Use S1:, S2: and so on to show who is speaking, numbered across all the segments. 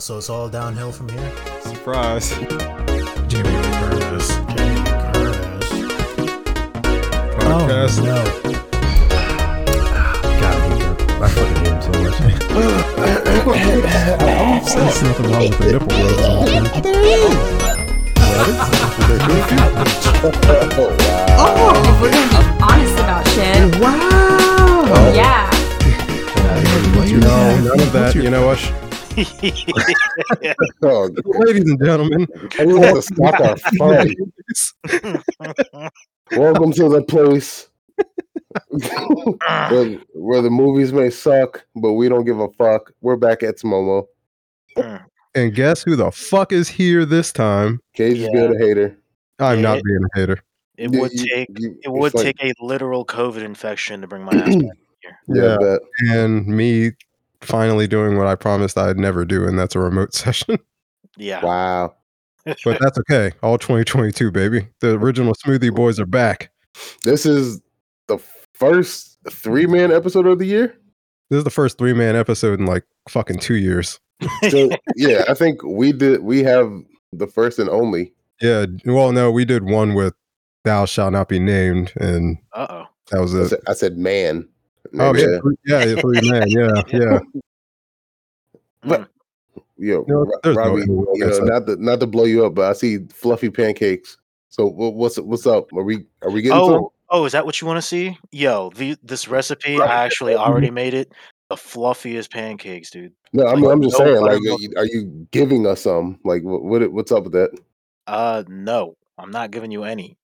S1: So it's all downhill from here.
S2: Surprise.
S1: Jimmy Curtis. Jimmy Curtis.
S2: Podcast.
S1: Oh no.
S3: God, he does. I fucking hate him so much.
S4: There's nothing wrong with the nipple rubs on the thing.
S5: If we're gonna be honest about shit. Wow. Yeah.
S2: No, none of that. You know what?
S6: Oh,
S2: Ladies and gentlemen,
S6: I just want to stop our fun. Welcome to the place where, where the movies may suck, but we don't give a fuck. We're back at Momo.
S2: and guess who the fuck is here this time?
S6: Cage is
S7: Yeah.
S6: being a hater.
S2: I'm not being a hater.
S7: It
S6: You-
S7: would
S6: you-
S7: take
S6: you-
S7: it would
S6: it's like-
S7: take a literal COVID infection to bring my ass back.
S6: Yeah, that-
S2: And me finally doing what I promised I'd never do, and that's a remote session.
S7: Yeah.
S6: wow.
S2: But that's okay. All 2022, baby. The original Smoothie Boys are back.
S6: This is the first three man episode of the year.
S2: This is the first three man episode in like fucking two years.
S6: So yeah, I think we did. We have the first and only.
S2: Yeah. Well, no, we did one with Thou Shall Not Be Named, and
S7: Uh oh.
S2: that was
S6: I
S2: it.
S6: said, I said man.
S2: Oh,
S6: Maybe,
S2: yeah.
S6: uh,
S2: three- Yeah. yeah, Three man. Yeah. Yeah.
S6: Yo,
S2: No,
S6: Ro-
S2: there's no
S6: Robbie,
S2: way we'll
S6: you
S2: mess
S6: know,
S2: up.
S6: not to not to blow you up, but I see fluffy pancakes. So wha- what's what's up? Are we are we getting?
S7: Oh, oh, is that what you want to see? Yo, the, this recipe I actually already made it. The fluffiest pancakes, dude.
S6: to 'em? no, I'm,
S7: like,
S6: I'm just
S7: no
S6: saying. Like,
S7: buttermilk.
S6: are you, are you giving us some? Like, what, what what's up with that?
S7: Uh, no, I'm not giving you any.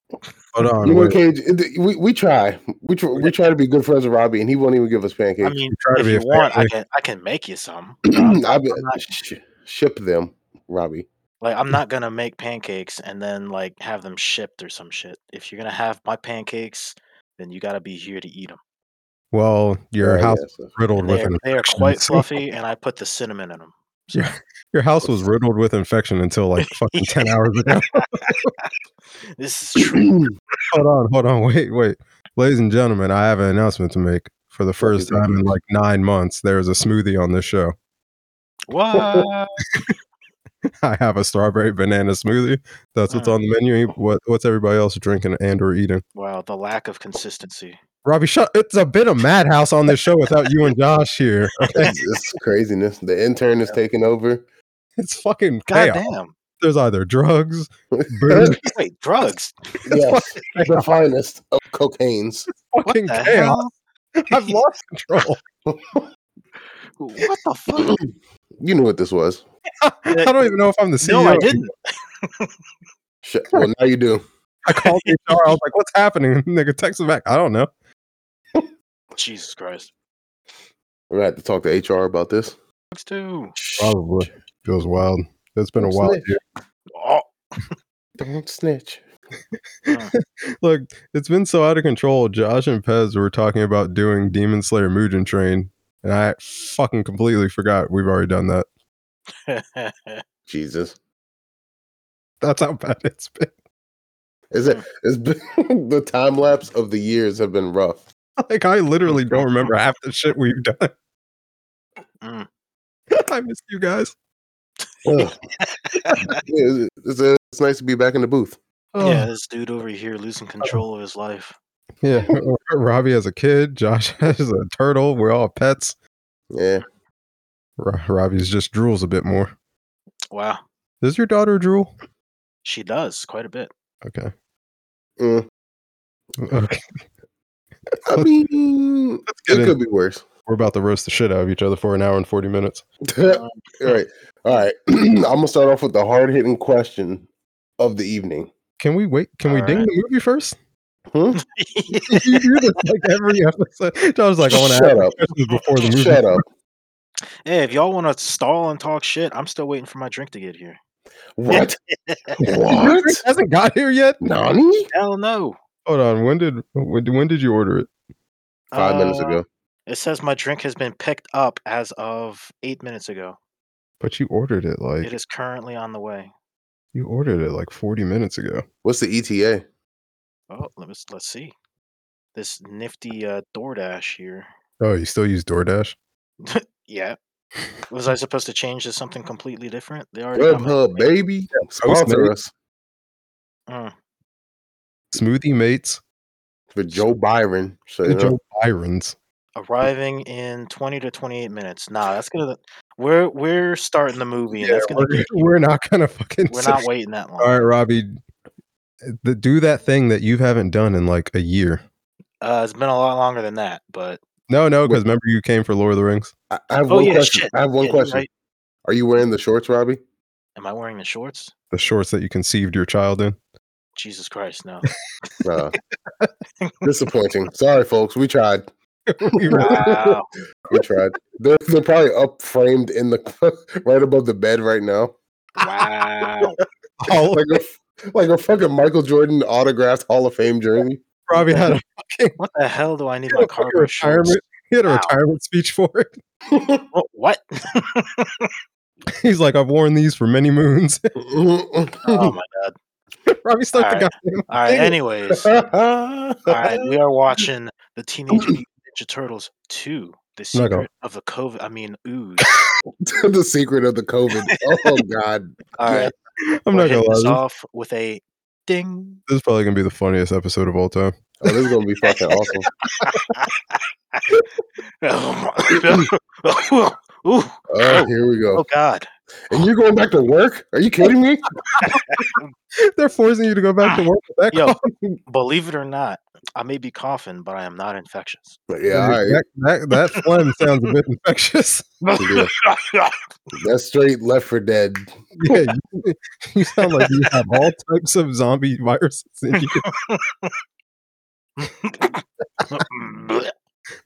S2: Hold on.
S6: You know,
S2: wait.
S6: what, Cage. it- We we try. We try, we try to be good friends with Robbie, and he won't even give us
S7: I
S6: pancakes.
S7: mean,
S2: try to
S7: if
S2: be
S7: you want, I
S2: effective.
S7: can I can make you some.
S6: I
S7: I'm
S6: mean,
S7: not- I'm not-
S6: sh- ship them, Robbie.
S7: Like, I'm not gonna make pancakes and then like have them shipped or some shit. If you're gonna have my pancakes, then you gotta be here to eat them.
S2: Well, your
S6: Oh,
S2: house
S6: yes.
S2: riddled with
S7: They're,
S2: an
S7: they're
S2: infection,
S7: quite
S2: so-
S7: fluffy, and I put the cinnamon in them.
S2: Your house was riddled with infection until like fucking ten hours ago.
S7: This is true.
S2: hold on, hold on, wait, wait, ladies and gentlemen, I have an announcement to make. For the first
S6: Okay, thank
S2: time in like nine months, there is a smoothie on this show.
S7: what?
S2: I have a strawberry banana smoothie. That's
S7: Mm.
S2: what's on the menu. What, what's everybody else drinking and or eating?
S7: Wow, the lack of consistency.
S2: Robbie, shut! It's a bit of madhouse on this show without you and Josh here. Okay,
S6: It's, it's craziness. The intern is taking over.
S2: it's fucking
S7: God
S2: chaos.
S7: damn.
S2: There's either drugs, booze,
S7: Wait, drugs.
S6: Yes, the finest of cocaines.
S7: What
S2: fucking
S7: the
S2: chaos.
S7: hell?
S2: I've lost control.
S7: What the fuck?
S6: You knew what this was.
S2: I don't even know if I'm the E CEO.
S7: no, I didn't.
S6: Sh- Well, now you do.
S2: I called HR. I was like, "What's happening?" Nigga, text him back. I don't know.
S7: Jesus Christ.
S6: We're gonna have to talk to HR about this.
S7: Drugs too.
S2: Probably feels wild. It's been a
S6: Don't
S2: while.
S6: snitch.
S2: dude.
S7: Oh,
S6: Don't snitch.
S2: Look, it's been so out of control. Josh and Pez were talking about doing Demon Slayer Mugen Train, and I fucking completely forgot we've already done that.
S6: Jesus.
S2: That's how bad it's been.
S6: Is it? It's been the time lapse of the years have been rough.
S2: Like I literally don't remember half the shit we've done.
S7: Mm.
S2: I miss you guys.
S6: Ugh. Yeah, it's, it's- it's nice to be back in the booth.
S2: Oh,
S7: yeah, this dude over here losing control of his life.
S2: yeah. Robbie has a kid. Josh has a turtle. We're all pets.
S6: Yeah,
S2: Ro- Robbie's just drools a bit more.
S7: Wow.
S2: Does your daughter drool?
S7: She does quite a bit.
S2: Okay. Mm,
S6: Mm.
S2: Okay.
S6: I mean,
S2: get
S6: it
S2: in.
S6: could be worse.
S2: We're about to roast the shit out of each other for an hour and 40 minutes.
S6: all right, all right. I'm gonna start off with the hard hitting question of the evening.
S2: Can we wait? Can we
S7: All
S2: ding
S7: right.
S2: the movie first?
S6: Hmm?
S2: you do this like every episode. Josh was like, I want
S6: Shut
S2: to
S6: up.
S2: ask questions before the movie.
S6: Shut up.
S7: Hey, if y'all want to stall and talk shit, I'm still waiting for my drink to get here.
S6: What?
S2: Your
S6: what?
S2: drink hasn't got here yet.
S6: Nani?
S7: Hell no.
S2: Hold on. When did when, when did you order it?
S6: Five minutes
S7: Uh,
S6: ago.
S7: It says my drink has been picked up as of eight minutes ago.
S2: But you ordered it like
S7: It is currently on the way.
S2: you ordered it like 40 minutes ago.
S6: What's the E ETA?
S7: Oh, let's let's see. This nifty uh, DoorDash here.
S2: Oh, you still use DoorDash?
S7: Yeah, Was I supposed to change to something completely different? They already got my
S6: Grubhub,
S7: name.
S6: baby. Sponsor
S2: Postmates.
S6: us
S7: Mm,
S2: Smoothie mates
S6: for Joe Byron. So,
S2: the
S6: you know,
S2: Joe Byrons.
S7: arriving in twenty to twenty-eight minutes. Nah, that's gonna. We're we're starting the movie, and
S2: Yeah,
S7: that's gonna.
S2: we're,
S7: Be,
S2: we're not gonna fucking.
S7: we're
S2: say-
S7: not waiting that long.
S2: All right, Robbie, the, do that thing that you haven't done in like a year.
S7: Uh, it's been a lot longer than that, but
S2: No, no, because remember you came for Lord of the Rings.
S6: I, I have
S7: Oh,
S6: one
S7: yeah,
S6: question.
S7: shit.
S6: I have one
S7: yeah, you're
S6: question.
S7: right.
S6: Are you wearing the shorts, Robbie?
S7: am I wearing the shorts?
S2: The shorts that you conceived your child in.
S7: Jesus Christ, no.
S6: Nah. Disappointing. Sorry, folks. We tried.
S2: We were-
S7: Wow.
S6: We tried. They're, they're probably up framed in the right above the bed right now.
S7: Wow.
S2: all-
S6: Like a, like a fucking Michael Jordan autographed Hall of Fame jersey.
S2: Robbie had a,
S7: What the hell do I need
S2: he had
S7: my
S2: a fucking
S7: cargo shorts?
S2: retirement. He had a
S7: Wow.
S2: retirement speech for it.
S7: Wha- What?
S2: He's like, I've worn these for many moons.
S7: oh my god.
S2: Robbie stuck the
S7: Alright.
S2: goddamn.
S7: All right.
S2: Dang it.
S7: Anyways, all right, we are watching the Teenage Mutant Ninja Turtles two:
S2: Knock
S7: The
S2: off.
S7: Secret of the COVID. I mean, ooze.
S6: the secret of the COVID. Oh God.
S7: All
S6: Yeah.
S7: right,
S2: I'm
S7: we're
S2: not gonna
S7: hitting
S2: lie.
S7: this
S2: This,
S7: off with a ding.
S2: this is probably gonna be the funniest episode of all time.
S6: Oh, this is gonna be fucking awesome.
S7: oh, my- Ooh,
S6: Oh, here we
S7: oh
S6: go.
S7: God!
S6: And you're going back to work? Are you kidding me?
S2: They're forcing you to go back to work. With that
S7: Ah, Yo,
S2: cough.
S7: believe it or not, I may be coughing, but I am not infectious.
S6: Yeah, all right.
S2: that, that, that phlegm sounds a bit infectious.
S6: Yeah. That's straight left for dead.
S2: Yeah, you, you sound like you have all types of zombie viruses in you.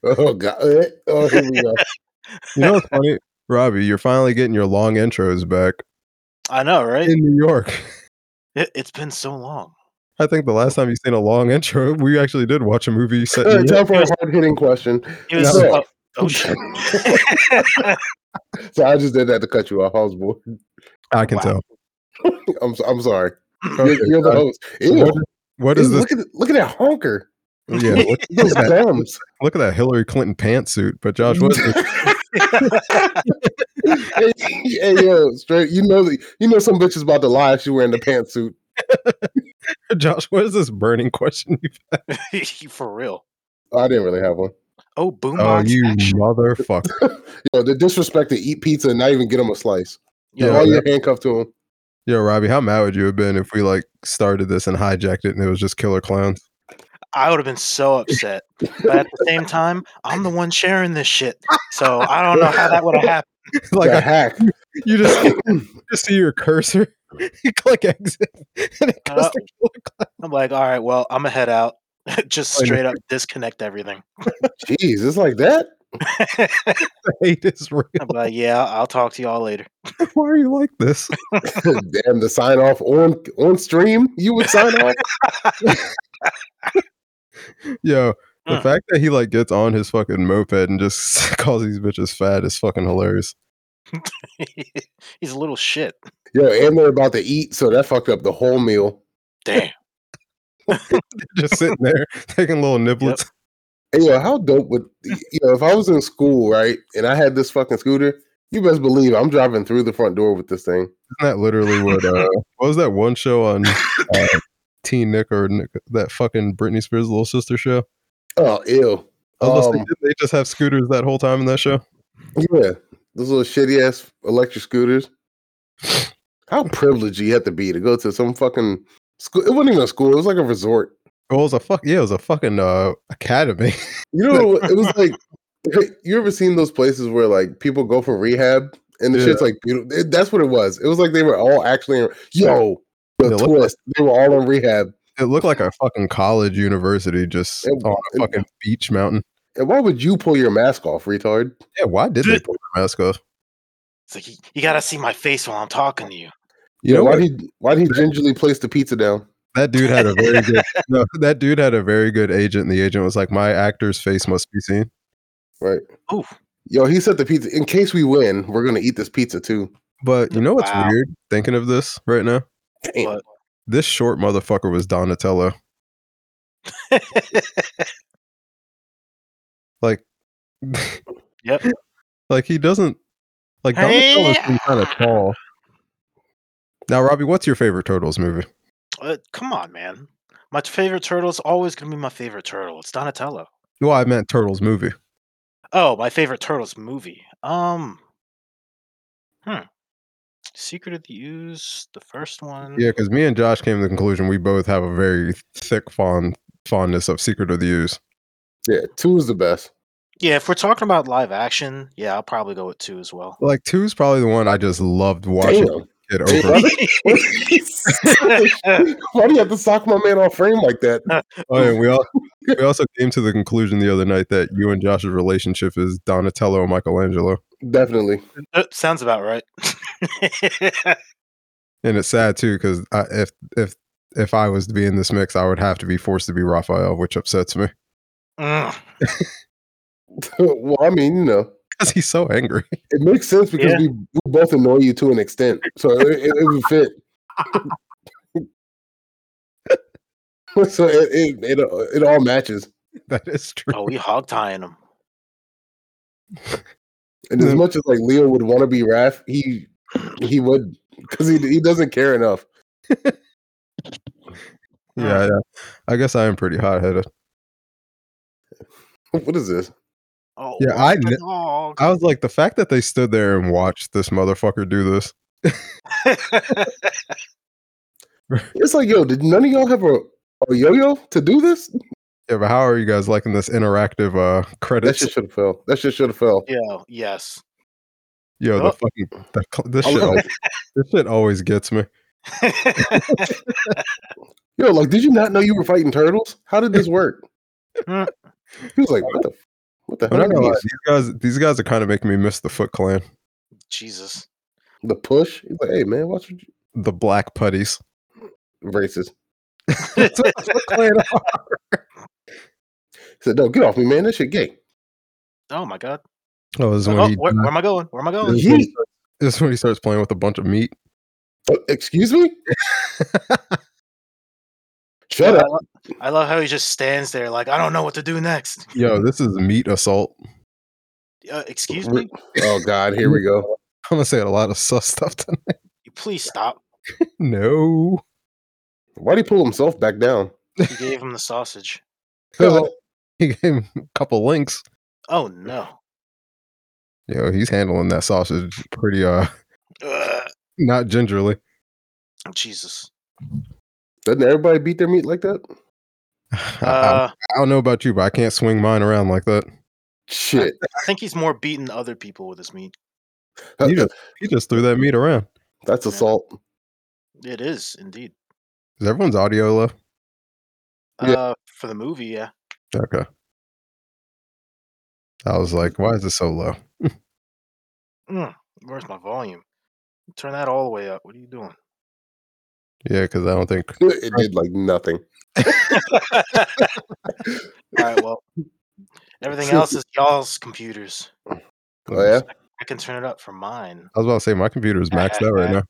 S6: Oh God. Eh. Oh, here we go.
S2: You know what's funny, Robbie? You're finally getting your long intros back
S7: I know, right?
S2: in New York.
S7: It, it's been so long.
S2: I think the last time you seen a long intro, we actually did watch a movie set.
S6: All
S2: in
S6: right,
S2: New York.
S6: time for a hard hitting question.
S7: It was
S6: No.
S7: oh, oh shit.
S6: So I just did that to cut you off. I was bored.
S2: I can
S7: Wow.
S2: tell.
S6: I'm so- I'm sorry.
S2: Okay,
S6: You're, you're the
S2: uh,
S6: host. Ew.
S2: what- What
S6: Ew,
S2: is this?
S6: Look at look at that honker.
S2: Yeah, what-
S6: Those gums.
S2: look at that Hillary Clinton pantsuit. But Josh, what is this?
S6: hey, hey, yo, straight. You know that you know some bitch is about to lie. if She wearing the pantsuit.
S2: Josh, what is this burning question? you
S7: For real.
S6: I didn't really have one.
S7: Oh,
S2: Oh,
S7: boombox
S2: you
S7: action.
S2: motherfucker!
S6: Yo, the disrespect to eat pizza and not even get him a slice.
S2: Yeah,
S6: Yo, all
S2: yeah.
S6: you're handcuffed to him.
S2: Yo, Robbie, how mad would you have been if we like started this and hijacked it and it was just Killer Clowns?
S7: I would have been so upset. But at the same time, I'm the one sharing this shit. So I don't know how that would have happened.
S2: like
S6: the
S2: I,
S6: hack.
S2: you just you just see your cursor, you click exit, and it goes
S7: Uh,
S2: to Killer Clowns.
S7: I'm like, all right, well, I'm going to head out. Just
S2: Oh, yeah.
S7: straight up disconnect everything.
S6: Jeez, it's like that.
S7: I'm
S2: The hate is real.
S7: like, yeah, I'll talk to y'all later.
S2: Why are you like this?
S6: Damn, the sign off on on stream. You would sign off.
S2: Yo, the
S7: Mm.
S2: fact that he like gets on his fucking moped and just calls these bitches fat is fucking hilarious.
S7: He's a little shit.
S6: Yo, and they're about to eat, so that fucked up the whole meal.
S7: Damn.
S2: Just sitting there taking little niblets.
S6: Hey, yo, how dope would you know if I was in school, right, and I had this fucking scooter? You best believe I'm driving through the front door with this thing.
S2: Isn't that literally what? Uh, what was that one show on uh, Teen Nick or Nick, that fucking Britney Spears little sister show?
S6: Oh, ew.
S2: Unless they,
S6: Um,
S2: did they just have scooters that whole time in that show.
S6: Yeah, those little shitty ass electric scooters. How privileged you have to be to go to some fucking school? It wasn't even a school; it was like a resort.
S2: Well, it was a fuck. Yeah, it was a fucking uh, academy.
S6: You know, it was like you ever seen those places where like people go for rehab and the
S2: Yeah.
S6: shit's like beautiful. It, that's what it was. It was like they were all actually in, yo
S2: Yeah,
S6: the
S2: look-
S6: twist. They were all in rehab.
S2: It looked like a fucking college university just
S6: It-
S2: on a
S6: it-
S2: fucking beach mountain.
S6: And why would you pull your mask off, retard?
S2: Yeah, why did they put the mask off?
S7: It's like, you, you got to see my face while I'm talking to you.
S6: You
S2: You
S6: know
S2: know
S6: why
S2: what?
S6: did why did he gingerly place the pizza down?
S2: That dude had a very good no, that dude had a very good agent. and The agent was like, My actor's face must be seen.
S6: Right.
S7: Oof.
S6: Yo, he said the pizza. In case we win, we're gonna eat this pizza too.
S2: But you know what's
S7: Wow.
S2: weird thinking of this right now?
S6: Damn.
S7: But
S2: This short motherfucker was Donatello. Like
S7: Yep.
S2: like he doesn't Like Donatello's been kind of tall. Now, Robbie, what's your favorite Turtles movie?
S7: Uh, come on, man. My favorite turtle is always going to be my favorite turtle. It's Donatello.
S2: Well, I meant Turtles movie.
S7: Oh, my favorite Turtles movie. Um, hmm. Secret of the Ooze, the first one.
S2: Yeah, because me and Josh came to the conclusion we both have a very thick fond fondness of Secret of the Ooze.
S6: Yeah, two is the best.
S7: Yeah, if we're talking about live action, yeah, I'll probably go with two as well.
S2: Like two is probably the one I just loved watching
S6: Damn.
S2: it
S6: Damn.
S2: over.
S6: Why do you have to sock my man off frame like that?
S2: Oh, and we all we also came to the conclusion the other night that you and Josh's relationship is Donatello and Michelangelo,
S6: Definitely.
S7: Uh, sounds about right.
S2: and it's sad too because if if if I was to be in this mix, I would have to be forced to be Raphael, which upsets me
S7: Mm.
S6: well, I mean, you know,
S2: because he's so angry.
S6: it makes sense because
S7: Yeah.
S6: we, we both annoy you to an extent, so it, it, it would fit. so it, it it it all matches,
S2: That is true.
S7: oh, we hog tying him.
S6: and as
S2: Yeah.
S6: much as like Leo would want to be Raph, he he would because he he doesn't care enough.
S7: Mm,
S2: Yeah, yeah. I guess I am pretty hot headed.
S6: What is this?
S7: Oh,
S2: Yeah,
S7: watch
S2: I
S7: the
S2: kn-
S7: dog.
S2: I was like, the fact that they stood there and watched this motherfucker do this.
S6: It's like, yo, did none of y'all have a, a yo-yo to do this?
S2: Yeah, but how are you guys liking this interactive uh
S6: That
S2: credits?
S6: shit should have fell. That shit should have fell.
S7: Yo, yes.
S2: Yo, the
S7: Oh.
S2: fucking the, cl- this
S6: I
S2: shit,
S6: love
S2: always, this shit always gets me.
S6: Yo, like, did you not know you were fighting turtles? How did this work?
S7: Hmm.
S6: he was like, what the, what the
S2: I'm
S6: hell?
S2: not
S6: Are
S2: gonna lie,
S6: these?
S2: these guys, these guys are kind of making me miss the Foot Clan,
S7: Jesus.
S6: The push? He's like, hey man, watch what you
S2: the Black Putties.
S6: racist.
S2: That's what the Foot Clan are.
S6: He said, no, get off me, man. That shit gay.
S7: Oh my God.
S2: Oh, this is when
S7: Oh,
S2: he,
S7: where, where am I going? Where am I
S2: this
S7: going?
S2: is when he
S6: Yeet.
S2: starts- this is when he starts playing with a bunch of meat.
S6: Uh, Excuse me? Shut
S7: I,
S6: up.
S7: lo- I love how he just stands there, like I don't know what to do next.
S2: Yo, this is meat assault.
S7: Uh, excuse
S6: Re-
S7: me.
S6: Oh God, here we go.
S2: I'm gonna say a lot of sus stuff tonight.
S7: You please stop.
S2: No,
S6: Why'd he pull himself back down?
S7: He gave him the sausage.
S6: God.
S2: he gave him a couple links.
S7: Oh no.
S2: Yo, he's handling that sausage pretty uh
S7: Ugh.
S2: not gingerly.
S7: Jesus.
S6: Doesn't everybody beat their meat like that?
S2: I- I,
S7: Uh,
S2: I don't know about you, but I can't swing mine around like that.
S6: Shit.
S7: I think he's more beating other people with his meat.
S2: You just, he just threw that meat around.
S6: That's assault.
S7: It is indeed.
S2: Is everyone's audio low?
S6: Yeah.
S7: Uh, for the movie, yeah.
S2: Okay. I was like, why is it so low?
S7: Mm, where's my volume? Turn that all the way up. What are you doing?
S2: Yeah, because I don't think
S6: It did like nothing.
S7: all right. Well, everything else is y'all's computers.
S6: Oh yeah?
S7: I can turn it up for mine.
S2: I was about to say my computer is maxed out right now.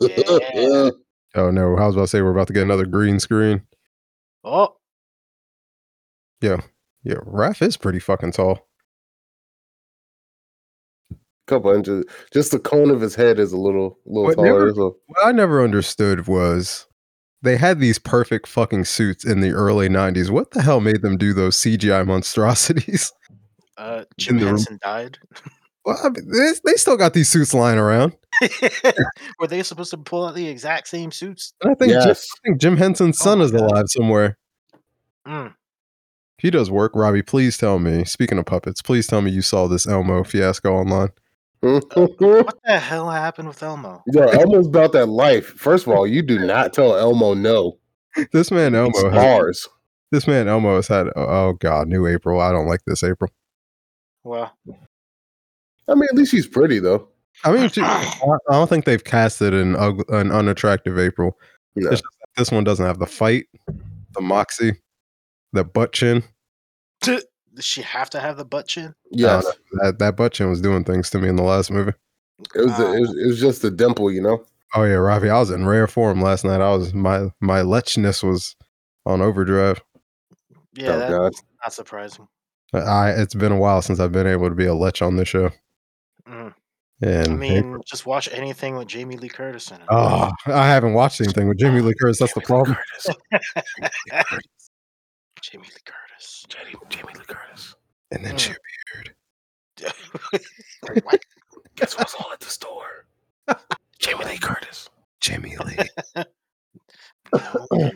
S7: Yeah.
S2: Oh no, I was about to say we're about to get another green screen.
S7: Oh,
S2: Yeah, Raph is pretty fucking tall.
S6: couple inches. Just the cone of his head is a little little
S2: But
S6: taller.
S2: never-
S6: so-
S2: What I never understood was they had these perfect fucking suits in the early 90s. What the hell made them do those CGI monstrosities?
S7: uh, Jim
S2: the room.
S7: Henson died.
S2: Well, I mean, they, they still got these suits lying around.
S7: Were they supposed to pull out the exact same suits?
S2: And I think Jim
S6: yes.
S2: I think Jim Henson's
S7: Oh
S2: son
S7: my
S2: is
S7: God.
S2: alive somewhere.
S7: Mm.
S2: He does work. Robbie, please tell me. Speaking of puppets, please tell me you saw this Elmo fiasco online. Uh,
S7: What the hell happened with Elmo?
S6: Yo, Elmo's about that life. First of all, you do not tell Elmo no.
S2: This man Elmo.
S6: It's
S2: Has,
S6: ours.
S2: this man Elmo has had. Oh God, new April. I don't like this April.
S7: Well,
S6: I mean, at least she's pretty though.
S2: I mean, she, I I don't think they've casted an ug- an unattractive April.
S6: No.
S2: It's just that this one doesn't have the fight, the moxie, the butt chin.
S7: does she have to have the butt chin?
S6: Yes,
S2: Uh, that that butt chin was doing things to me in the last movie.
S6: it was, it was. It was just a dimple, you know.
S2: Oh yeah, Ravi, I was in rare form last night. I was my my lechness was on overdrive.
S7: Yeah,
S6: Oh,
S7: that's
S6: God.
S7: not surprising.
S2: I it's been a while since I've been able to be a lech on this show.
S7: Mm.
S2: And
S7: I mean, just watch anything with Jamie Lee Curtis in it.
S2: oh, I haven't watched anything with Jamie Lee Curtis. That's the problem.
S7: Jamie Lee Curtis.
S6: Jamie, Jamie Lee Curtis.
S2: And
S7: Mm.
S2: then she appeared.
S7: Wait, what?
S6: Guess what's all at the store? Jamie Lee Curtis.
S2: Jamie Lee.
S7: No.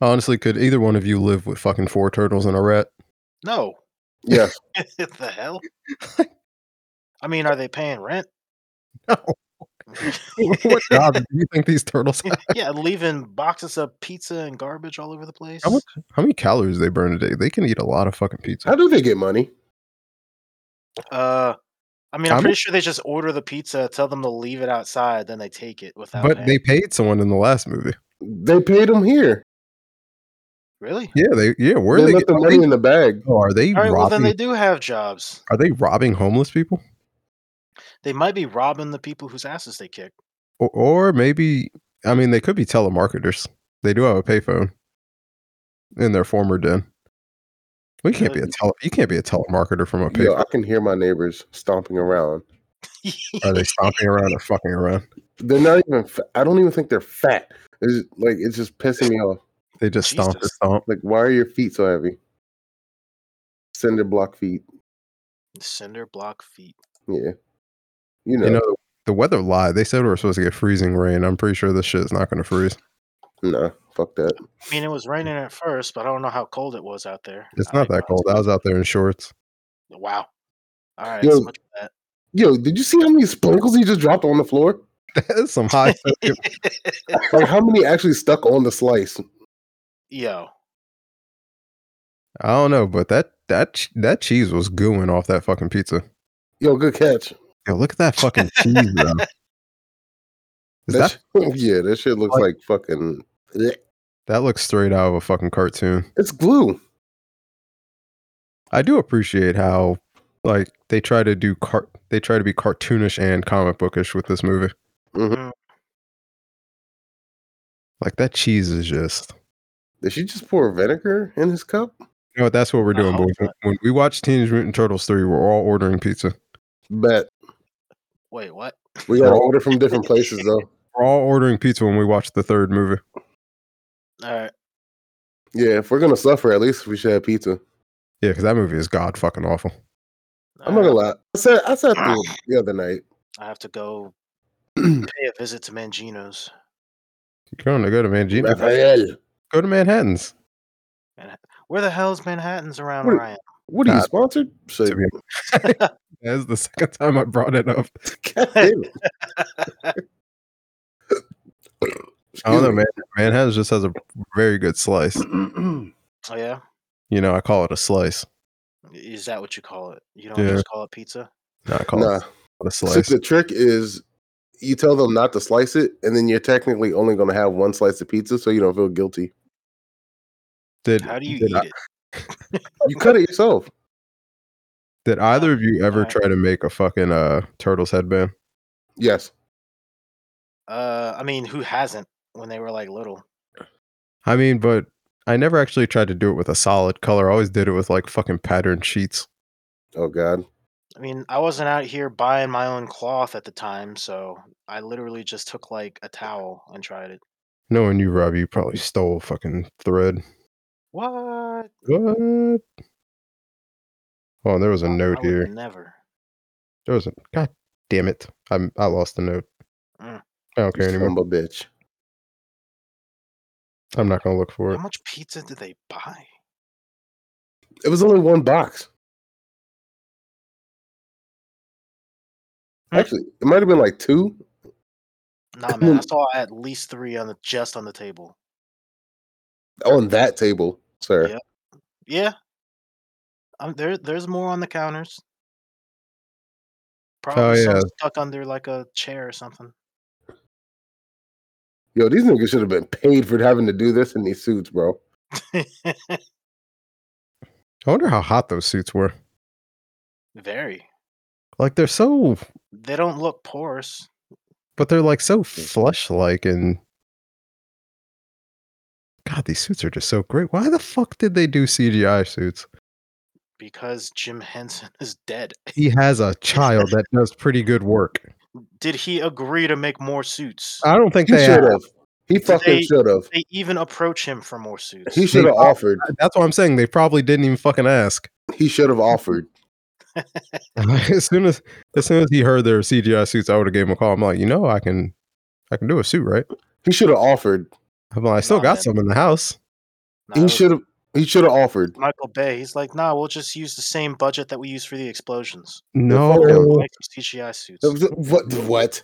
S2: Honestly, could either one of you live with fucking four turtles and a rat?
S7: No.
S6: Yes.
S7: the hell? I mean, are they paying rent?
S2: No. what job do you think these turtles have?
S7: yeah, leaving boxes of pizza and garbage all over the place.
S2: I would- How many calories they burn a day? They can eat a lot of fucking
S6: How
S2: pizza.
S6: do they get money?
S7: Uh, I mean, I'm,
S2: I'm-
S7: pretty sure they just order the pizza, tell them to leave it outside, then they take it without.
S2: But
S7: paying.
S2: they paid someone in the last movie.
S6: They paid them here.
S7: really?
S2: Yeah, they yeah. Where
S6: they
S2: are they?
S6: left the
S2: are
S6: money
S2: they-
S6: in the bag.
S2: oh, are they
S7: All right.
S2: robbing?
S7: Well, then they do have jobs.
S2: Are they robbing homeless people?
S7: They might be robbing the people whose asses they kick.
S2: Or, or maybe I mean they could be telemarketers. They do have a payphone in their former den. We can't be a
S7: Could.
S2: tele, you can't be a telemarketer from a
S6: Yo,
S2: payphone.
S6: I can hear my neighbors stomping around.
S2: Are they stomping around or fucking around?
S6: They're not even. Fa- I don't even think they're fat. It's just, like it's just pissing me off.
S2: They just stomp and
S7: Jesus.
S2: stomp.
S6: Like, why are your feet so heavy? Cinder block feet.
S7: Cinder block feet.
S6: Yeah, you know,
S2: You know the weather lied. They said we were supposed to get freezing rain. I'm pretty sure this shit is not going to freeze.
S6: nah, fuck that.
S7: I mean, it was raining at first, but I don't know how cold it was out there.
S2: It's
S7: I
S2: not
S7: mean,
S2: that cold. I was out there in shorts.
S7: Wow. All right.
S6: Yo.
S7: So much for
S6: Yo, did you see how many sprinkles he just dropped on the floor?
S2: That is some high.
S7: that.
S6: Like, how many actually stuck on the slice?
S7: Yo.
S2: I don't know, but that that ch- that cheese was gooing off that fucking pizza.
S6: Yo, good catch.
S2: Yo, look at that fucking cheese, bro. Is that
S6: That sh- yeah, that shit looks like fucking. bleh.
S2: That looks straight out of a fucking cartoon.
S6: It's glue.
S2: I do appreciate how like they try to do cart they try to be cartoonish and comic bookish with this movie.
S6: Mhm.
S2: Like that cheese is just
S6: Did she just pour vinegar in his cup?
S2: you know what, that's what we're doing,
S7: Uh-huh.
S2: boys. When- When we watch Teenage Mutant Turtles 3, we're all ordering pizza.
S6: Bet
S7: Wait, what?
S6: we gotta order from different places though.
S2: We're all ordering pizza when we watch the third movie.
S7: All right.
S6: Yeah, if we're gonna suffer, at least we should have pizza.
S2: Yeah, because that movie is god fucking awful.
S6: I'm not gonna lie. I said I sat through it the other night.
S7: uh, I have to go pay a visit to Mangino's.
S2: You're gonna go to Mangino.
S6: Raphael,
S2: Go to Manhattan's.
S7: Where the hell's Manhattan's around
S6: Wait.
S7: where I am?
S6: what are you
S2: Nah.
S6: sponsored? Shit.
S2: To be That is the second time I brought it up.
S6: God damn it.
S2: I don't know, man. Manhattan's just has a very good slice.
S6: man.
S7: Oh yeah,
S2: You know, I call it a slice.
S7: is that what you call it? You don't
S2: Yeah.
S7: just call it pizza.
S2: No, I call
S6: nah,
S2: it a
S6: so
S2: slice.
S6: the trick is you tell them not to slice it, and then you're technically only gonna have one slice of pizza, so you don't feel guilty.
S2: Did,
S7: How do you
S2: did
S7: eat
S2: I-
S7: it?
S6: You cut it yourself.
S2: Did either of you ever
S7: Alright.
S2: try to make a fucking uh turtles headband?
S6: Yes.
S7: Uh, I mean, who hasn't when they were like little?
S2: I mean, but I never actually tried to do it with a solid color. I always did it with like fucking patterned sheets.
S6: Oh God.
S7: I mean, I wasn't out here buying my own cloth at the time, so I literally just took like a towel and tried it.
S2: Knowing you, Robbie, you probably stole fucking thread.
S7: What?
S2: What? Oh, there was a note
S7: I would
S2: here.
S7: Never.
S2: There was a god damn it. I I lost the note. I
S7: Mm.
S2: don't care
S6: Okay,
S2: anymore.
S6: bitch.
S2: I'm not gonna look for
S7: How
S2: it.
S7: much pizza did they buy?
S6: It was only one box.
S7: Hmm.
S6: Actually, it might have been like two.
S7: Nah,
S6: mean-
S7: man, I saw at least three on the just on the table.
S6: on that table, sir.
S7: Yeah. Yeah. Um, there, there's more on the counters. Probably some
S2: Oh, yeah.
S7: stuck under like a chair or something.
S6: Yo, these niggas should have been paid for having to do this in these suits, bro.
S2: I wonder how hot those suits were.
S7: Very.
S2: Like they're so
S7: They don't look porous.
S2: but they're like so
S7: Mm.
S2: flesh like and God, these suits are just so great. Why the fuck did they do CGI suits?
S7: because Jim Henson is dead.
S2: He has a child that does pretty good work.
S7: Did he agree to make more suits?
S2: I don't think
S6: He
S2: they.
S6: should
S2: Have,
S6: have. He fucking
S7: They-
S6: should have.
S7: they even approach him for more suits.
S6: He should have offered.
S2: that's what I'm saying. They probably didn't even fucking ask.
S6: He should have offered.
S2: as soon as as soon as he heard there were CGI suits, I would have gave him a call. I'm like, you know, I can, I can do a suit, right?
S6: He should have offered.
S2: I'm like, I still
S7: Nah,
S2: got
S7: man.
S2: some in the house.
S7: Nah, it
S6: He
S7: was
S6: should have. He should have offered.
S7: Michael Bay. He's like, nah, we'll just use the same budget that we use for the explosions.
S2: No,
S7: Make some CGI suits.
S6: What? What?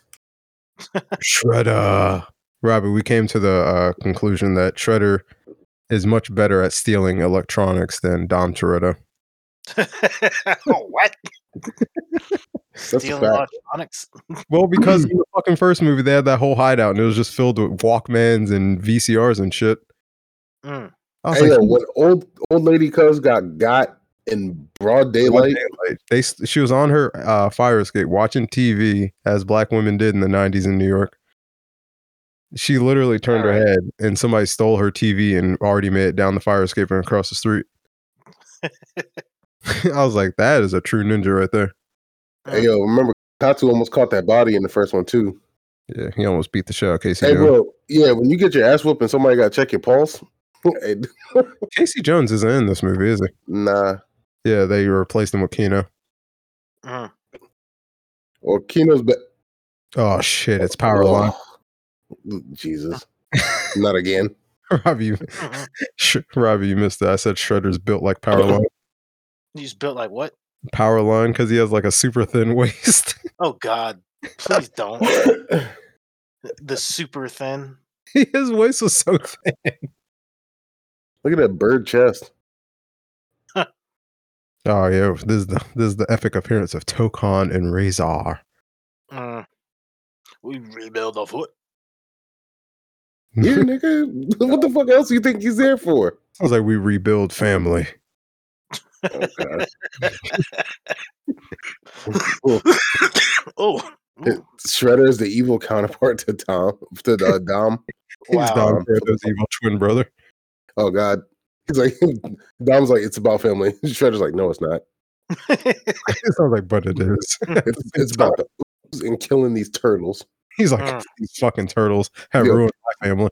S2: Shredder. Robbie, we came to the uh, conclusion that Shredder is much better at stealing electronics than Dom Toretto.
S7: Oh, what?
S6: a
S7: Stealing
S6: fact.
S7: electronics?
S2: Well, because in the fucking first movie, they had that whole hideout and it was just filled with Walkmans and VCRs and shit.
S7: Mm.
S2: I was
S6: Hey,
S2: like,
S6: yo, when old old lady cuz got got in broad
S2: "What
S6: daylight,
S2: daylight?" They, s- she was on her uh, fire escape watching TV as black women did in the 90s in New York. She literally turned her
S7: Alright.
S2: head and somebody stole her TV and already made it down the fire escape and across the street. I was like, that is a true ninja right there.
S6: hey, yo, remember Katsu almost caught that body in the first one too.
S2: Yeah, he almost beat the shit out of Casey
S6: Hey,
S2: Jones.
S6: bro, yeah, when you get your ass whooped and somebody got to check your pulse, hey,
S2: Casey Jones isn't in this movie, is he?
S6: nah.
S2: Yeah, they replaced him with Kino.
S7: Mm.
S6: Or Kino's be-
S2: Oh shit, it's power line.
S6: Oh, Jesus, not again.
S2: Robbie, you-
S7: Mhm.
S2: Sh- Robbie, you missed it. I said Shredder's built like power line.
S7: He's built like what?
S2: Power line because he has like a super thin waist.
S7: Oh God! Please don't. the super thin.
S2: His waist was so thin.
S6: Look at that bird chest.
S2: Oh yeah, this is the this is the epic appearance of Tokon and Razor.
S7: Mm. We rebuild the foot.
S6: Yeah, nigga, what the fuck else you think he's there for?
S2: Sounds like we rebuild family.
S6: Oh, God.
S7: oh, ooh,
S6: Shredder is the evil counterpart to Tom to uh, Dom. Um,
S2: He's
S7: Wow.
S2: Don Toretto's evil twin brother.
S6: Oh God, he's like Dom's like it's about family. Shredder's like no, it's not.
S2: It sounds like, but it is.
S6: It's, it's about the ooze and killing these turtles.
S2: He's like
S7: Mm.
S2: these fucking turtles have
S6: Yeah.
S2: ruined my family.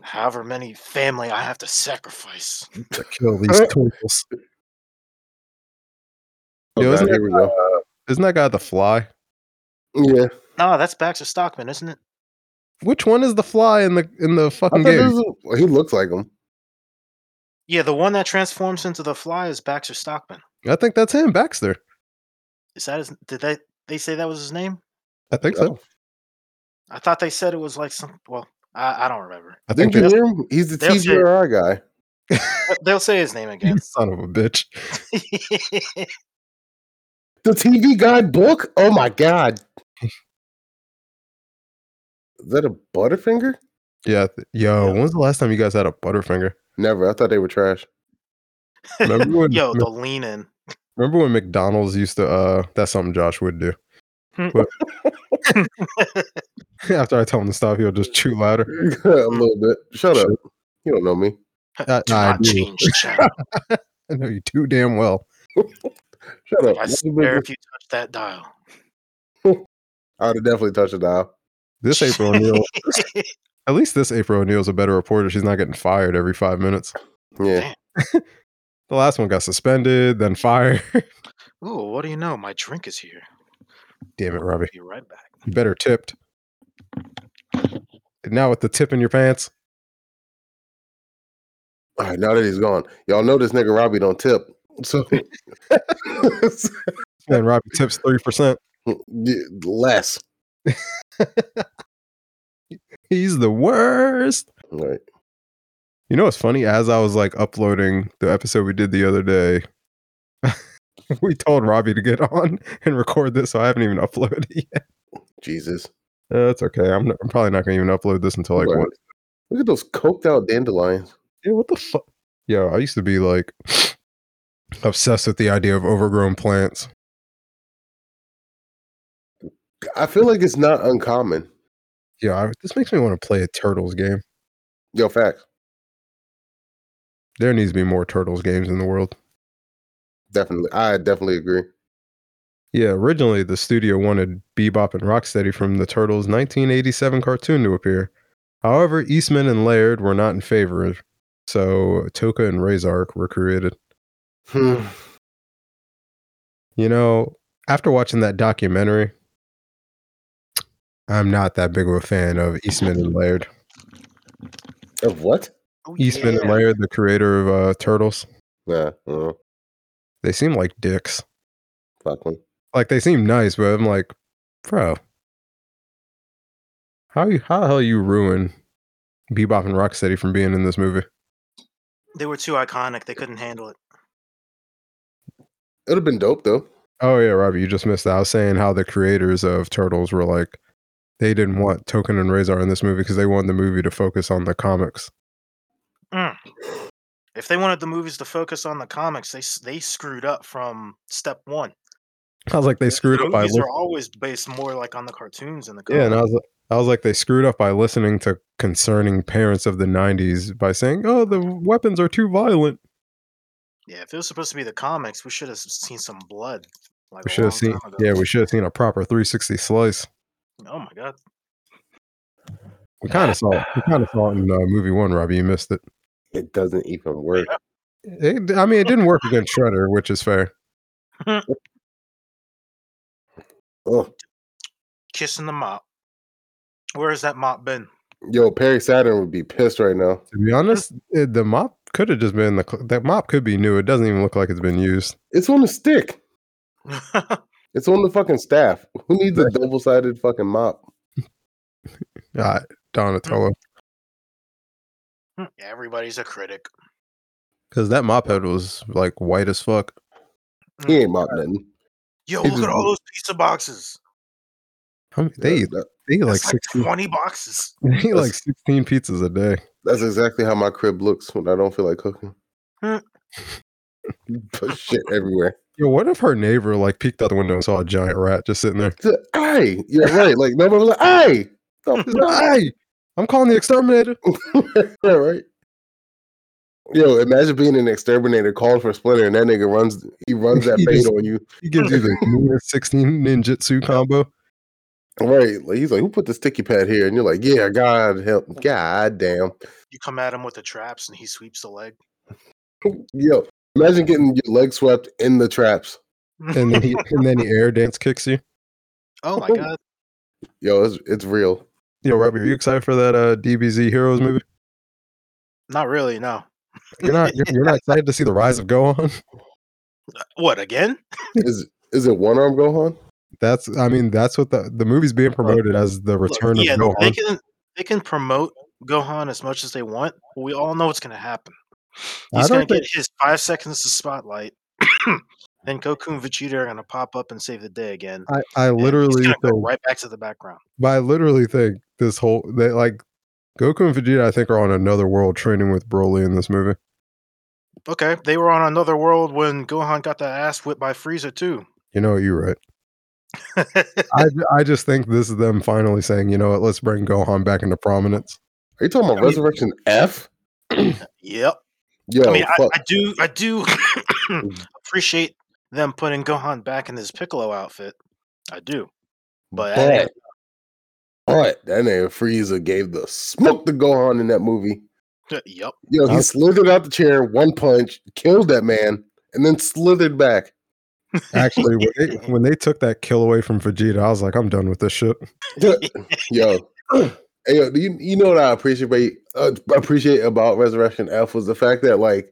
S7: however many family I have to sacrifice.
S2: To kill these turtles.
S6: Oh,
S2: Yo,
S6: God,
S2: isn't
S6: here we go.
S2: Isn't that guy the fly?
S6: Yeah,
S7: No, that's Baxter Stockman, isn't it?
S2: Which one is the fly in the in the
S6: I
S2: fucking
S6: thought
S2: game?
S6: this was- he looks like him.
S7: Yeah, the one that transforms into the fly is Baxter Stockman.
S2: I think that's him, Baxter.
S7: Is that his? Did they they say that was his name?
S2: I think so.
S7: I thought they said it was like some. Well, I, I don't remember.
S2: I think
S6: Didn't you
S2: that's
S6: hear him? He's the
S7: They'll say-
S6: TGRI guy.
S7: But They'll say his name
S2: you
S7: again.
S2: son of a bitch.
S6: The TV guide book? Oh my god. Is that a Butterfinger?
S2: Yeah. th- Yo,
S7: Yeah.
S2: when's the last time you guys had a Butterfinger?
S6: Never. I thought they were trash.
S2: Remember when,
S7: Yo, the lean in.
S2: remember when McDonald's used to, uh, that's something Josh would do.
S7: Hmm.
S2: But- After I tell him to stop, he'll just chew louder.
S6: a little bit. Shut up. You don't know me.
S2: Uh,
S7: Do
S2: nah, I
S7: not
S2: do.
S7: change channel.
S2: I know you too damn well.
S6: Shut up.
S7: I swear if you touch that dial.
S6: I would have definitely touched a dial.
S2: This April O'Neil, at least this April O'Neil's a better reporter. She's not getting fired every five minutes.
S6: Yeah.
S2: The last one got suspended, then fired.
S7: Ooh, what do you know? My drink is here.
S2: damn it, Robbie.
S7: Be right back.
S2: You better tipped. And now with the tip in your pants.
S6: All right, now that he's gone. Y'all know this nigga Robbie don't tip. So
S2: And Robbie tips 3%.
S6: Yeah, less.
S2: He's the worst.
S6: All right.
S2: You know what's funny? As I was like uploading the episode we did the other day, we told Robbie to get on and record this, so I haven't even uploaded it yet.
S6: Jesus.
S2: Uh, that's okay. I'm, not, I'm probably not gonna even upload this until like
S6: Right.
S2: what?
S6: Look at those coked out dandelions.
S2: Yeah, what the fuck? Yo, I used to be like obsessed with the idea of overgrown plants.
S6: I feel like it's not uncommon.
S2: Yeah, I, this makes me want to play a turtles game.
S6: Yo, facts.
S2: There needs to be more turtles games in the world.
S6: Definitely, I definitely agree.
S2: Yeah, originally the studio wanted Bebop and Rocksteady from the Turtles 1987 cartoon to appear. However, Eastman and Laird were not in favor, so Toka and Razark were created.
S6: Hmm.
S2: You know, after watching that documentary, I'm not that big of a fan of Eastman and Laird.
S6: Of what?
S7: Oh,
S2: Eastman and Laird, the creator of uh, Turtles,
S6: Nah, no,
S2: they seem like dicks.
S6: fuck one.
S2: Like they seem nice, but I'm like, bro, how you how the hell you ruin Bebop and Rocksteady from being in this movie?
S7: They were too iconic. They couldn't handle it.
S6: It'd have been dope though.
S2: Oh yeah, Robbie, you just missed that. I was saying how the creators of Turtles were like, they didn't want Token and Razor in this movie because they wanted the movie to focus on the comics.
S7: If they wanted the movies to focus on the comics, they s- they screwed up from step one.
S2: I was like, they
S7: The
S2: screwed up by
S7: movies
S2: li-
S7: are always based more like on the cartoons and the
S2: yeah, and I was
S7: comics.
S2: li- I was like, they screwed up by listening to concerning parents of the '90s by saying, oh, the weapons are too violent.
S7: yeah. If it was supposed to be the comics, we should have seen some blood. Like
S2: We
S7: a
S2: should have
S7: long
S2: seen,
S7: time ago.
S2: yeah, we should have seen a proper 360 slice.
S7: Oh my god.
S2: We kind of saw it. We kind of saw it in uh, movie one, Robbie. You missed it.
S6: It doesn't even work.
S2: it. I mean, it didn't work against Shredder, which is fair.
S6: Ugh.
S7: Kissing the mop. Where has that mop been?
S6: Yo, Perry Saturn would be pissed right now.
S2: To be honest, it, the mop could have just been the cl- that mop could be new. It doesn't even look like it's been used.
S6: It's on the stick. It's on the fucking staff. Who needs a double sided fucking mop?
S2: Uh, Donatello,
S7: Hmm, Everybody's a critic.
S2: because that mop head was like white as fuck.
S6: He ain't mop nothing.
S7: Yo,
S6: It
S7: look at
S6: is-
S7: all those pizza boxes.
S2: How many, they eat,
S6: That-
S2: they eat like
S7: That's like
S2: sixteen.
S7: twenty boxes.
S2: They eat like sixteen pizzas a day.
S6: that's exactly how my crib looks when I don't feel like cooking.
S7: Hmm.
S6: Put shit everywhere.
S2: Yo, what if her neighbor like peeked out the window and saw a giant rat just sitting there?
S6: So, Hey, you're right. Like nobody was like, hey, the
S2: She's like, hey, I'm calling the exterminator.
S6: yeah, right. Yo, imagine being an exterminator called for Splinter, and that nigga runs. He runs that
S2: He
S6: bait
S2: just-
S6: on you.
S2: He gives you the newest sixteen ninjutsu combo.
S6: Right? Like he's like, who put the sticky pad here? And you're like, yeah, God help, God damn.
S7: You come at him with the traps, and he sweeps the leg.
S6: Yo, imagine getting your leg swept in the traps.
S2: and then he and then he air dance kicks you.
S7: Oh my god.
S6: Yo, it's it's real.
S2: Yo, Robbie, are you excited for that uh, DBZ Heroes movie?
S7: Not really. No.
S2: You're not. You're, you're not excited to see the rise of Gohan.
S7: What again?
S6: Is is it one arm Gohan?
S2: That's. I mean, that's what the the movie's being promoted as the
S7: Look,
S2: return
S7: yeah,
S2: of
S7: they
S2: Gohan.
S7: can they can promote Gohan as much as they want. But we all know what's going to happen.
S2: I
S7: He's
S2: don't
S7: going to get his five seconds of spotlight. then Goku and Vegeta are going to pop up and save the day again.
S2: I, I
S7: and he's
S2: literally
S7: gonna go
S2: think.
S7: right back to the background.
S2: But I literally think this whole that like Goku and Vegeta, I think, are on another world training with Broly in this movie.
S7: Okay, they were on another world when Gohan got that ass whipped by Frieza too.
S2: You know, what, you're right. I, I just think this is them finally saying, you know what, let's bring Gohan back into prominence.
S6: Are you talking about
S7: I mean-
S6: Resurrection F?
S7: yep.
S6: Yo,
S7: I mean, I,
S6: fuck.
S7: I do, I do
S2: Mm.
S7: appreciate them putting Gohan back in his Piccolo outfit. I do, but that ain't-
S6: but, but that nigga Frieza gave the smoke to Gohan in that movie.
S7: yep,
S6: Yo, he
S2: Okay.
S6: slithered out the chair, one punch, killed that man, and then slithered back.
S2: Actually, when they, when they took that kill away from Vegeta, I was like, I'm done with this shit.
S6: Yo, Hey, yo, do you, you know what I appreciate uh, appreciate about Resurrection F was the fact that like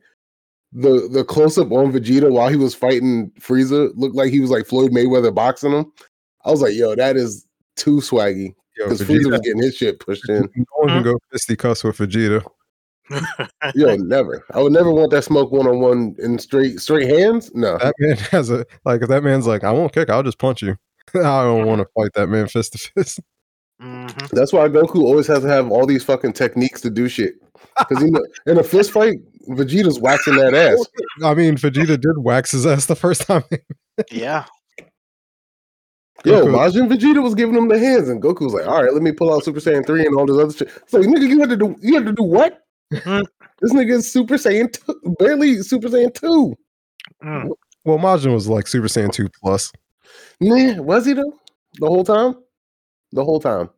S6: the the close up on Vegeta while he was fighting Frieza looked like he was like Floyd Mayweather boxing him. I was like, yo, that is too swaggy
S2: Yo,
S6: because Frieza was getting his shit pushed in.
S2: No one can go fisticuffs with Vegeta.
S6: Yo, never. I would never want that smoke one on one in straight straight hands. No,
S2: That man has a like. If that man's like, I won't kick, I'll just punch you. I don't want to fight that man fist to fist.
S7: Mhm.
S6: That's why Goku always has to have all these fucking techniques to do shit. Because you know, in a fist fight, Vegeta's waxing that ass.
S2: I mean, Vegeta did wax his ass the first time.
S7: yeah.
S6: Yo,
S2: Goku-
S6: Majin Vegeta was giving him the hands, and Goku was like, "All right, let me pull out Super Saiyan three and all this other shit." It's like, nigga, you had to do, you had to do what?
S7: Mhm.
S2: Mm-hmm.
S6: this nigga is Super Saiyan, two, barely Super Saiyan two.
S7: Mm.
S2: Well, Majin was like Super Saiyan 2 plus.
S6: Nah, was he though? The whole time? The whole time.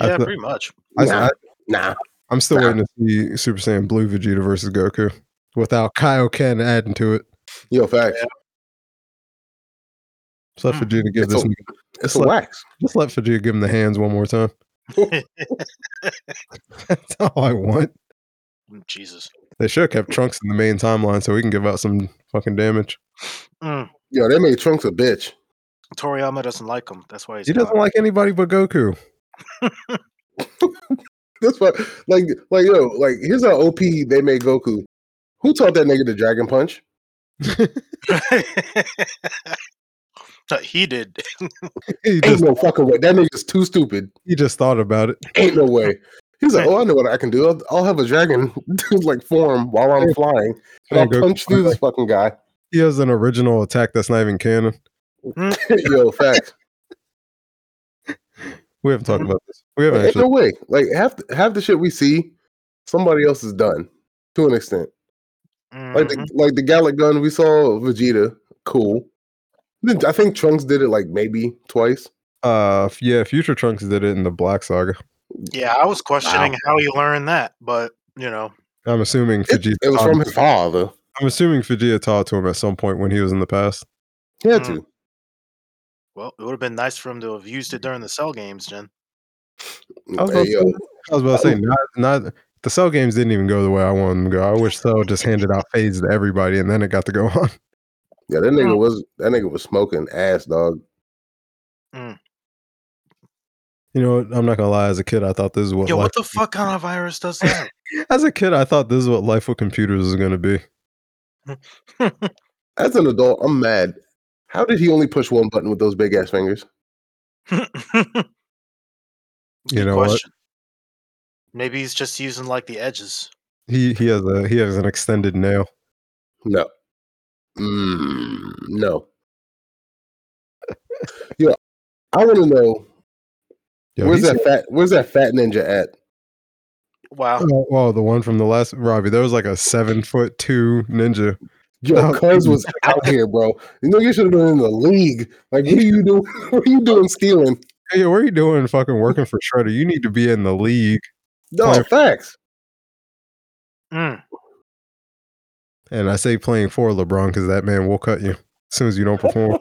S2: I
S7: Yeah,
S2: thought-
S7: pretty much.
S2: I,
S6: Nah. Nah.
S2: I, am still waiting to see Super Saiyan Blue Vegeta versus Goku without Kaioken adding to it.
S6: Yo, facts.
S2: Just let
S7: Hmm.
S2: Vegeta give
S6: It's
S2: this.
S6: a-
S2: nigga-
S6: It's a
S2: It's like-
S6: wax.
S2: just let Vegeta give him the hands one more time. That's all I want.
S7: Mm, Jesus.
S2: They should have kept Trunks in the main timeline so we can give out some fucking damage.
S7: Mm.
S6: Yo, they made Trunks a bitch.
S7: Toriyama doesn't like him. That's why he's
S2: He doesn't
S7: gone.
S2: like anybody but Goku.
S6: That's what, like, like yo, like here's how OP they made Goku. Who taught that nigga the Dragon Punch?
S7: No, he did.
S2: He
S6: Ain't
S2: just
S6: no fucking way. That nigga's too stupid.
S2: he just thought about it.
S6: Ain't no way. He's like, oh, I know what I can do. I'll, I'll have a dragon like form while I'm flying, and I'll
S2: Goku-
S6: punch through this fucking guy.
S2: He has an original attack that's not even canon.
S6: Yo, facts.
S2: We haven't talked about this. We haven't
S6: Ain't
S2: actually.
S6: no way. Like half the, half the shit we see, somebody else has done to an extent. Like
S7: Mhm.
S6: the like the Gallic gun we saw Vegeta, cool. Then I think Trunks did it like maybe twice.
S2: Uh, f- yeah, Future Trunks did it in the Black Saga.
S7: Yeah, I was questioning how he learned that, but you know,
S2: I'm assuming
S6: It,
S2: Vegeta.
S6: it was
S2: taught
S6: from
S2: him-
S6: his father.
S2: I'm assuming Vegeta taught to him at some point when he was in the past.
S6: He had
S7: Mm.
S6: to.
S7: well, it would have been nice for him to have used it during the cell games, Jen.
S2: I was
S6: Mm, Hey,
S2: about
S6: yo,
S2: to, I was about to say not, not the Cell games didn't even go the way I wanted them to go. I wish Cell just handed out fades to everybody and then it got to go on.
S6: yeah, that nigga was that nigga was smoking ass, dog.
S2: You know, what? I'm not gonna lie. As a kid, I thought this is what.
S7: Yo,
S2: life,
S7: what the fuck kind of virus does that?
S2: as a kid, I thought this is what life with computers is gonna be.
S6: As an adult, I'm mad. How did he only push one button with those big ass fingers?
S2: You
S7: Good
S2: know what?
S7: Maybe he's just using like the edges.
S2: He he has a he has an extended nail.
S6: No. Mm, no. Yo, I want to know
S2: Yo,
S6: where's
S2: he's-
S6: that fat where's that fat ninja at?
S7: Wow.
S2: Oh, oh, the one from the last Robbie. There was like a seven foot two ninja.
S6: Yo,
S2: Oh,
S6: Cuz was out here, bro. You know you should have been in the league. Like, what are you doing? What are you doing stealing?
S2: Hey, what are you doing? Fucking working for Shredder? You need to be in the league.
S6: No facts.
S7: Mm.
S2: And I say playing for LeBron because that man will cut you as soon as you don't perform.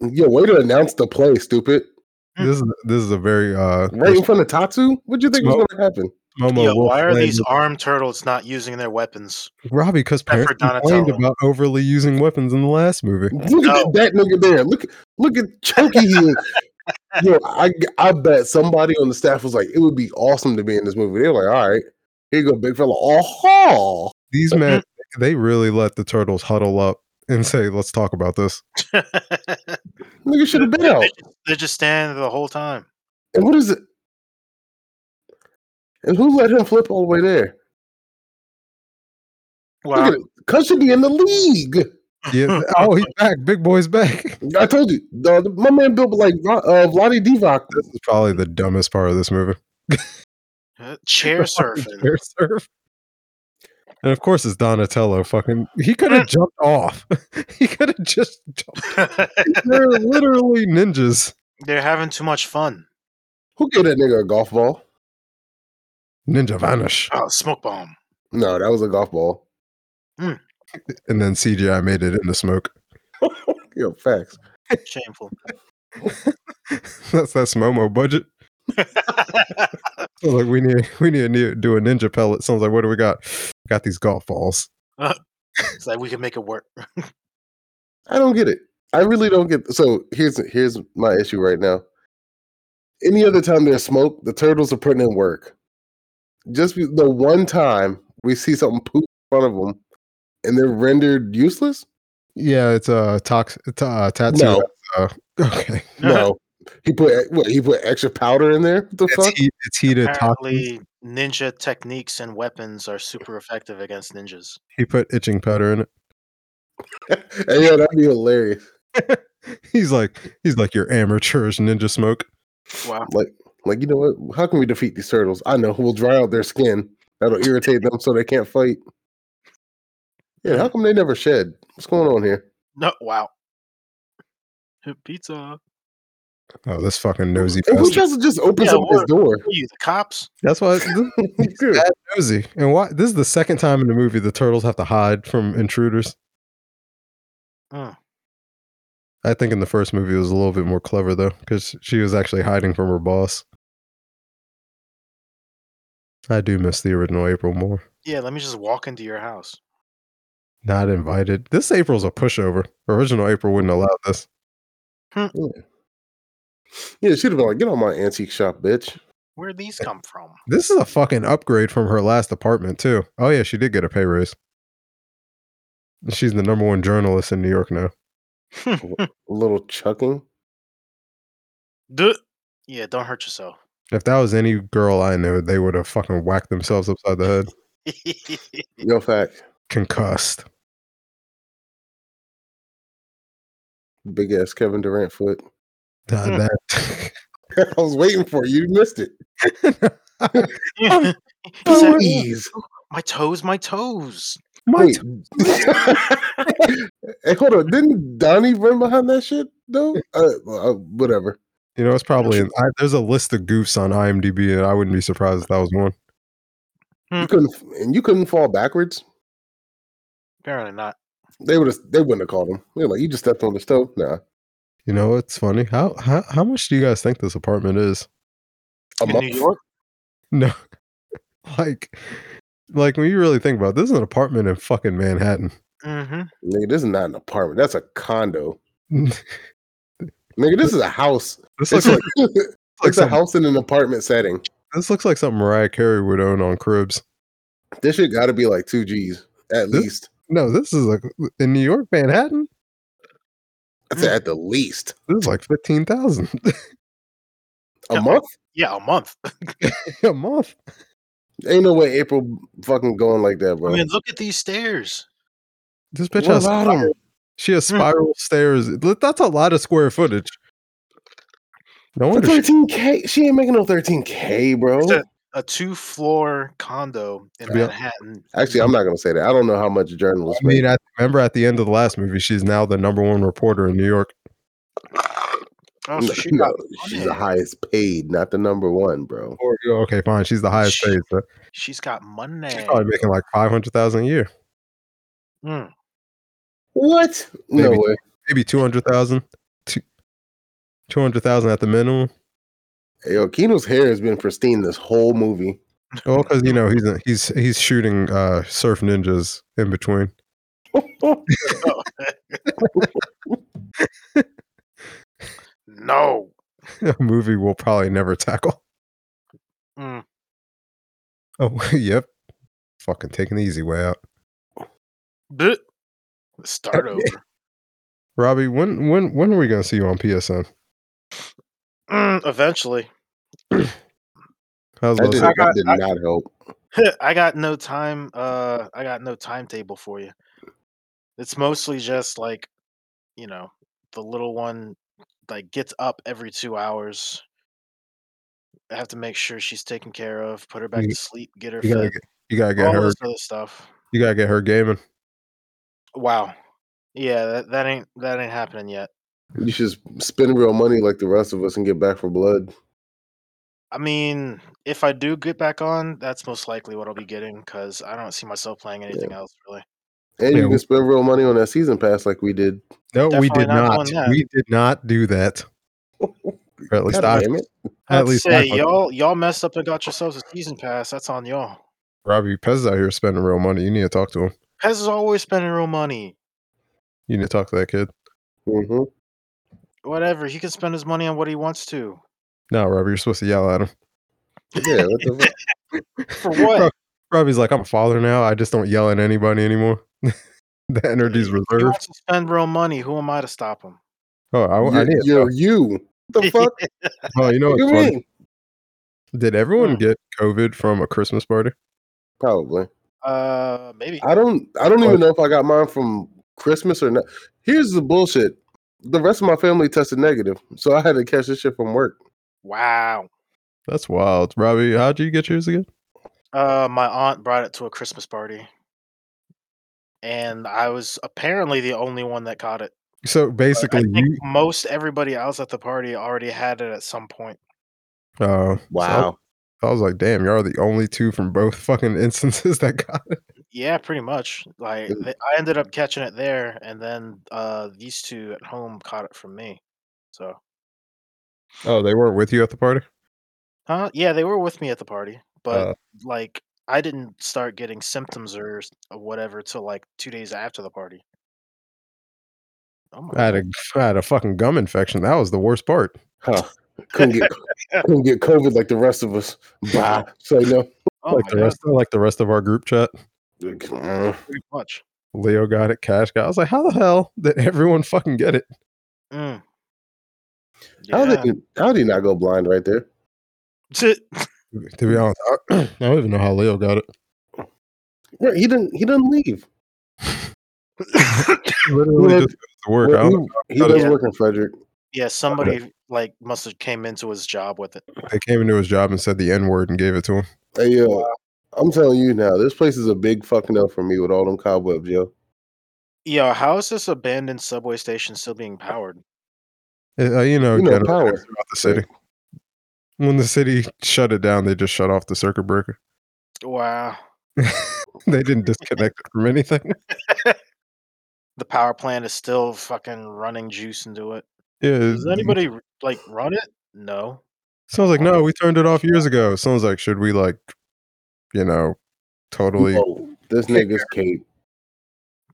S6: Yo, way to announce the play, stupid.
S2: this is this is a very uh
S6: Right in front of Tatsu. What'd you think was
S2: Smoke.
S6: going to happen?
S2: Momo
S7: Yo,
S2: will
S7: why are
S2: play
S7: these armed turtles not using their weapons?
S2: Robbie because
S7: Except
S2: parents
S7: for
S2: complained
S7: Donatello.
S2: about overly using weapons in the last movie.
S6: Look at that nigga there. Look, look at chunky he is. Yo, I I bet somebody on the staff was like, it would be awesome to be in this movie. They were like, all right, here you go, big fella. Oh,
S2: These
S7: Mm-hmm.
S2: men they really let the turtles huddle up and say, Let's talk about this.
S7: They're
S6: nigga should have been out.
S7: just standing there the whole time.
S6: And what is it? And who let him flip all the way there? Look
S7: Wow.
S6: at it. Cuz should be in the league.
S2: Yeah. oh, he's back. Big boy's back.
S6: I told you, the, the- my man Bill, like Ro- uh, Vladi Divac.
S2: This is probably the dumbest part of this movie.
S7: Uh, Chair
S2: Fucking
S7: surfing.
S2: chair surf. And of course, it's Donatello. Fucking, he could have jumped off. he could have just jumped. They're literally ninjas.
S7: They're having too much fun.
S6: Who gave that nigga a golf ball?
S2: Ninja vanish.
S7: Oh, smoke bomb.
S6: No, that was a golf ball.
S2: And then CGI made it into smoke.
S6: Yo, facts.
S7: Shameful.
S2: That's that's Momo budget. Sounds like we need we need to ne- do a ninja pellet. Sounds like what do we got? Got these golf balls.
S7: It's like we can make it work.
S6: I don't get it. I really don't get. So here's here's my issue right now. Any other time there's smoke, the turtles are putting in work. Just be- the one time we see something poop in front of them, and they're rendered useless.
S2: Yeah, it's a uh, tox t- uh, tattoo.
S6: No.
S2: Uh, okay,
S6: No, he put what, he put extra powder in there. What the
S2: it's,
S6: fuck?
S2: heat, it's heated. Toxins.
S7: Apparently, ninja techniques and weapons are super effective against ninjas.
S2: He put itching powder in it.
S6: And yeah, that'd be hilarious.
S2: He's like he's like your amateurish ninja smoke.
S7: Wow.
S6: Like you know what? How can we defeat these turtles? I know we'll dry out their skin. That'll irritate them so they can't fight. Yeah, how come they never shed? What's going on here?
S7: No, wow. Pizza.
S2: Oh, this fucking nosy
S6: And who
S2: bastard.
S6: tries to just opens
S7: Yeah,
S6: up his
S7: what-
S6: door?
S7: Who are you, the cops?
S2: That's why bad nosy. And why this is the second time in the movie the turtles have to hide from intruders.
S7: Mm.
S2: I think in the first movie it was a little bit more clever though, because she was actually hiding from her boss. I do miss the original April more.
S7: Yeah, let me just walk into your house.
S2: Not invited. This April's a pushover. Original April wouldn't allow this.
S6: Yeah, she'd have been like, get on my antique shop, bitch.
S7: Where these come from?
S2: This is a fucking upgrade from her last apartment too. Oh yeah, she did get a pay raise. She's the number one journalist in New York now.
S6: A little chucking.
S7: Duh. Yeah, don't hurt yourself.
S2: If that was any girl I knew, they would have fucking whacked themselves upside the head,
S6: Oh, Yo, fact.
S2: concussed.
S6: Big ass Kevin Durant foot.
S2: Done that.
S6: I was waiting for you. You missed it.
S7: He
S6: oh,
S7: said,
S6: Please.
S7: "Mm, my toes, my toes.
S2: My
S6: Wait. hey, hold on. Didn't Donnie run behind that shit, though? Uh, well, uh, whatever.
S2: You know, it's probably I, there's a list of goofs on IMDb, and I wouldn't be surprised if that was one.
S7: Mm.
S6: You couldn't, and you couldn't fall backwards.
S7: Apparently not.
S6: They would have. They wouldn't have called him. They're like, you just stepped on the stove. Nah,
S2: You know, it's funny. How how how much do you guys think this apartment is?
S6: a
S7: In
S6: month.
S7: New York?
S2: No, like like when you really think about it, this is an apartment in fucking Manhattan.
S7: Mm-hmm.
S6: Nigga, this is not an apartment. That's a condo.
S7: Mm.
S6: Nigga, this is a house.
S2: This
S6: It's,
S2: looks like,
S6: like,
S2: like
S6: it's a
S2: some,
S6: house in an apartment setting.
S2: this looks like something Mariah Carey would own on Cribs.
S6: This shit got to be like two G's at
S2: This-
S6: least.
S2: No, this is like in New York, Manhattan.
S6: That's at the least
S2: This is like fifteen thousand
S6: a
S7: Yeah.
S6: month.
S7: Yeah, a month.
S2: a month.
S6: Ain't no way April fucking going like that,
S7: I
S6: bro.
S7: mean, look at these stairs.
S2: This bitch
S6: What
S2: has
S6: about
S2: spiral-
S6: 'em?
S2: she has spiral stairs. Th- That's a lot of square footage. No
S6: For
S2: wonder she-
S6: thirteen k, she ain't making no thirteen k, bro.
S7: It's A two-floor condo in
S2: Yeah.
S7: Manhattan.
S6: Actually, I'm not gonna say that. I don't know how much journalists
S2: I
S6: make.
S2: mean, I remember at the end of the last movie, she's now the number one reporter in New York. uh,
S7: Oh, so she
S6: No,
S7: got
S6: she's the
S7: money.
S6: highest paid, not the number one, bro.
S2: Or, you know, okay, fine, she's the highest
S7: Sh-
S2: paid, but
S7: She's got money.
S2: she's probably making like five hundred thousand a year,
S7: Mm.
S6: What? No
S2: Maybe.
S6: way.
S2: maybe two hundred thousand. Two hundred thousand at the minimum.
S6: Yo, Kino's hair has been pristine this whole movie.
S2: Well, because you know he's he's he's shooting uh, surf ninjas in between.
S7: No.
S2: A movie we'll probably never tackle.
S7: Mm.
S2: Oh, yep, fucking taking the easy way out.
S7: Bleh. Let's start over.
S2: Robbie, when when when are we gonna see you on PSN?
S7: Mm, eventually.
S2: How's
S6: That
S2: Los
S6: did,
S7: I
S6: that
S7: got-
S6: did
S7: I-
S6: not help.
S7: I got no time. Uh, I got no timetable for you. It's mostly just like, you know, the little one like gets up every two hours. I have to make sure she's taken care of, put her back
S2: You-
S7: to sleep, get her
S2: Mm. you gotta
S7: fed,
S2: get you gotta get
S7: all
S2: her
S7: this other stuff.
S2: you gotta get her gaming.
S7: Wow, yeah, that, that ain't that ain't happening yet.
S6: You should spend real money like the rest of us and get back for blood.
S7: I mean, if I do get back on, that's most likely what I'll be getting because I don't see myself playing anything else really.
S6: And
S2: Yeah.
S6: you can spend real money on that season pass like we did.
S2: No, we
S7: Definitely
S2: did
S7: not
S2: not.
S7: doing that.
S2: We did not do that. Or at least
S6: God
S2: I,
S6: damn it.
S2: at
S7: I'd
S2: least I
S7: say
S2: fucking-
S7: y'all y'all messed up and got yourselves a season pass. That's on y'all.
S2: Robbie Pez is out here spending real money. You need to talk to him.
S7: Pez is always spending real money.
S2: You need to talk to that kid.
S6: hmm
S7: Whatever, he can spend his money on what he wants to.
S2: No, Robbie, you're supposed to yell at him.
S6: Yeah, what the fuck?
S7: For what?
S2: Robbie's like, I'm a father now. I just don't yell at anybody anymore. the energy's
S7: he
S2: reserved.
S7: wants to spend real money. Who am I to stop him?
S2: Oh, I, I need
S6: You're,
S2: to
S6: you're you. What the fuck?
S2: talk- Oh, you know
S6: What do
S2: what's
S6: you
S2: funny?
S6: mean?
S2: Did everyone get COVID from a Christmas party?
S6: Probably.
S7: uh, maybe.
S6: I don't. I don't even know if I got mine from Christmas or not. Here's the bullshit. The rest of my family tested negative, so I had to catch this shit from work.
S7: Wow.
S2: That's wild. Robbie, how'd you get yours again?
S7: Uh, my aunt brought it to a Christmas party. and I was apparently the only one that caught it.
S2: So
S7: But I
S2: basically,
S7: think
S2: you.
S7: most everybody else at the party already had it at some point.
S2: Uh,
S6: Wow.
S2: I was like, damn, y'all are the only two from both fucking instances that got it.
S7: Yeah, pretty much. Like
S6: Ooh.
S7: th- I ended up catching it there, and then uh, these two at home caught it from me. So,
S2: Oh, they weren't with you at the party?
S7: huh? uh, Yeah, they were with me at the party, but
S2: Uh.
S7: like I didn't start getting symptoms or s- or whatever till like two days after the party. Oh my
S2: I had a, I had a fucking gum infection. That was the worst part.
S6: Huh. Couldn't get couldn't get COVID like the rest of us. Bah. So no.
S7: oh
S2: like
S7: my
S2: the
S7: God,
S2: rest, like the rest of our group chat.
S6: Mm.
S7: pretty much.
S2: Leo got it. Cash got. it. I was like, how the hell did everyone fucking get it?
S7: Mm.
S6: How
S7: Yeah.
S6: did you, how did you not go blind right there?
S2: To be honest, I, I don't even know how Leo got it.
S6: Right, he didn't he didn't leave.
S2: Literally
S6: Well,
S2: just goes to work. I
S6: Well,
S2: don't,
S6: he he was
S7: Yeah.
S6: working, Frederick.
S7: yeah, somebody like must have came into his job with it.
S2: they came into his job and said the n word and gave it to him.
S6: Hey yo, I'm telling you now, this place is a big fucking up for me with all them cobwebs, yo.
S7: Yo, how is this abandoned subway station still being powered?
S2: Uh, you know,
S6: You know,
S2: generators
S6: power.
S2: throughout the city. When the city shut it down, they just shut off the circuit breaker.
S7: Wow.
S2: They didn't disconnect it from anything.
S7: The power plant is still fucking running juice into it.
S2: Yeah,
S7: Does anybody r- like run it? No.
S2: Someone's like, no, we turned it off years ago. Someone's like, should we like, you know, totally? Oh,
S6: Oh, this nigga's cape.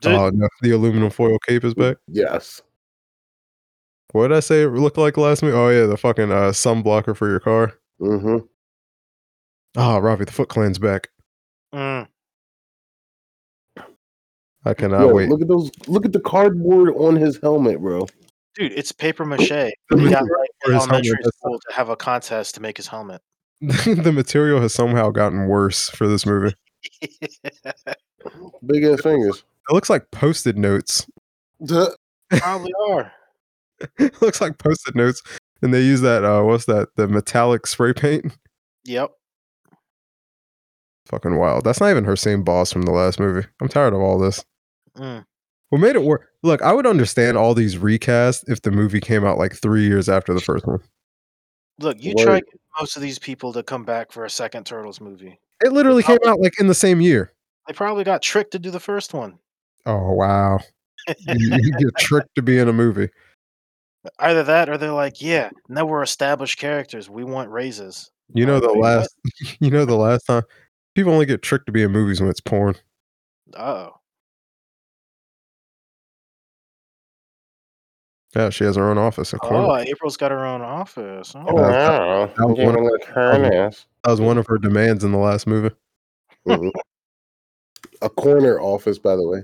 S7: Dude,
S2: no, the aluminum foil cape is back.
S6: Yes.
S2: What did I say it looked like last week? Oh yeah, the fucking uh, sun blocker for your car.
S6: Mm-hmm.
S2: Ah, Robbie, the Foot Clan's back.
S7: mm,
S2: I cannot
S6: Yo,
S2: wait.
S6: look at those look at the cardboard on his helmet, bro.
S7: dude, it's paper mache. He
S2: material
S7: got like
S2: for
S7: in
S2: his helmet
S7: elementary
S2: does
S7: school to have a contest to make his helmet.
S2: the material has somehow gotten worse for this movie.
S6: Big ass fingers.
S2: It looks like post-it notes.
S6: Duh.
S7: Probably are.
S2: it looks like post-it notes, and they use that. Uh, what's that? The metallic spray paint.
S7: Yep.
S2: Fucking wild. That's not even her same boss from the last movie. I'm tired of all this.
S7: Mm.
S2: What made it work? Look, I would understand all these recasts if the movie came out like three years after the first one.
S7: Look, you
S6: Word.
S7: try getting most of these people to come back for a second Turtles movie.
S2: It literally came out like in the same year.
S7: They probably got tricked to do the first one.
S2: Oh wow! You, you get tricked to be in a movie.
S7: Either that or they're like, yeah, now we're established characters. We want raises.
S2: You know the
S7: Wait, what?
S2: last. You know the last time people only get tricked to be in movies when it's porn.
S7: Uh oh.
S2: Yeah, she has her own office. in Cornwall.
S7: Oh, April's got her own office. huh?
S2: Oh,
S6: wow.
S2: that was one of
S6: Like her ass.
S2: That was one of her demands in the last movie.
S6: Mhm. A corner office, by the way.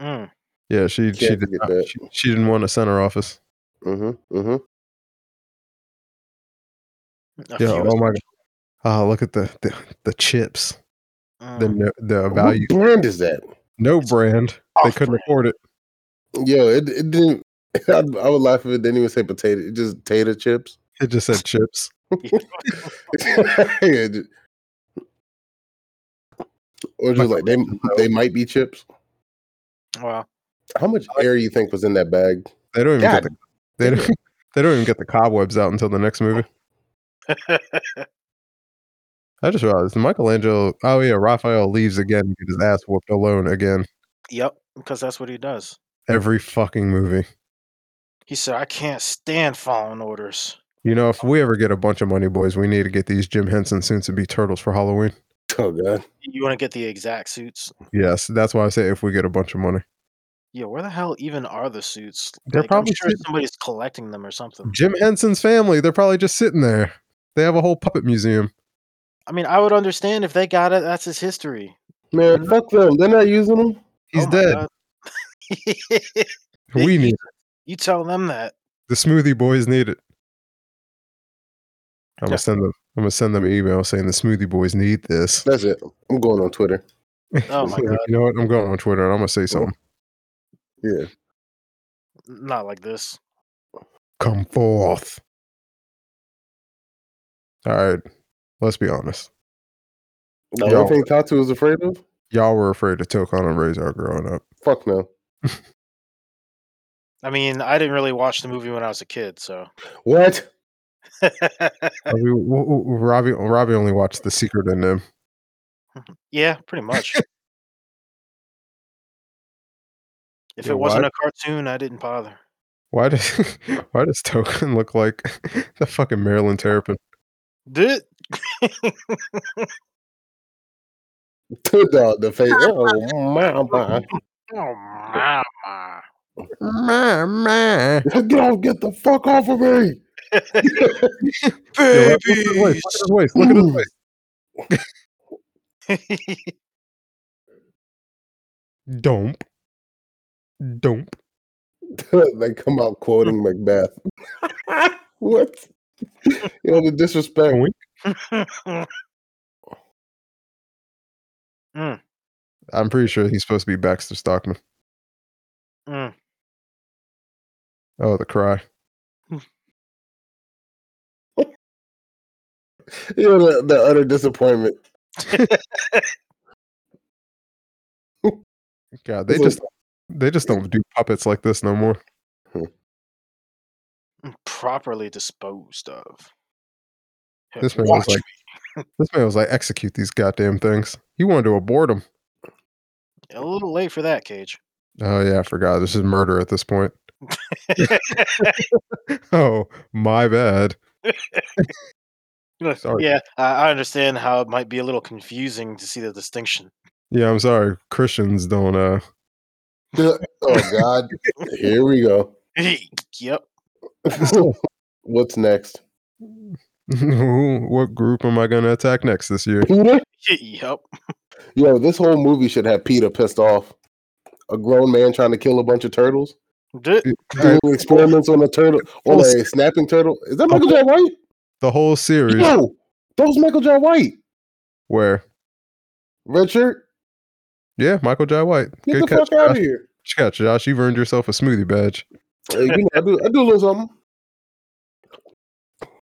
S7: Mm.
S2: Yeah, she she,
S6: Can't
S2: did
S6: forget
S2: not-
S6: that.
S2: she she didn't want a center office.
S6: Mm-hmm. Mm-hmm.
S7: A
S2: Yeah.
S7: few
S2: Oh my god. Ah, look at the the, the chips.
S7: Mm.
S2: The no- the value.
S6: What brand is that?
S2: No brand. They
S7: Off
S2: couldn't
S7: brand.
S2: afford it.
S6: Yo, it, it didn't. I, I would laugh if it didn't even say potato. It just tater chips.
S2: It just said chips.
S6: Yeah, ju- or just like they they might be chips.
S7: Wow.
S6: How much air you think was in that bag?
S2: They don't even get
S6: God,
S2: the, they don't they don't even get the cobwebs out until the next movie. I just realized Michelangelo. Oh yeah, Raphael leaves again. and Get his ass whooped alone again.
S7: Yep, because that's what he does.
S2: Every fucking movie.
S7: He said, I can't stand following orders.
S2: You know, if we ever get a bunch of money, boys, we need to get these Jim Henson soon to be turtles for Halloween.
S6: oh god,
S7: You want to get the exact suits?
S2: Yes, that's why I say if we get a bunch of money.
S7: Yeah, where the hell even are the suits?
S2: They're
S7: Like,
S2: probably Mm.
S7: I'm sure
S2: sitting-
S7: somebody's collecting them or something.
S2: Jim Henson's family, they're probably just sitting there. They have a whole puppet museum.
S7: I mean, I would understand if they got it. That's his history.
S6: man, fuck them. They're not using them.
S2: He's
S7: Oh my
S2: dead.
S7: God.
S2: We need it.
S7: you tell them that.
S2: the smoothie boys need it. I'm
S7: Yeah.
S2: gonna send them. I'm gonna send them an email saying the smoothie boys need this.
S6: That's it. I'm going on Twitter.
S7: Oh my God.
S2: You know what? I'm going on Twitter and I'm gonna say something.
S6: Yeah,
S7: Not like this.
S2: Come forth. All right. Let's be honest.
S6: the
S2: Yo.
S6: only thing Tatu is afraid of.
S2: Y'all were afraid of Tokon and Razor growing up.
S6: Fuck no.
S7: I mean, I didn't really watch the movie when I was a kid, so
S6: What?
S2: Robbie, w- w- Robbie, Robbie only watched The Secret in them.
S7: yeah, pretty much. if
S2: Yeah,
S7: it wasn't
S2: why-
S7: a cartoon, I didn't bother.
S2: Why does why does Token look like the fucking Marilyn Terrapin?
S7: Did
S6: Two dog the face. Oh my
S7: oh mama.
S2: Ma, ma.
S6: Get off, get the fuck off of me.
S2: Yeah, look- look at his waist, Look at his waist. Look at his waist. Dump. Dump.
S6: they come out quoting Macbeth. what? you know the disrespect.
S2: Boink. I'm pretty sure he's supposed to be Baxter Stockman.
S7: Mm.
S2: Oh, the cry.
S6: You know the, the utter disappointment.
S2: God, they
S6: It's
S2: just they just don't do puppets like this no more.
S7: Properly disposed of.
S2: This man
S7: Watch
S2: was like, this man was like, execute these goddamn things. He wanted to abort them.
S7: me. a little late for that, Cage.
S2: Oh yeah, I forgot. This is murder at this point. oh my bad.
S7: Yeah,
S2: Sorry.
S7: Yeah, I I understand how it might be a little confusing to see the distinction.
S2: Yeah, I'm sorry. Christians don't. uh
S6: oh God, here we go.
S7: yep.
S6: What's next?
S2: who- What group am I going to attack next this year?
S6: Peter?
S7: Yep.
S6: Yo, this whole movie should have Peter pissed off. A grown man trying to kill a bunch of turtles,
S7: D-
S6: doing experiments on a turtle, on a snapping turtle. Is that Michael J. White?
S2: The whole series
S6: No, that was Michael J. White.
S2: where,
S6: Red shirt.
S2: yeah, Michael J. White.
S6: Get
S2: Good
S6: the
S2: catch,
S6: fuck out of
S2: Josh.
S6: here.
S2: Good catch, Josh. You've earned yourself a smoothie badge.
S6: Hey, you know, I do, I do a little something.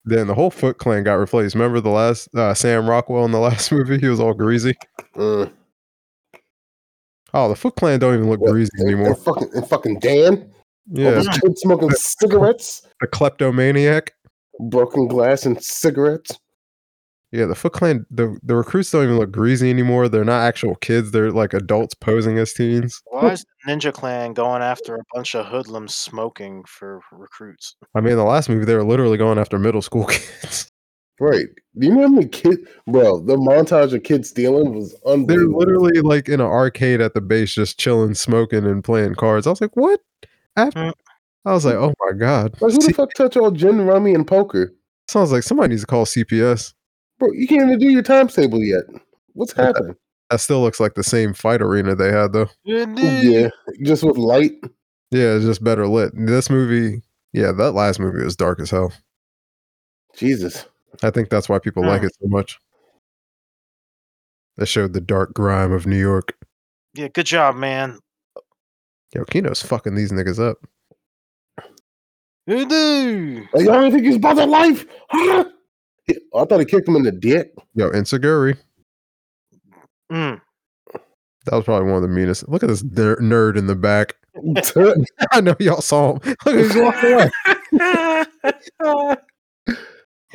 S2: Then the whole Foot Clan got replaced. Remember the last uh, Sam Rockwell in the last movie? He was all greasy.
S6: Mm.
S2: Oh, the Foot Clan don't even look
S6: What,
S2: greasy
S6: and-
S2: anymore.
S6: And fucking, and fucking Dan. All
S2: Yeah,
S6: these kids smoking cigarettes,
S2: the kleptomaniac.
S6: broken glass, and cigarettes.
S2: Yeah, the Foot Clan, the, the recruits don't even look greasy anymore. They're not actual kids. They're like adults posing as teens.
S7: Why is the Ninja Clan going after a bunch of hoodlums smoking for recruits?
S2: I mean, the last movie, they were literally going after middle school kids.
S6: Right. Do you know how many kids, bro? The montage of kids stealing was
S2: They're
S6: unbelievable.
S2: literally like in an arcade at the base, just chilling, smoking, and playing cards. I was like, what?
S7: Mm.
S2: After? I was like, oh my God.
S6: Like, who the
S2: See,
S6: fuck touch all gin, rummy, and poker?
S2: sounds like somebody needs to call CPS.
S6: Bro, you can't even do your times table yet. What's
S2: Yeah.
S6: happening?
S2: That still looks like the same fight arena they had, though.
S6: Yeah, just with light.
S2: Yeah, it's just better lit. This movie, yeah, that last movie was dark as hell.
S6: Jesus.
S2: I think that's why people like
S7: Mm.
S2: it so much. They showed the dark grime of New York.
S7: Yeah, good job, man.
S2: Yo, Kino's fucking these niggas up.
S7: Voodoo.
S6: Like, y'all think he's about that life? Huh? Yeah, oh, I thought he kicked him in the dick.
S2: Yo, Insiguri.
S7: Mm.
S2: That was probably one of the meanest. Look at this ner- nerd in the back.
S6: Tuh.
S2: I know y'all saw him. Look, he's walking away.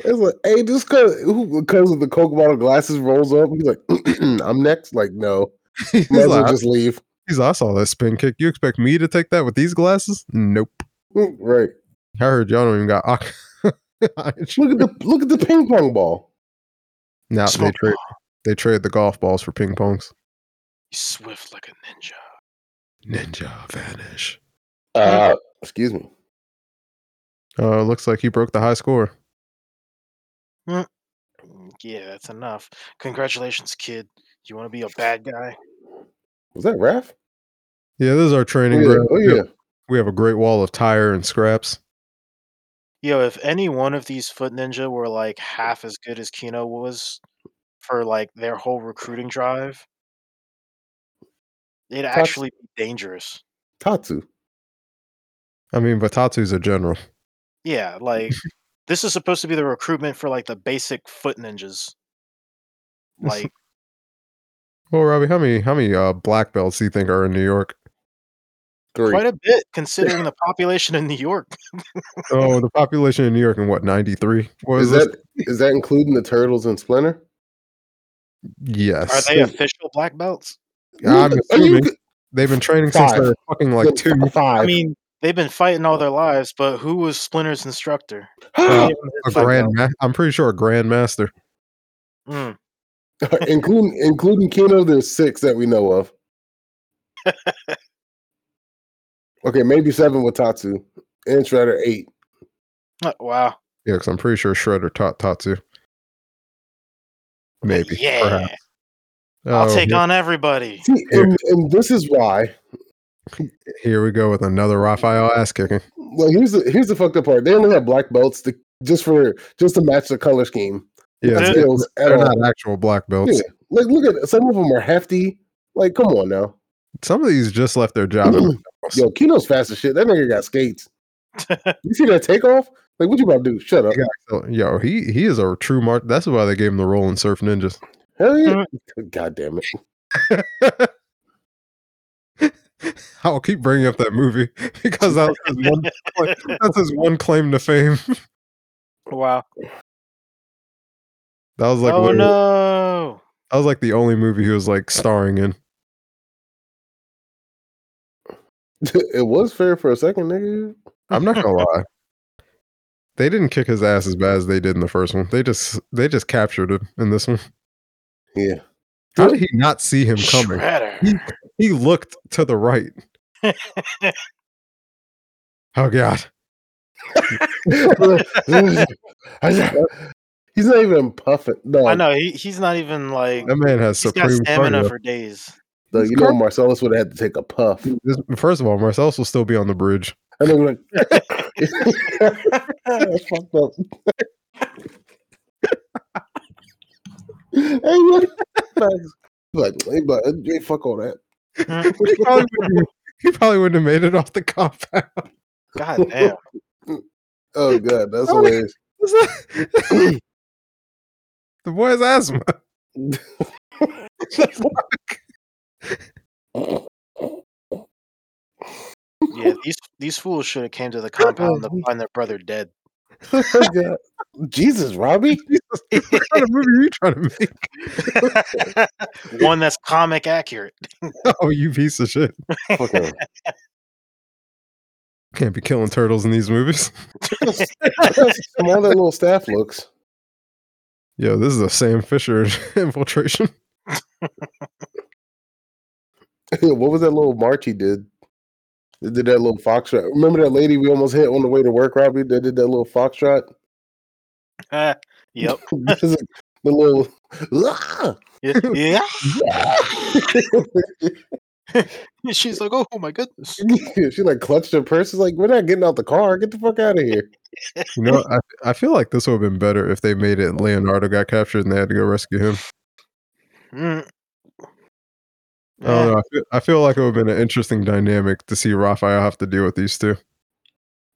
S6: It's like, hey, just cause who comes with the Coke bottle glasses rolls up, he's like, I'm next. Like, no.
S2: He's
S6: Might as well
S2: like,
S6: just leave.
S2: he's like, I saw that spin kick. You expect me to take that with these glasses? Nope.
S6: right.
S2: I heard y'all don't even got. Oc-
S6: Look at the look at the ping pong ball.
S2: now they
S7: Smoke.
S2: trade. They trade the golf balls for ping pongs.
S7: He's swift like a ninja.
S2: Ninja vanish.
S6: Uh, excuse me.
S2: Oh, looks like he broke the high score.
S7: Mm, Yeah, that's enough. Congratulations, kid. You want to be a bad guy?
S6: Was that Raph?
S2: Yeah, this is our
S6: Oh
S2: training.
S6: yeah.
S2: ground.
S6: oh,
S2: We have-
S6: yeah.
S2: We have a great wall of tire and scraps.
S7: Yo, if any one of these foot ninja were like half as good as Kino was for like their whole recruiting drive, it'd actually be dangerous.
S6: Tatsu.
S2: I mean, Batatu's a general.
S7: Yeah, like this is supposed to be the recruitment for like the basic foot ninjas. Like
S2: Well, Robbie, how many how many uh, black belts do you think are in New York?
S6: Three.
S7: Quite a bit considering the population in New York.
S2: Oh, the population in New York in what ninety three?
S6: is that is that including the turtles and Splinter?
S7: Are
S2: Yes,
S7: they official black belts?
S2: I'm
S6: Are you
S2: assuming
S6: g-
S2: they've been training
S6: Five.
S2: since they're fucking like two.
S6: five?
S7: I mean, they've been fighting
S2: Oh.
S7: all their lives, but who was Splinter's instructor?
S2: Uh,
S7: Give him
S2: a
S7: his black
S2: grand, ma- I'm pretty sure a grandmaster.
S7: belt. Mm.
S6: Uh, including including Keno, there's six that we know of. okay, maybe seven with Tatsu and Shredder eight.
S7: Uh, Wow.
S2: Yeah, because I'm pretty sure Shredder taught Tatsu. Maybe.
S7: Yeah.
S2: perhaps.
S7: I'll
S2: Oh,
S7: take
S2: here-
S7: on everybody.
S6: See, and, and this is why.
S2: Here we go with another Raphael ass kicking.
S6: Well, here's the here's the fucked up part. They only have black belts to, just for just to match the color scheme.
S2: Yeah,
S7: Dude.
S2: they-
S6: Skills at
S2: they're
S6: all.
S2: not actual black belts.
S6: Yeah. Like, look at some of them are hefty. Like, come on now.
S2: Some of these just left their job.
S6: Yo, Keno's fast as shit. That nigga got skates. you see that takeoff? Like, what you about to do? Shut up.
S2: Yeah. So, yo, he he is a true mark. That's why they gave him the role in Surf Ninjas.
S6: Hell yeah.
S7: Mm-hmm.
S6: God damn it.
S2: I'll keep bringing up that movie because that was his one, that's his one claim to fame.
S7: Wow.
S2: That was like
S7: oh
S2: literally-
S7: no.
S2: that was like the only movie he was like starring in.
S6: it was fair for a second, nigga.
S2: I'm not gonna lie. They didn't kick his ass as bad as they did in the first one. They just they just captured it in this one.
S6: Yeah.
S2: How did he not see him coming?
S7: Shredder.
S2: He looked to the right. oh god.
S6: He's not even puffing. No,
S7: I know he, he's not even like
S2: That man has
S7: he's got
S2: supreme
S7: stamina
S2: cardio.
S7: for days.
S6: no, you know Marcellus would have had to take a puff.
S7: Mm.
S2: This- First of all, Marcellus will still be on the bridge.
S6: I think like that's fucked up. hey, look, like, hey, but hey, fuck all that.
S7: Mm.
S2: He probably wouldn't, he probably wouldn't have made it off the compound.
S7: God damn.
S6: Oh god, that's hilarious.
S2: the boy has asthma.
S7: Yeah, these these fools should have came to the compound to find their brother dead.
S6: Oh, God. Jesus, Robbie.
S2: Jesus, what kind of movie are you trying to make?
S7: One that's comic accurate.
S2: Oh, you piece of shit.
S6: Fucking-
S2: Can't be killing turtles in these movies.
S6: that's how that little staff looks.
S2: Yo, this is a Sam Fisher infiltration.
S6: what was that little march he did? They did that little foxtrot. Remember that lady we almost hit on the way to work, Robbie? That did that little foxtrot.
S7: Ah, yep.
S6: This is the little. Ah!
S7: Yeah. yeah. She's like, oh my goodness.
S6: she like clutched her purse. She's like, we're not getting out the car. Get the fuck out of here.
S2: You know, I, I feel like this would have been better if they made it Leonardo got captured and they had to go rescue him.
S7: Mm.
S2: I don't know. I feel, I feel like it would have been an interesting dynamic to see Raphael have to deal with these two.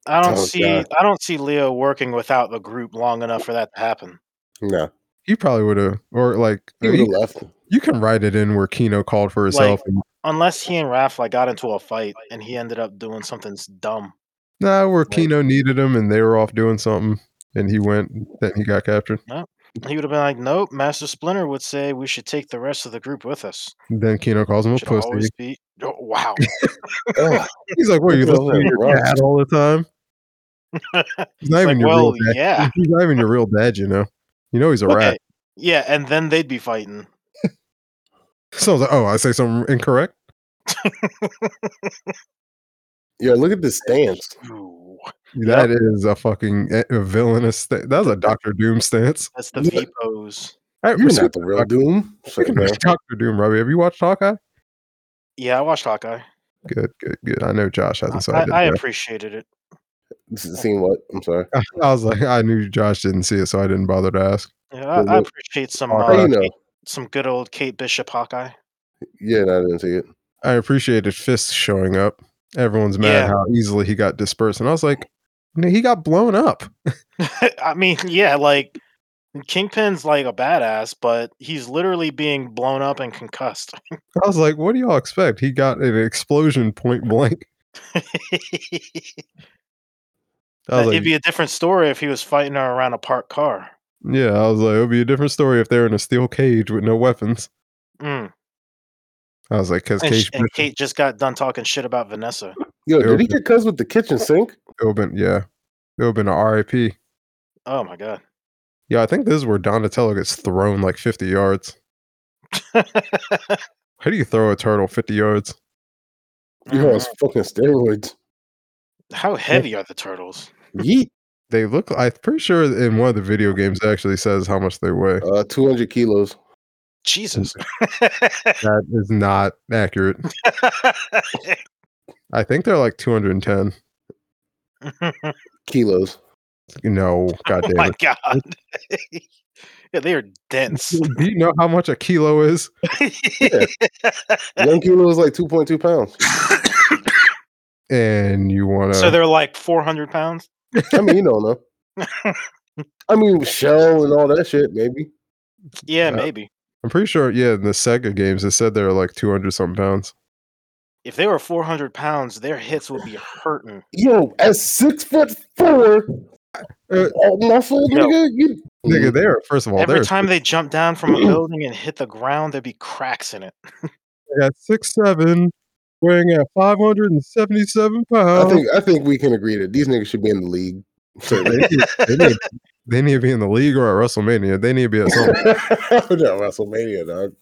S7: I don't
S6: Oh,
S7: see
S6: God.
S7: I don't see Leo working without the group long enough for that to happen.
S6: No,
S2: He probably would have, or like,
S6: he would have
S2: you,
S6: left.
S2: you can write it in where Kino called for himself. and,
S7: Unless he and Raph like got into a fight and he ended up doing something s- dumb.
S2: nah, where Kino needed him and they were off doing something and he went, then he got captured.
S7: He would have been like, Nope, Master Splinter would say we should take the rest of the group with us.
S2: Then Kino calls him a
S7: Should
S2: pussy.
S7: always be Oh, wow.
S6: Ugh,
S2: He's like, what are you
S6: Look at all
S2: listening to your
S6: that rust."
S2: dad all the time? He's not even
S7: It's like,
S2: your
S7: well,
S2: real dad.
S7: yeah.
S2: He's not even your real dad, you know. You know he's a rat.
S7: Okay. Yeah, and then they'd be fighting.
S2: So I was like, oh, I say something incorrect.
S6: Yo, look at this stance.
S7: Ooh,
S2: That is a fucking eh, a villainous. Sta- that was a Doctor Doom stance.
S7: that's the
S6: Yeah.
S7: V pose.
S2: I
S6: You're not
S2: respect
S6: the real Doom. So,
S2: fucking
S6: no.
S2: Doctor Doom, Robbie. Have you watched Hawkeye?
S7: Yeah, I watched Hawkeye.
S2: Good, good, good. I know Josh
S7: I,
S2: hasn't, so I,
S7: I,
S2: didn't.
S7: I
S2: know.
S7: appreciated it.
S6: This is- Seen what? I'm sorry.
S2: I was like, I knew Josh didn't see it, so I didn't bother to ask.
S7: Yeah, I, I
S6: look,
S7: appreciate some
S2: Hawkeye-
S7: uh,
S6: How you know?
S7: Kate- some good old Kate Bishop Hawkeye.
S6: Yeah, no, I didn't see it.
S2: I appreciated Fist showing up. Everyone's mad
S7: Yeah.
S2: how easily he got dispersed, and I was like, "No, he got blown up.
S7: I mean, yeah, like And Kingpin's like a badass, but he's literally being blown up and concussed.
S2: I was like, what do y'all expect? He got an explosion point blank. I was
S7: It'd
S2: like,
S7: be a different story if he was fighting her around a parked car.
S2: yeah, I was like, it would be a different story if they're in a steel cage with no weapons.
S7: Mm.
S2: I was like, because
S7: And, sh-
S2: Cage
S7: and Kate just got done talking shit about Vanessa.
S6: Yo,
S2: There
S6: did he
S2: we go.
S6: get cussed with the kitchen sink?
S2: it would been, yeah, it would been an RIP.
S7: Oh my god.
S2: Yeah, I think this is where Donatello gets thrown like 50 yards. How do you throw a turtle 50 yards?
S7: Mm-hmm.
S6: You on fucking steroids.
S7: Mm. How heavy are the turtles?
S6: Yeet.
S2: They look, I'm pretty sure in one of the video games it actually says how much they weigh.
S6: Uh, 200 kilos.
S7: Jesus.
S2: That is not accurate. I think they're like 210.
S6: Kilos.
S2: No, god
S7: Oh my
S2: damn it.
S7: god. yeah, they are dense.
S2: Do you know how much a kilo is?
S6: One kilo is like 2.2 pounds.
S2: And you want to.
S7: so they're like 400 pounds?
S6: I mean, you don't know. I mean, shell and all that shit, maybe.
S2: Yeah.
S7: Yeah, maybe.
S2: I'm pretty sure, yeah, in the Sega games, it said they're like 200 something pounds.
S7: If they were 400 pounds, their hits would be hurting.
S6: Yo, at six foot four,
S2: Uh,
S6: all muscle,
S7: yo.
S6: nigga. You,
S2: Nigga, they're, first of all,
S7: Every
S2: they're
S7: time they jump down from a building and hit the ground, there'd be cracks in it.
S2: at six seven, weighing at 577
S6: I
S2: pounds.
S6: think I think we can agree that these niggas should be in the league.
S2: So they, need, they, need, they need to be in the league or at WrestleMania. They need to be at
S6: no,
S2: some.
S6: WrestleMania, dog.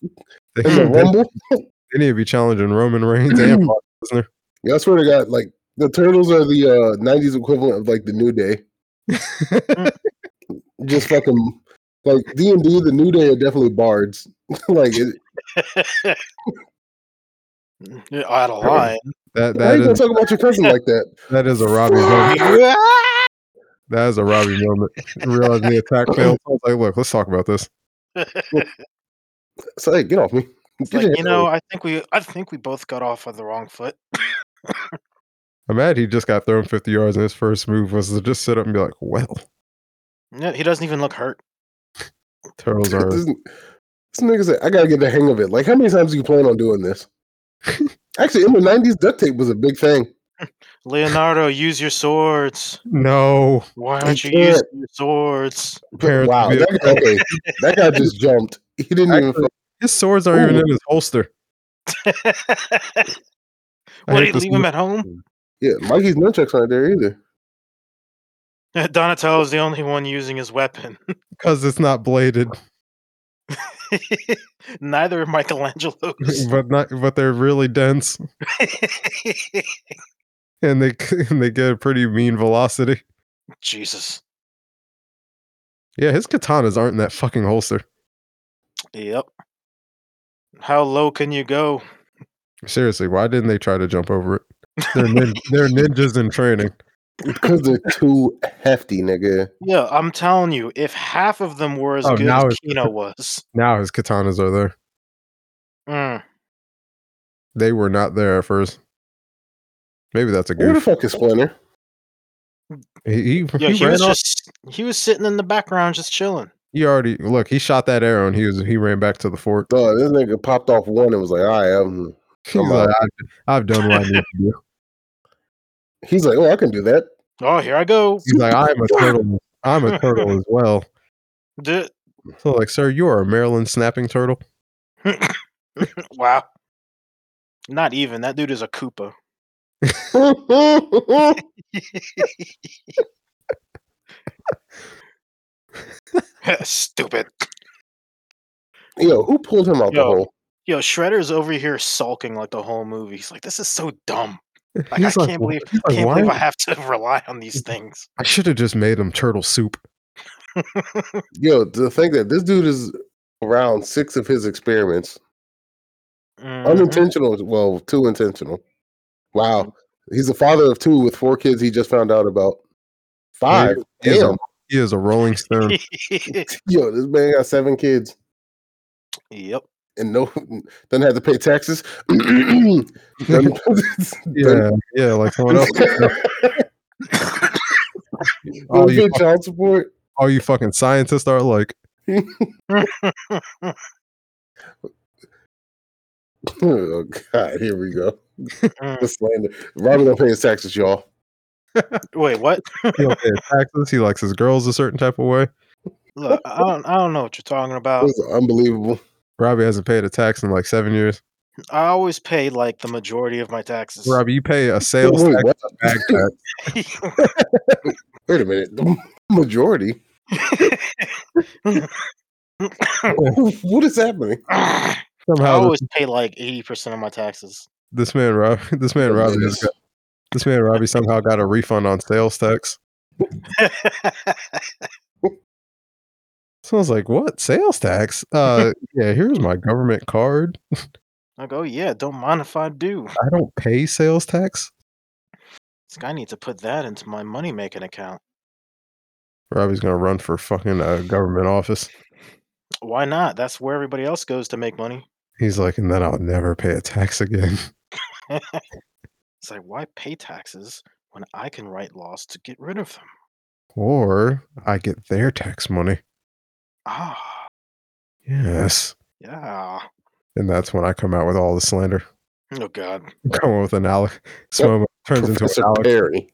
S2: They,
S6: It's a
S2: they-
S6: rumble.
S2: they need to be challenging Roman Reigns and Brock Lesnar.
S6: Yeah, I swear to God, like the Turtles are the uh, '90s equivalent of like the New Day. Just fucking like D and D, the New Day are definitely bards. like, it,
S7: You're Out of line.
S2: That
S6: why
S2: that
S6: you gonna
S2: is
S6: talk about your cousin like that?
S2: that is a Robbie moment. That is a Robbie moment. Realizing the attack failed, I was like, "Look, let's talk about this."
S6: So hey, get off me.
S7: It's
S6: Get your
S7: like, you
S6: hands
S7: know,
S6: away.
S7: I think we I think we both got off on the wrong foot.
S2: I'm mad he just got thrown 50 yards, and his first move was to just sit up and be like, "Well,
S7: No, he doesn't even look hurt.
S2: turtles are."
S6: this, this nigga said, I gotta get the hang of it. Like, how many times do you plan on doing this? Actually, in the '90s, duct tape was a big thing.
S7: Leonardo, use your swords.
S2: No,
S7: Why
S6: You
S7: aren't you using
S6: can't.
S7: your swords?
S2: Parents
S6: wow,
S2: would be
S6: that guy, okay, that guy just jumped. He didn't even.
S2: Actually, his swords aren't even in his holster. I
S7: Would
S2: hate
S7: he
S2: this
S7: leave him at home?
S6: Yeah, Mikey's nunchucks aren't there either.
S7: Donatello's the only one using his weapon.
S2: because it's not bladed,
S7: Neither are Michelangelo's.
S2: but not but they're really dense, and they and they get a pretty mean velocity.
S7: Jesus.
S2: Yeah, his katanas aren't in that fucking holster.
S7: Yep. How low can you go?
S2: Seriously, why didn't they try to jump over it? They're nin- they're ninjas in training.
S6: Because they're too hefty, nigga.
S7: Yeah, I'm telling you, if half of them were as
S2: Oh,
S7: good
S2: now
S7: as
S2: it's
S7: Kino was,
S2: Now his katanas are there.
S7: mm,
S2: They were not there at first. Maybe that's a
S6: Where the
S2: goof.
S6: fuck is Splinter?
S2: He, he,
S7: yeah,
S2: he
S7: he
S2: ran
S7: was
S2: off.
S7: just he was sitting in the background just chilling.
S2: He already look. He shot that arrow and he was he ran back to the fort.
S6: Dog, this nigga popped off one and was like, "All right, I'm."
S2: He's
S6: Come
S2: like,
S6: on.
S2: I've, I've done what I need to do.
S6: He's like, "Oh, I can do that."
S7: Oh, here I go.
S2: He's like, I'm a turtle. I'm a turtle as well.
S7: D-
S2: So like, sir, you are a Maryland snapping turtle.
S7: wow. Not even. That dude is a Koopa. Stupid.
S6: Yo, who pulled him out
S7: Yo.
S6: the hole?
S7: Yo, Shredder's over here sulking like the whole movie. He's like, this is so dumb. Like,
S2: He's
S7: I
S2: like,
S7: can't
S2: "Wh-
S7: believe,
S2: he's like,
S7: can't
S2: why-
S7: believe I have to rely on these things.
S2: I should have just made him turtle soup.
S6: Yo, to think that this dude is around six of his experiments,
S7: Mhm.
S6: unintentional. Well, two intentional. Wow, he's a father of two with four kids. He just found out about five.
S2: He is, a,
S6: Damn,
S2: he is a Rolling Stone.
S6: yo, this man got seven kids.
S7: yep.
S6: and no doesn't have to pay taxes. Doesn't-
S2: yeah, yeah, like someone else.
S6: don't
S2: all, you,
S6: pay child support.
S2: all you fucking scientists are like,
S6: oh God, here we go. The slander. Robin don't pay his taxes, y'all.
S7: Wait, what?
S2: He don't pay his taxes. He likes his girls a certain type of way.
S7: Look, I don't, I don't know what you're talking about.
S6: This is unbelievable.
S2: Robbie hasn't paid a tax in like seven years.
S7: I always pay like the majority of my taxes.
S2: Robbie, you pay a sales
S6: Wait,
S2: tax,
S6: what?
S2: a bag tax.
S6: Wait a minute. The majority. what is happening?
S7: I
S2: Somehow,
S7: always
S2: this,
S7: pay like eighty percent of my taxes.
S2: this man, Rob, this man, Robbie, has got, this man, Robbie, somehow got a refund on sales tax. So I was like, "What sales tax? Uh, yeah, here's my government card.
S7: I go, "Oh, yeah, don't mind if I do.
S2: I don't pay sales tax."
S7: This guy needs to put that into my money making account.
S2: Robbie's gonna run for fucking a government office.
S7: Why not? That's where everybody else goes to make money.
S2: He's like, and then I'll never pay a tax again.
S7: It's like, why pay taxes when I can write laws to get rid of them?
S2: Or I get their tax money.
S7: Ah,
S2: Yes.
S7: yeah.
S2: And that's when I come out with all the slander.
S7: Oh God.
S2: Come with an Alex. Smomo turns into an
S6: Professor
S2: Alex.
S6: Perry.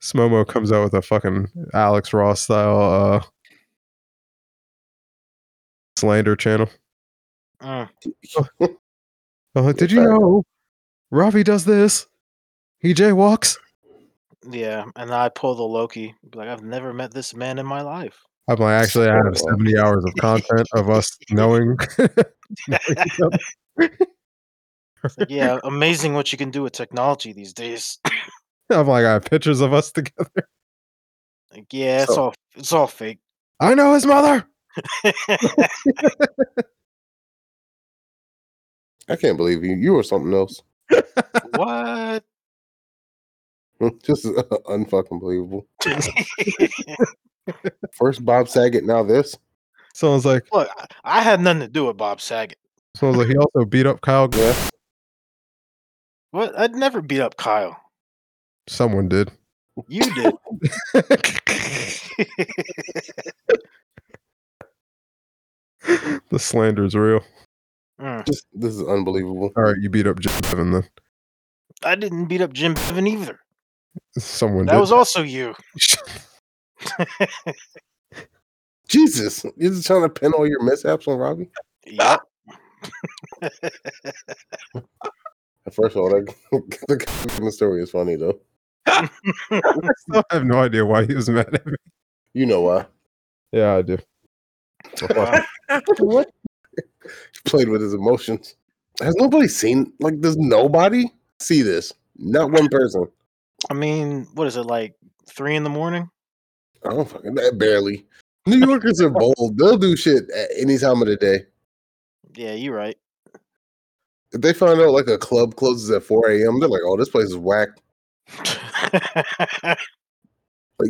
S2: Smomo comes out with a fucking Alex Ross style uh, slander channel.
S7: Mm.
S2: Uh, did you
S6: fair
S2: know Ravi does this? He jaywalks.
S7: Yeah, and I pull the Loki. be Like I've never met this man in my life.
S2: I'm like, actually, I have 70 hours of content of us knowing.
S7: It's like, yeah, amazing what you can do with technology these days.
S2: I'm like, I have pictures of us together.
S7: Like, yeah, it's
S6: So-
S7: all it's all fake.
S2: I know his mother.
S6: I can't believe you. You were something else.
S7: what?
S6: Just uh, unfucking believable. First Bob Saget, now this.
S2: Someone's like,
S7: Look, I- I had nothing to do with Bob Saget.
S2: someone's like, he also beat up Kyle. G-"
S6: Yeah.
S7: What? I'd never beat up Kyle.
S2: Someone did.
S7: You did.
S2: the slander's real.
S7: Mm.
S6: Just this is unbelievable.
S2: All right, you beat up Jim Bevan then.
S7: I didn't beat up Jim Bevan either.
S2: Someone
S7: That
S2: did.
S7: was also you.
S6: Jesus, you're just trying to pin all your mishaps on Robbie.
S7: Yep.
S6: First of all, that the fucking story is funny though.
S2: I still have no idea why he was mad at me.
S6: You know why?
S2: Yeah, I do.
S7: Wow.
S6: what? Played with his emotions. Has nobody seen like? Does nobody see this? Not one person.
S7: I mean, what is it like three in the morning?
S6: I don't fucking that barely. New Yorkers are bold. They'll do shit at any time of the day.
S7: Yeah, you're right.
S6: If they find out like a club closes at 4 a.m., they're like, "Oh, this place is whack." Like,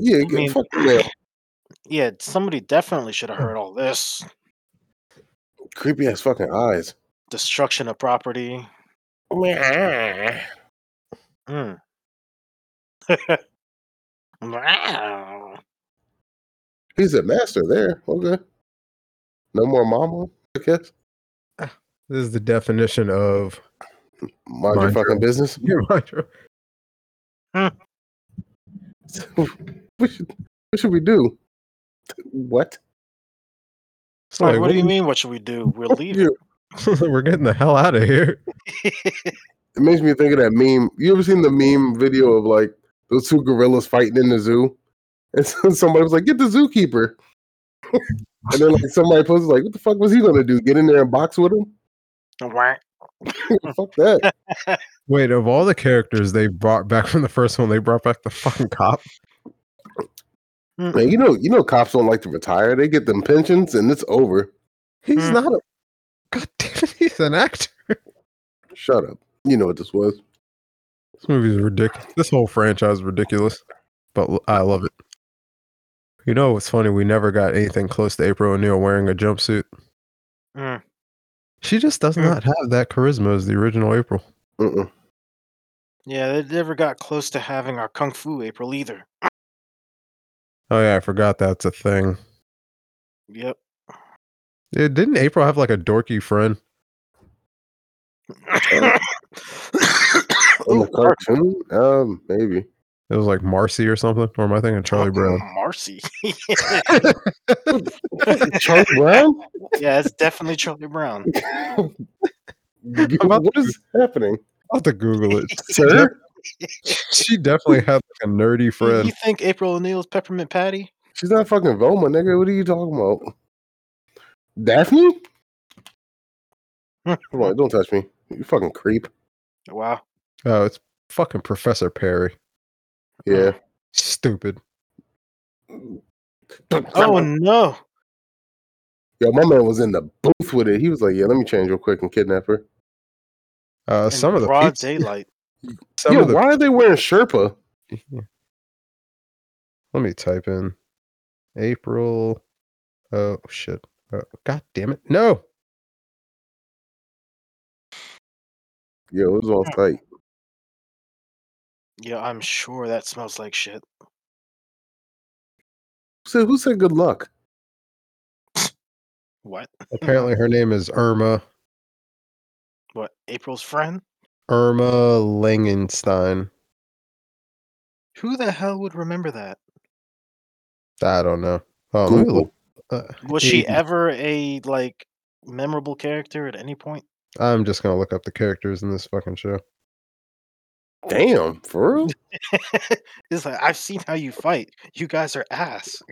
S6: yeah, get
S7: mean-
S6: fuck the mail.
S7: yeah, somebody definitely should have heard all this
S6: Creepy ass fucking eyes.
S7: destruction of property. Mm. Wow.
S6: He's a master there. Okay. No more mama. I guess.
S2: This is the definition of
S6: Mind, your
S2: Mind your
S6: fucking business.
S2: Your mantra.
S6: What should, what should we do? What?
S2: It's
S7: Like,
S2: like,
S7: what do you
S2: we-
S7: mean? What should we do? We're leaving.
S6: You-
S2: We're getting the hell out of here.
S6: It makes me think of that meme. You ever seen the meme video of like those two gorillas fighting in the zoo? And so somebody was like, get the zookeeper. and then like somebody posted like, what the fuck was he gonna do? Get in there and box with him?
S7: Wah.
S6: fuck that.
S2: Wait, of all the characters they brought back from the first one, they brought back the fucking cop.
S6: Man, you know, you know cops don't like to retire. They get them pensions and it's over.
S2: He's
S7: Hmm.
S2: not a god damn it, he's an actor.
S6: Shut up. You know what this was.
S2: This movie's ridiculous. This whole franchise is ridiculous, but l- I love it. You know what's funny? We never got anything close to April O'Neil wearing a jumpsuit.
S7: Mm.
S2: She just does
S7: Hmm.
S2: not have that charisma as the original April.
S6: Mm-mm.
S7: Yeah, they never got close to having our Kung Fu April either.
S2: Oh yeah, I forgot that's a thing.
S7: Yep.
S2: Yeah, didn't April have like a dorky friend?
S6: In the
S7: Ooh,
S6: cartoon? Um, maybe.
S2: It was like Marcy or something. Or am I thinking Charlie Brown?
S7: Marcy.
S6: Charlie Brown?
S7: yeah, it's definitely Charlie Brown.
S2: about
S6: what is happening?
S2: I'll have to Google it.
S6: Sir?
S2: she definitely had like a nerdy
S7: You- You
S2: friend.
S7: think April O'Neil's Peppermint Patty?
S6: She's not fucking Velma, nigga. What are you talking about? Daphne? Come on, don't touch me. You fucking creep.
S7: Wow.
S2: Oh, it's fucking Professor Perry.
S6: Yeah.
S2: Stupid.
S7: Oh
S2: uh,
S7: no.
S6: Yo, my man was in the booth with it. He was like, "Yeah, let me change real quick and kidnap her."
S2: Uh,
S7: In
S2: some of the
S7: broad
S2: peeps-
S7: daylight.
S2: some
S6: Yo,
S2: of the
S6: why are they wearing Sherpa?
S2: Let me type in April. Oh shit! Uh, God damn it! No,
S6: Yo, it was all tight.
S7: Yeah, I'm sure that smells like shit.
S6: So who said good luck?
S7: What?
S2: apparently her name is Irma
S7: What? April's friend?
S2: Irma Langenstein.
S7: Who the hell would remember that?
S2: I don't know. Oh, let me
S6: Google.
S2: look. Uh,
S7: Was she
S2: Yeah.
S7: ever a like memorable character at any point?
S2: I'm just gonna look up the characters in this fucking show.
S6: Damn, for real?
S7: it's like I've seen how you fight. You guys are ass.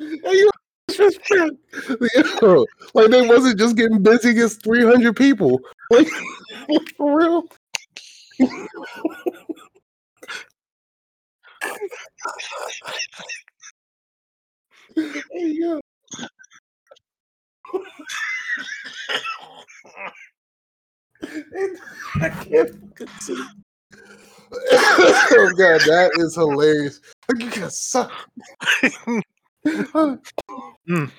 S6: Are you disrespect? Yo, like they wasn't just getting busy against three hundred people. Like for real? Hey, yo. I can't fucking see. oh god, that is hilarious. Like you gotta suck. oh
S7: Mm.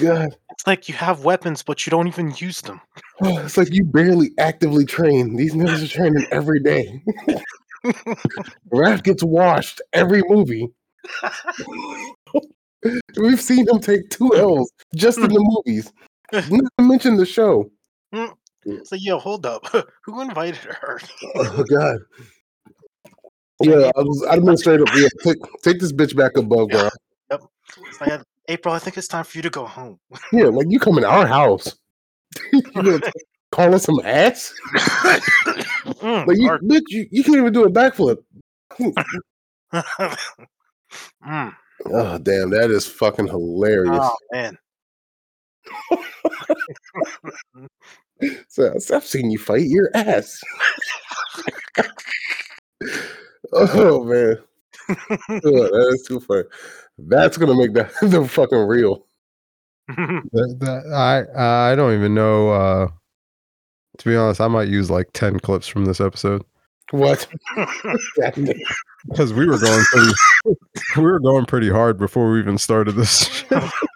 S6: god.
S7: It's like you have weapons, but you don't even use them.
S6: Oh, it's like you barely actively train. These niggas are training every day. Raph gets washed every movie. We've seen him take two L's just in the movies. Not to mention the show.
S7: It's like, yo, hold up. Who invited her?
S6: Oh god. Yeah, I was I'd have been straight up. Yeah, take, take this bitch back above ground.
S7: It's like, April, I think it's time for you to go home.
S6: Yeah, like you come in our house. you gonna call us some ass?
S7: Mm,
S6: Like you,
S7: or-
S6: bitch, you, you can't even do a backflip.
S7: Mm,
S6: Oh damn, that is fucking hilarious.
S7: oh man.
S6: So, so I've seen you fight your ass. oh man, Oh, that is too funny. That's gonna make that the fucking real.
S2: That, that- I I don't even know. Uh, to be honest, I might use like ten clips from this episode
S6: What?
S2: because we were going pretty, we were going pretty hard before we even started this.
S6: yeah,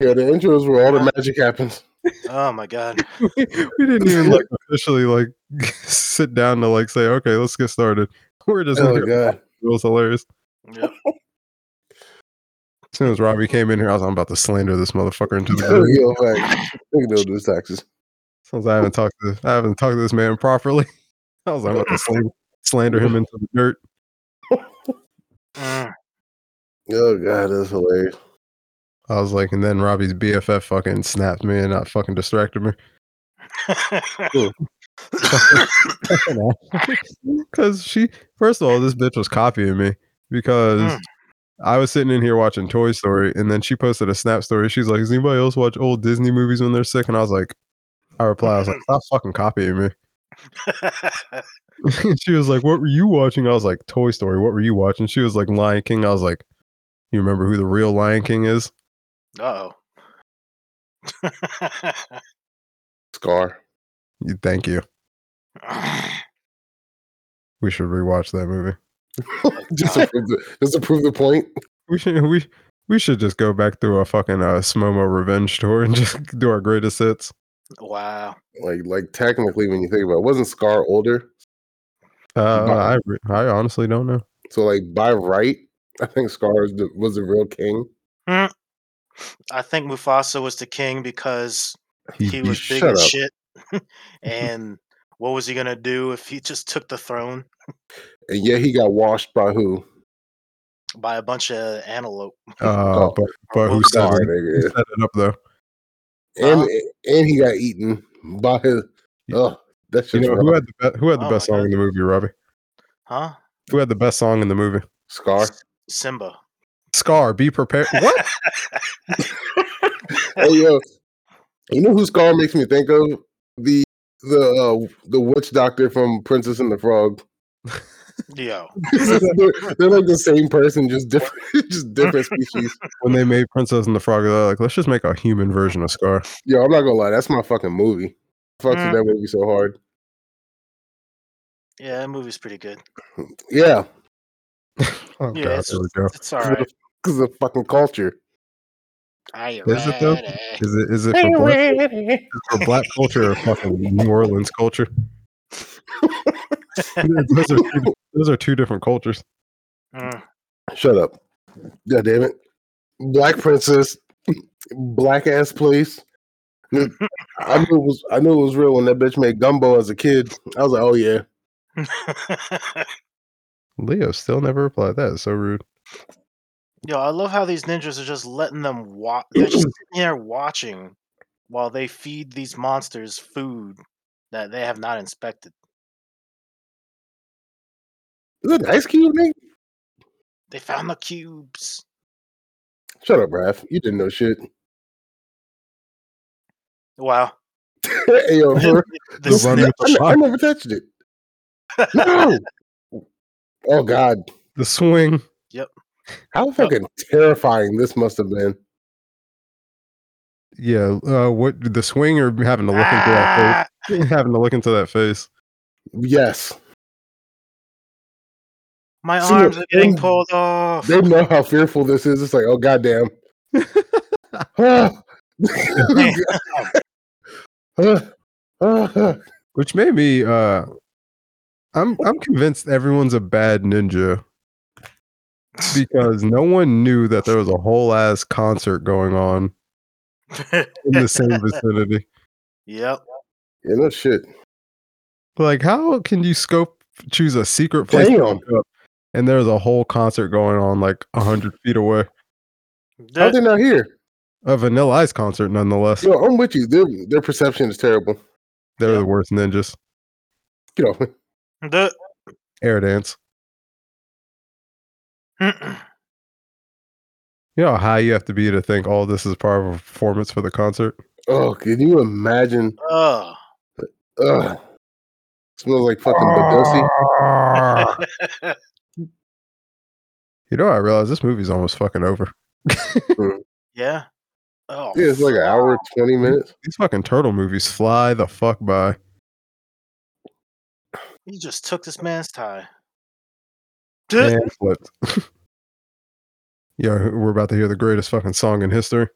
S6: the intro is where all the magic happens.
S7: oh my god.
S2: we didn't even like officially like sit down to like say okay let's get started we're just in
S6: Oh
S2: here.
S6: god.
S2: it was hilarious
S7: Yep.
S2: as soon as robbie came in here i was i'm about to slander this motherfucker into the
S6: Oh, Yo,
S2: ground
S6: like, we can do this taxes.
S2: since i haven't talked to i haven't talked to this man properly i was like, i'm about to slander, slander him into the dirt
S7: Mm,
S6: Oh god, that's hilarious.
S2: i was like and then robbie's bff fucking snapped me and not fucking distracted me because she first of all this bitch was copying me because
S7: Mm.
S2: i was sitting in here watching toy story and then she posted a snap story she's like does anybody else watch old disney movies when they're sick and i was like i replied i was like stop fucking copying me she was like what were you watching i was like toy story what were you watching she was like lion king i was like you remember who the real lion king is
S7: Uh-oh.
S6: Scar.
S2: you, thank you we should rewatch that movie
S6: just, to prove the, just to prove the point.
S2: We should we we should just go back through a fucking uh, Smomo revenge tour and just do our greatest hits.
S7: Wow.
S6: Like, like technically, when you think about it, wasn't Scar older?
S2: Uh, I re- I honestly don't know.
S6: So, like by right, I think Scar is the, was the real king.
S7: I think Mufasa was the king because
S2: He-
S7: he
S6: he-
S7: was big
S6: shut
S7: as
S6: up.
S7: shit. and what was he gonna do if he just took the throne
S6: And yet he got washed by who?
S7: by a bunch of antelope?
S2: Uh,
S6: Oh,
S2: but but who
S7: well,
S2: set,
S6: Scar,
S2: it, who
S6: nigga.
S2: set it up though?
S6: And and he got eaten by his. Ugh, that's
S2: You
S6: just
S2: know who had the be- who had the
S7: Oh
S2: best
S7: my
S2: song in the movie, Robbie?
S7: Huh?
S2: Who had the best song in the movie?
S6: Scar.
S7: Simba.
S2: Scar, be prepared. What?
S6: hey, yo, you know who Scar makes me think of? The the uh, the witch doctor from Princess and the Frog.
S7: Yo.
S6: they're, they're like the same person, just different, just different species.
S2: when they made Princess and the Frog, they're like, let's just make a human version of Scar.
S6: Yo, I'm not gonna lie, that's my fucking movie. Fucks
S2: Mm.
S6: with that movie so hard.
S7: Yeah, that movie's pretty good.
S6: Yeah,
S2: Oh
S7: Yeah,
S2: god,
S7: it's-
S2: there we go.
S7: It's all right.
S6: because of fucking culture.
S7: I
S2: Is it though? Is it is it for black, is it for black culture or fucking New Orleans culture? those, are two, those are two different cultures.
S6: Shut up. God damn it. Black princess, black ass place. I knew it was I knew it was real when that bitch made gumbo as a kid. I was like, oh yeah.
S7: Mm.
S2: Leo still never replied. That is so rude.
S7: Yo, I love how these ninjas are just letting them watch. They're just sitting here watching while they feed these monsters food that they have not inspected.
S6: Is that an ice cube nigga?
S7: They found the cubes.
S6: Shut up, Raph. You didn't know shit.
S7: Wow.
S6: hey, yo, for-
S7: This
S2: run
S6: I,
S7: nin-
S2: with the
S6: ne- I
S2: flock.
S6: never touched it. No. oh God.
S2: The swing. Uh,
S6: How fucking terrifying this must have been.
S2: Yeah, uh, what the swing or having to look into that
S7: Ah!
S2: face? Having to look into that face.
S6: Yes.
S7: my
S6: See,
S7: arms are getting
S6: and-
S7: pulled off.
S6: They know how fearful this is. It's like, oh goddamn. Why
S2: Which made me uh I'm I'm convinced everyone's a bad ninja because no one knew that there was a whole ass concert going on in the same vicinity.
S7: yep.
S6: Yeah, no shit.
S2: Like, how can you scope choose a secret place to
S6: Damn.
S2: look up, and there's a whole concert going on like a hundred feet away?
S6: How
S7: That-
S6: they not here?
S2: A Vanilla Ice concert, nonetheless.
S6: Yo, I'm with you. Their their perception is terrible.
S2: They're the worst ninjas.
S6: Get off me.
S7: that-
S2: Air dance. You know how high you have to be to think all this is part of a performance for the concert.
S6: Oh, can you imagine?
S7: Ugh.
S6: Ugh. Smells like fucking Bedosi.
S2: You know, I realize this movie's almost fucking over.
S7: yeah. Oh.
S6: Yeah, it's like an hour and twenty minutes.
S2: These fucking turtle movies fly the fuck by.
S7: You just took this man's tie.
S2: And flipped. yeah, we're about to hear the greatest fucking song in history.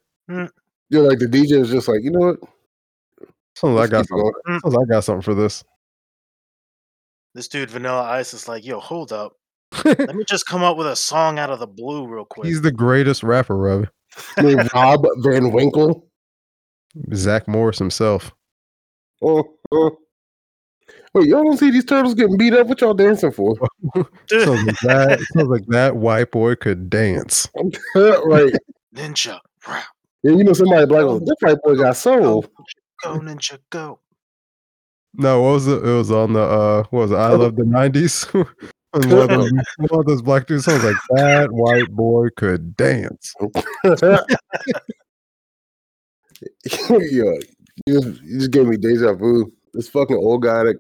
S6: You're like the DJ is just like, you know what?
S2: Sounds like I got
S6: Let's keep
S2: something. Sounds like I got something for this.
S7: This dude Vanilla Ice is like, yo, hold up. Let me just come up with a song out of the blue real quick.
S2: He's the greatest rapper, Rob.
S6: going. I mean, Rob Van Winkle.
S2: Zach Morris himself.
S6: Oh, oh. Wait, y'all don't see these turtles getting beat up? What y'all dancing for?
S2: Sounds like that, sounds like that white boy could dance.
S6: right.
S7: ninja. rah,
S6: Yeah, you know somebody black was this white boy got soul.
S7: Go ninja go.
S2: No, what was it? It was on the uh what was it? I love the nineties. one, of those- one of those black dudes sounds like that white boy could dance.
S6: yeah, you just, you just gave me deja vu. This fucking old guy that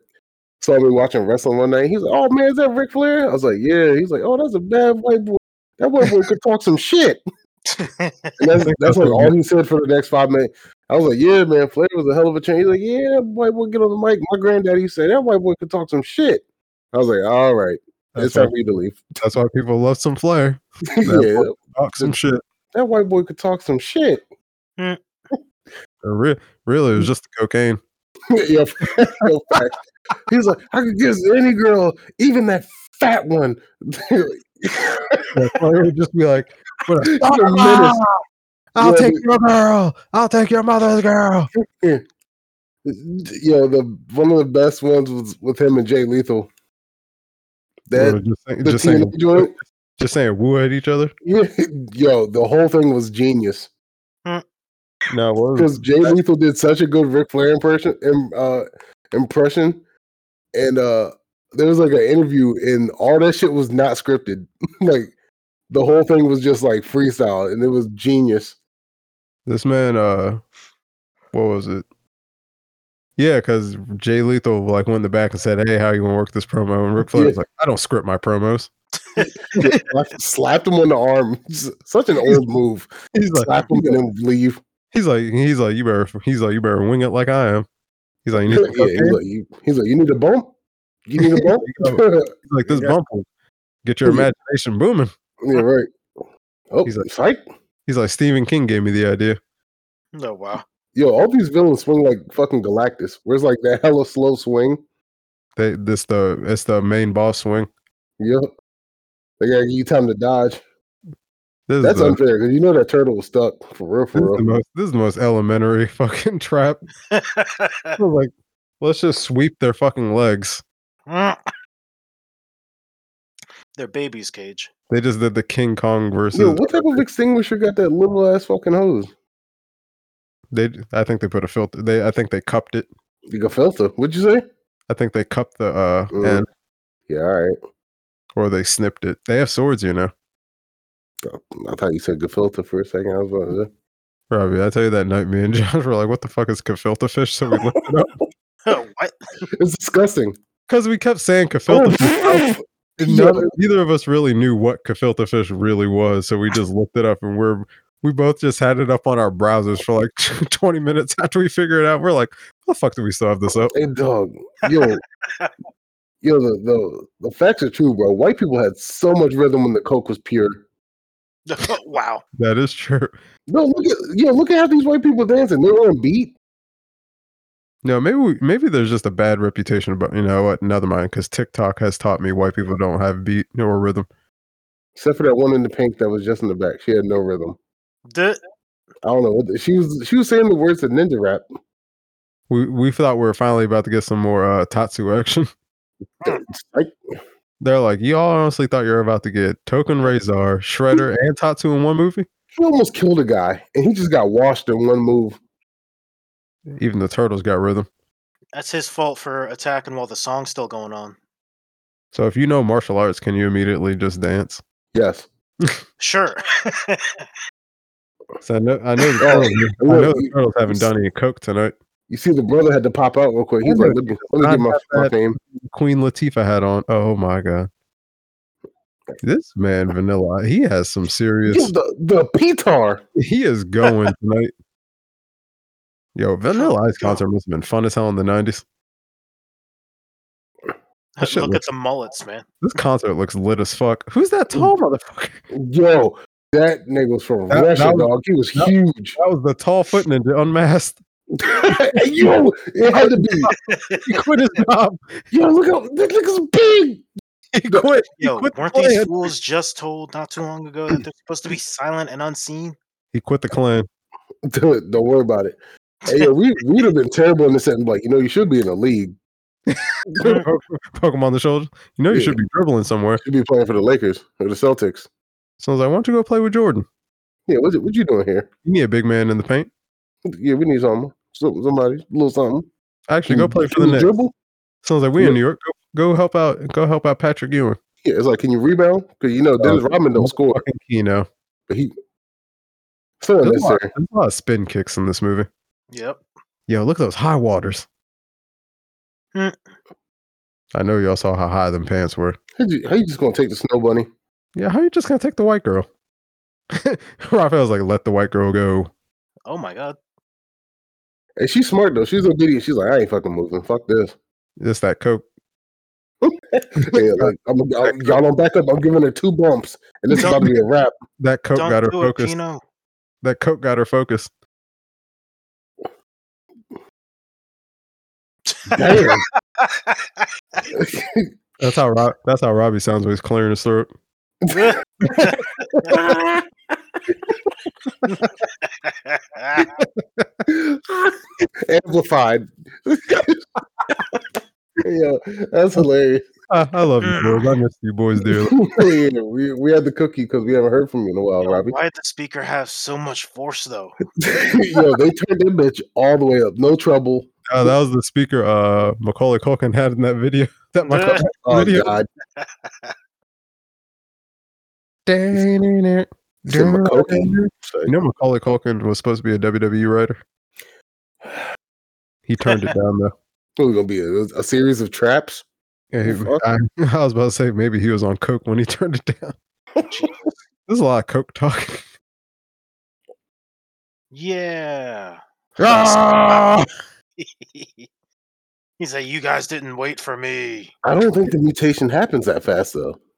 S6: saw me watching wrestling one night. He's like, "Oh man, is that Ric Flair?" I was like, "Yeah." He's like, "Oh, that's a bad white boy. That white boy could talk some shit." And that's that's like all he said for the next five minutes. I was like, "Yeah, man, Flair was a hell of a change." He's like, "Yeah, that white boy get on the mic." My granddaddy said that white boy could talk some shit. I was like, "All right,
S2: That's
S6: it's time
S2: why,
S6: for you to leave."
S2: that's why people love some flair.
S6: yeah,
S2: Talk some shit.
S6: that white boy could talk some shit.
S7: Hmm.
S2: Re- really, it was just the cocaine.
S6: Yo, yo, fact. he was like, I could give this to any girl, even that fat one. You're
S2: Like, I would just be like,
S6: a menace.
S2: "I'll
S6: Yeah,
S2: take your girl. I'll take your mother's girl."
S6: Yo, the one of the best ones was with him and Jay Lethal.
S2: Or
S6: That
S2: just, saying-
S6: the
S2: just saying,
S6: TNA joint.
S2: just saying, woo at each other.
S6: Yeah, Yo, the whole thing was genius
S2: No, what was
S6: because Jay Lethal did such a good Ric Flair impression. im- Uh, impression, and uh, there was like an interview, and all that shit was not scripted. like the whole thing was just like freestyle, and it was genius.
S2: This man, uh, what was it? Yeah, because Jay Lethal like went in the back and said, "Hey, how you gonna work this promo?" And Ric Flair
S6: Yeah.
S2: was like, "I don't script my promos."
S6: Slapped- slapped him on the arm. S- Such an old move.
S2: He's like,
S6: Slap him and then leave.
S2: he's like, he's like, you better, he's like, you better wing it like I am. He's like, you
S6: Yeah,
S2: need some
S6: he's, like,
S2: cocaine?"
S6: you, he's like, you need a bump. You need a bump.
S2: He's like this
S6: Yeah.
S2: bump will get your
S6: Yeah.
S2: imagination booming.
S6: yeah, right. Oh,
S2: He's
S6: he's
S2: like-
S6: like, psych.
S2: He's like, Stephen King gave me the idea.
S7: No, Oh, wow.
S6: Yo, all these villains swing like fucking Galactus. Where's like that hella slow swing?
S2: They, this the it's the main boss swing.
S6: Yeah. They gotta give you time to dodge.
S2: This is
S6: That's
S2: the,
S6: unfair because you know that turtle was stuck for real,
S2: this is
S6: for
S2: the
S6: real.
S2: most this is the most elementary fucking trap. I was like, let's just sweep their fucking legs.
S7: Their baby's cage.
S2: They just did the King Kong versus.
S6: Yo, what type of extinguisher got that little ass fucking hose?
S2: They, I think they put a filter. They, I think they cupped it.
S6: The gefelter. What'd you say?
S2: I think they cupped the uh
S6: Mm.
S2: end,
S6: Yeah, all right.
S2: or they snipped it. They have swords, you know.
S6: I thought you said gefelter for a second. I was about to
S2: Robbie, I tell you that night, me and Josh were like, "What the fuck is gefilte fish?" So we looked it up
S7: Oh, what?
S6: It's disgusting.
S2: because we kept saying gefilte. fish. and
S6: Oh, Yeah.
S2: none- neither of us really knew what gefilte fish really was, so we just looked it up, and we're we both just had it up on our browsers for like twenty minutes after we figured it out. We're like, "How the fuck do we still have this up?"
S6: Hey dog, yo, yo, the, the the facts are true, bro. White people had so much rhythm when the coke was pure.
S7: Oh, wow.
S2: That is true.
S6: No, look at yo, look at how these white people dancing. They were on beat.
S2: No, maybe we, maybe there's just a bad reputation about you know what? Never mind, because TikTok has taught me white people don't have beat nor rhythm.
S6: Except for that one in the pink that was just in the back. She had no rhythm.
S7: D-
S6: I don't know. what the- She was she was saying the words to ninja rap.
S2: We we thought we were finally about to get some more uh, Tatsu action.
S6: Like,
S2: They're like, y'all honestly thought you were about to get Token Razor, Shredder, and Tatsu in one movie.
S6: she almost killed a guy, and he just got washed in one move.
S2: Even the turtles got rhythm.
S7: that's his fault for attacking while the song's still going on.
S2: So if you know martial arts, can you immediately just dance?
S6: Yes.
S7: Sure.
S2: So I know I know the
S6: Oh,
S2: turtles, I
S6: look,
S2: know the
S6: you-
S2: turtles haven't done any coke tonight.
S6: You see, the brother had to pop out real quick. He's like, let me, let me get my
S2: Contact
S6: fuck name.
S2: Queen Latifah had on. Oh my god, this man Vanilla, he has some serious.
S6: Yo, the the P-tar.
S2: he is going tonight. Yo, Vanilla Ice concert must have been fun as hell in the nineties. That shit
S7: Look at
S2: looks-
S7: the mullets, man.
S2: This concert looks lit as fuck. Who's that tall motherfucker?
S6: Yo, that nigga was from
S2: That-
S6: Russia,
S2: that was-
S6: dog. He was
S2: that-
S6: huge.
S2: That was the tall foot ninja unmasked.
S6: yo, it had to be.
S2: He quit his job.
S6: Yo, look how that nigga's big.
S2: He quit. He
S7: Yo,
S2: quit the
S7: weren't these
S2: clan.
S7: fools just told not too long ago that they're supposed to be silent and unseen?
S2: He quit the clan.
S6: Dude, don't worry about it. Hey, yo, we we'd have been terrible in the setting, like you know, you should be in a league. you
S2: Poke him on the shoulder. You know you
S6: Yeah.
S2: should be dribbling somewhere.
S6: should be playing for the Lakers or the Celtics.
S2: So I was like, why don't you go play with Jordan?
S6: Yeah, what's it, what you doing here?
S2: You need a big man in the paint.
S6: Yeah, we need someone, some, somebody, a little something.
S2: Actually, go
S6: Can-
S2: play for
S6: can
S2: the
S6: you
S2: Knicks.
S6: Dribble?
S2: So I was like, we
S6: Yeah.
S2: in New York. Go, go help out. Go help out Patrick Ewing. Oh,
S6: Yeah, it's like, can you rebound? Because
S2: Uh,
S6: you know Dennis Rodman don't score,
S2: Fucking Keno.
S6: but he so
S2: There's a, lot,
S6: unnecessary.
S2: there's a lot of spin kicks in this movie.
S7: Yep.
S2: Yo, look at those high waters.
S7: Mm.
S2: I know y'all saw how high them pants were.
S6: How you, how you just gonna take the snow bunny?
S2: Yeah, how you just gonna take the white girl? Raphael's like, let the white girl go.
S7: Oh my god.
S6: And she's smart though. She's obedient. She's like, I ain't fucking moving. Fuck this.
S2: It's that coke.
S6: Yeah, like, I'm, I'm, y'all don't back up. I'm giving her two bumps, and it's about to be a wrap.
S2: That coke
S7: Don't
S2: got her
S7: do it,
S2: focused.
S7: Pino.
S2: That coke got her focused.
S6: Damn.
S2: That's how Rob, that's how Robbie sounds when he's clearing his throat.
S6: Amplified. Yo, that's hilarious.
S2: I, I love you boys. I miss you boys dearly.
S6: Yeah, we, we had the cookie because we haven't heard from you in a while, Robbie.
S7: Why did the speaker have so much force though?
S6: Yo, they turned that bitch all the way up. No trouble.
S2: Uh, that was the speaker uh, Macaulay Culkin had in that video. That Macaulay.
S6: Oh,
S2: Video.
S6: God. Said
S2: You
S6: McCoke. Say,
S2: know Macaulay Culkin was supposed to be a WWE writer. He turned it down though.
S6: It was gonna be a, a series of traps.
S2: Yeah, he-
S6: Fuck.
S2: I, I was about to say maybe he was on coke when he turned it down. There's a lot of coke talk.
S7: Yeah.
S2: Ah!
S7: He's like, you guys didn't wait for me.
S6: I don't think the mutation happens that fast though.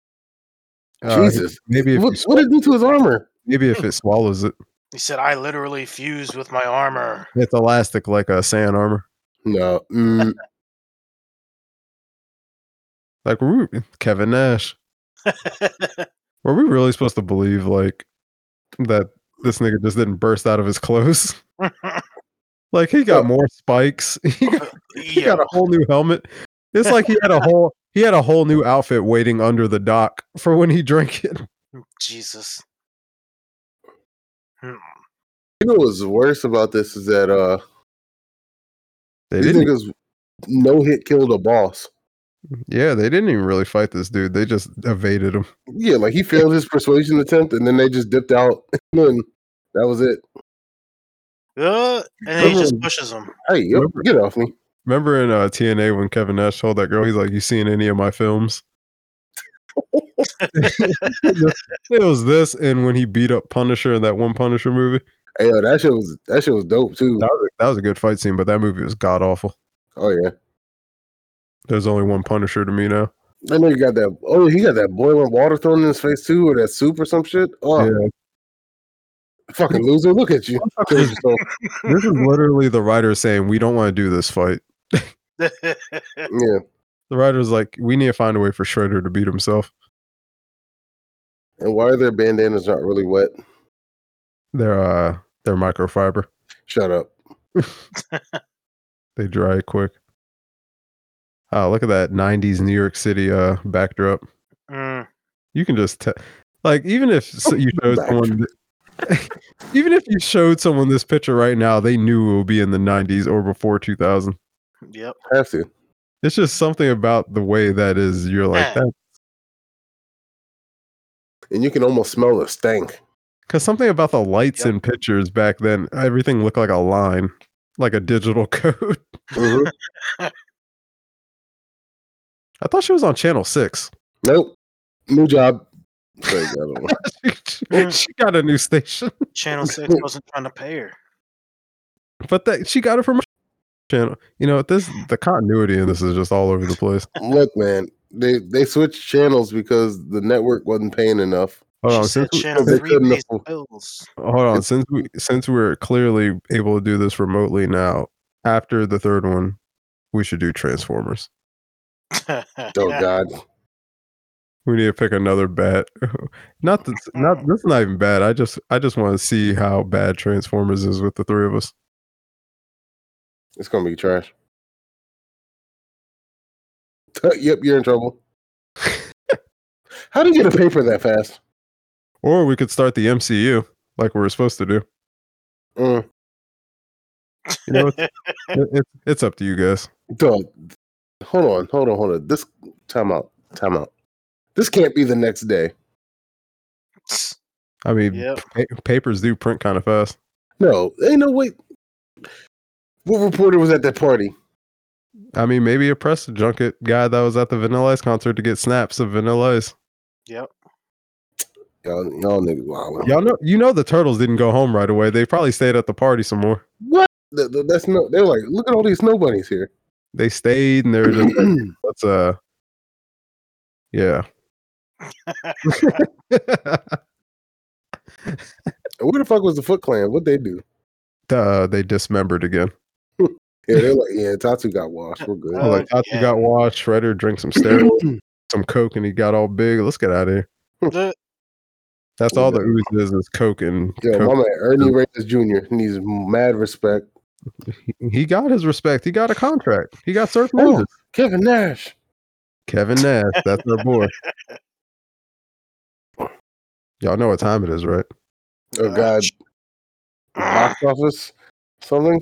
S2: Uh,
S6: Jesus.
S2: Maybe if you
S6: What, what did it do to his armor?
S2: Maybe if it swallows it,
S7: He said, I literally fused with my armor.
S2: it's elastic like a sand armor.
S6: No. Mm,
S2: Like were we, Kevin Nash. Were we really supposed to believe like that this nigga just didn't burst out of his clothes? Like he got more spikes. He got, he
S7: yeah.
S2: got a whole new helmet. It's like he had a whole he had a whole new outfit waiting under the dock for when he drank it.
S7: Jesus. Hmm.
S6: you know what's worse about this is that uh
S2: They
S6: these
S2: didn't. e,
S6: niggas no hit killed a boss.
S2: Yeah, they didn't even really fight this dude. They just evaded him.
S6: Yeah, like he failed his persuasion attempt and then they just dipped out and that was it.
S7: Uh, and he just
S6: Everyone-
S7: pushes him.
S6: Hey, yo, get off me.
S2: Remember in uh, TNA when Kevin Nash told that girl, he's like, "You seen any of my films?" it was this, and when he beat up Punisher in that one Punisher movie,
S6: Hey, yo, that shit was that shit was dope too.
S2: that was, that was a good fight scene. But that movie was god awful.
S6: Oh yeah.
S2: There's only one Punisher to me now.
S6: I know you got that oh he got that boiling water thrown in his face too, or that soup or some shit. Oh
S2: Yeah.
S6: fucking loser, look at you. Kill yourself.
S2: This is literally the writer saying, "We don't want to do this fight."
S6: yeah.
S2: The writer's like, "We need to find a way for Shredder to beat himself."
S6: And why are their bandanas not really wet?
S2: They're uh, they're microfiber.
S6: Shut up.
S2: They dry quick. Oh, look at that '90s New York City uh backdrop.
S7: Mm,
S2: you can just tell like even if s- you showed someone th- even if you showed someone this picture right now they knew it would be in the 90s or before 2000
S7: yep.
S6: Have to.
S2: it's just something about the way that is you're like
S7: Yeah.
S2: that
S6: And you can almost smell the stank.
S2: because something about the lights
S7: Yep.
S2: in pictures back then everything looked like a line like a digital code
S6: Mhm.
S2: i thought she was on channel 6
S6: nope. New job. Like, I don't know.
S2: she,
S7: Mm.
S2: she got a new station
S7: Channel 6 wasn't trying to pay her.
S2: but that she got it from channel you know this the continuity in this is just all over the place
S6: Look, man, they they switched channels because the network wasn't paying enough.
S2: Hold on,
S7: she said
S2: since we-
S7: Channel
S6: they
S7: 3
S6: couldn't
S7: pays the
S6: afford-
S7: bills.
S2: hold on since we since we're clearly able to do this remotely now after the third one we should do transformers
S6: Oh God,
S2: we need to pick another bad not that's not that's not even bad i just i just want to see how bad transformers is with the three of us
S6: it's gonna be trash. yep, you're in trouble. How do you get a paper that fast?
S2: or we could start the mcu like we were supposed to do
S6: Mm,
S2: you know it's, it, it's- it's up to you guys
S6: dog. Hold on, hold on, hold on. This time out, time out. This can't be the next day.
S2: i mean
S7: Yep.
S2: pa- papers do print kind of fast
S6: No, ain't no way. What reporter was at that party?
S2: i mean maybe a press junket guy that was at the vanilla ice concert to get snaps of vanilla ice
S7: Yep.
S6: Y'all, y'all niggas wild.
S2: Y'all know, you know, the turtles didn't go home right away. They probably stayed at the party some more.
S6: What? Th- th- That's no. They're like, look at all these snow bunnies here.
S2: They stayed, and they were just like, let's uh, yeah.
S6: Where the fuck was the Foot Clan? What they do?
S2: uh, they dismembered again.
S6: Yeah, they're like, yeah, Tatsu got washed. We're good.
S7: Oh,
S2: like Tatsu
S7: yeah.
S2: got washed, Shredder drank some steroids, some coke, and he got all big. Let's get out of here.
S7: The-
S2: That's all the ooze is is coke and
S6: Yo,
S2: coke.
S6: my man Ernie Reyes Jr. needs mad respect.
S2: He- He got his respect. He got a contract. He got surf
S6: Oh.
S2: music.
S6: Kevin Nash.
S2: Kevin Nash, that's our boy. Y'all know what time it is, right?
S6: Oh
S7: Uh,
S6: God, box office something.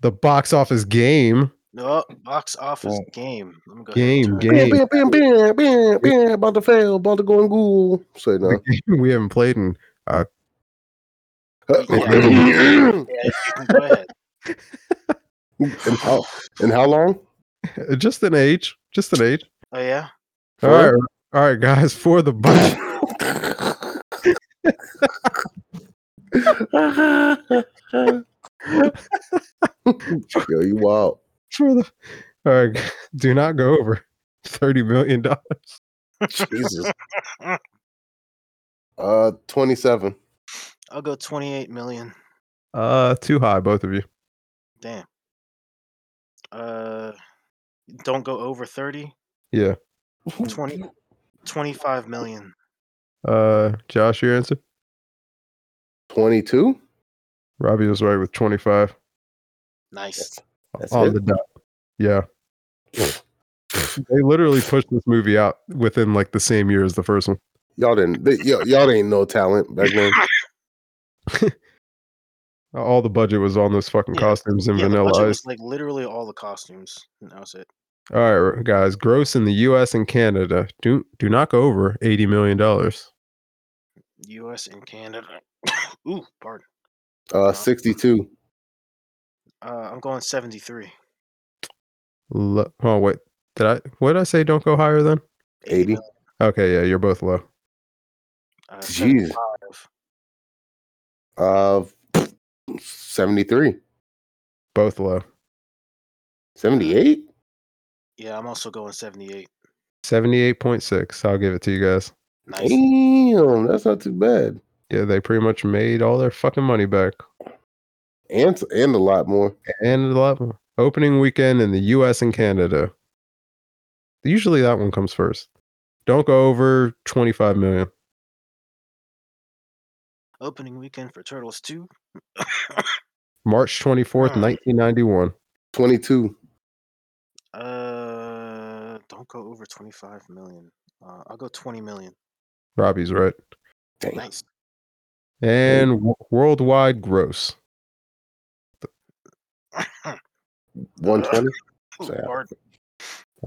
S2: The box office game.
S7: no, box office
S6: Oh.
S7: game. Let me go
S2: Game,
S7: ahead and turn
S2: game.
S7: it.
S6: Bam, bam, bam, bam, bam, bam, about to fail, about to go in Google. Say no.
S2: The game we haven't played in.
S6: Uh, and,
S7: Yeah, you can go ahead.
S6: how, and how long?
S2: uh, Just an age. Just an age.
S7: Oh yeah.
S2: All right. All right, guys, for the budget.
S6: Yo, you wild.
S2: For the, all right, do not go over $30 million.
S6: Jesus. Uh, twenty-seven.
S7: I'll go 28 million.
S2: Uh, too high, both of you.
S7: Damn. Uh, don't go over 30.
S2: Yeah.
S7: 20, 25 million.
S2: Uh, Josh, your answer?
S6: Twenty-two.
S2: Robbie was right with 25
S7: Nice.
S3: That's
S2: on
S3: it?
S2: Oh, the dot. Yeah. they literally pushed this movie out within like the same year as the first one.
S6: Y'all didn't. They, y- y'all ain't no talent back then.
S2: All the budget was on those fucking
S7: Yeah.
S2: costumes and
S7: Yeah, the
S2: vanilla
S7: budget
S2: ice.
S7: was like literally all the costumes. And that was it.
S2: All right, guys. Gross in the U.S. and Canada do do not go over eighty million dollars.
S7: U.S. and Canada. Ooh, pardon.
S6: Uh, sixty-two.
S7: Uh, I'm going 73.
S2: Lo- oh wait, did I? What did I say? Don't go higher then.
S6: 80.
S7: million,
S2: Okay, yeah, you're both low.
S7: Uh,
S6: Jeez.
S7: 75.
S6: Uh, seventy-three.
S2: Both low.
S6: Seventy-eight.
S7: Yeah, I'm also going 78.
S2: Seventy-eight point six. I'll give it to you guys.
S7: Nice.
S6: Damn, that's not too bad.
S2: Yeah, they pretty much made all their fucking money back
S6: And and a lot more.
S2: and a lot more. Opening weekend in the U.S. and Canada. Usually that one comes first. Don't go over twenty-five million.
S7: Opening weekend for Turtles 2.
S2: March twenty-fourth,
S7: Hmm.
S2: nineteen ninety-one.
S6: Twenty-two.
S7: Uh, don't go over 25 million. Uh, I'll go 20 million.
S2: Robbie's right.
S6: Damn.
S7: Nice.
S2: And w- worldwide gross.
S6: One twenty.
S7: Ooh,
S6: Sad.
S7: pardon.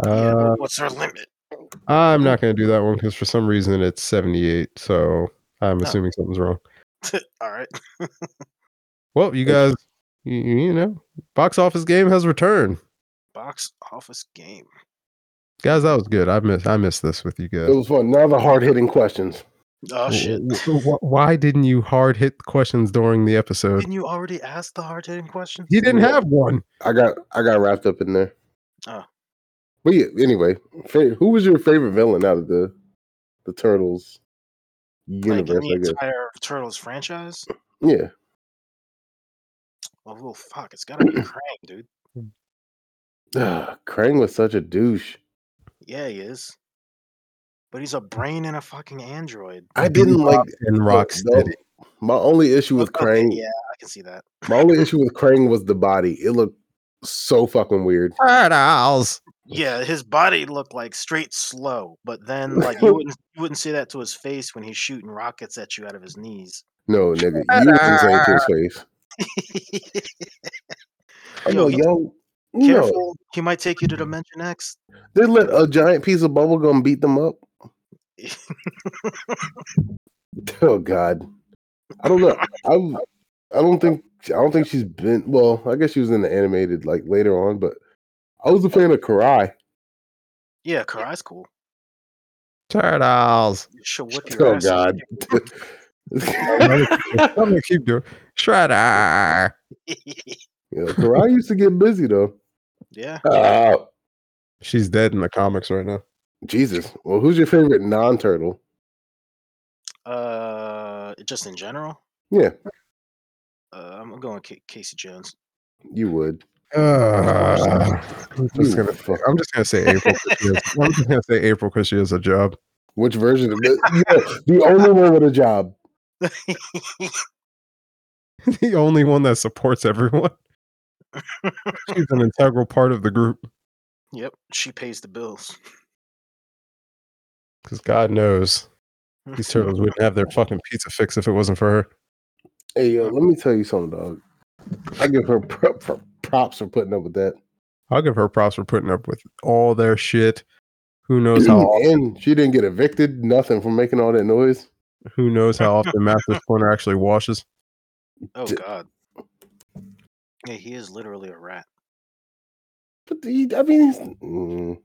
S7: Yeah,
S2: Uh,
S7: wh- what's our limit?
S2: I'm not going to do that one because for some reason it's 78. So
S6: Oh.
S2: I'm assuming something's wrong.
S7: All right.
S2: Well, you guys, you, you know, box office game has returned.
S7: Box office game.
S2: Guys, that was good. I miss I missed this with you
S6: It
S2: guys.
S6: was fun. Now the hard hitting questions.
S7: Oh, shit.
S2: W- w- w- Why didn't you hard hit the questions during the episode?
S7: Didn't you already ask the hard hitting question?
S2: He didn't have one.
S6: I got I got wrapped up in there.
S7: Oh.
S6: But yeah, anyway, fa- who was your favorite villain out of the the Turtles
S7: Like in
S6: universe?
S7: the
S6: I guess.
S7: entire Turtles franchise?
S6: Yeah,
S7: Oh, well, fuck. It's gotta be Krang, dude.
S6: Ugh, Ah, Krang was such a douche.
S7: Yeah, he is. But he's a brain and a fucking android.
S6: I didn't like oh,
S2: in
S6: look, though,
S2: Rocksteady.
S6: My only issue with
S7: Okay,
S6: Krang,
S7: Yeah, I can see that.
S6: my only issue with Krang was the body. It looked so fucking weird.
S2: Turtles.
S7: Yeah, his body looked like straight slow, but then like you wouldn't you wouldn't say that to his face when he's shooting rockets at you out of his knees.
S6: No, nigga, you didn't say it to his face. I'm
S7: Yo,
S6: like,
S7: be
S6: yo,
S7: Careful,
S6: no.
S7: he might take you to Dimension X.
S6: They let a giant piece of bubblegum beat them up. Oh God, I don't know. I I don't think I don't think she's been. Well, I guess she was in the animated like later on, but I was a fan of Karai.
S7: Yeah, Karai's cool.
S2: Turtles.
S7: She'll whip your
S6: Oh
S7: ass.
S6: God.
S2: I'm going to keep doing Shredder.
S6: Yeah, Karai used to get busy though.
S7: yeah.
S6: Ah,
S2: She's dead in the comics right now.
S6: Jesus. Well, who's your favorite non-turtle?
S7: Uh, just in general.
S6: Yeah,
S7: Uh, I'm going Ca- Casey Jones.
S6: you would.
S2: Uh, I'm just
S6: You
S2: gonna.
S6: fuck-
S2: I'm just gonna say April. 'cause she has- I'm just gonna say April because she has a job.
S6: Which version of it? the only one with a job.
S2: The only one that supports everyone. She's an integral part of the group
S7: Yep, she pays the bills.
S2: because God knows these turtles wouldn't have their fucking pizza fix if it wasn't for her.
S6: Hey, yo, let me tell you something, dog. I give her pro- pro- props for putting up with that.
S2: I'll give her props for putting up with all their shit. Who knows how? often-
S6: and she didn't get evicted, nothing for making all that noise.
S2: Who knows how often Master's Corner actually washes?
S7: Oh
S6: D-
S7: God. Yeah, he is literally a rat.
S6: But he, I mean, he's, mm.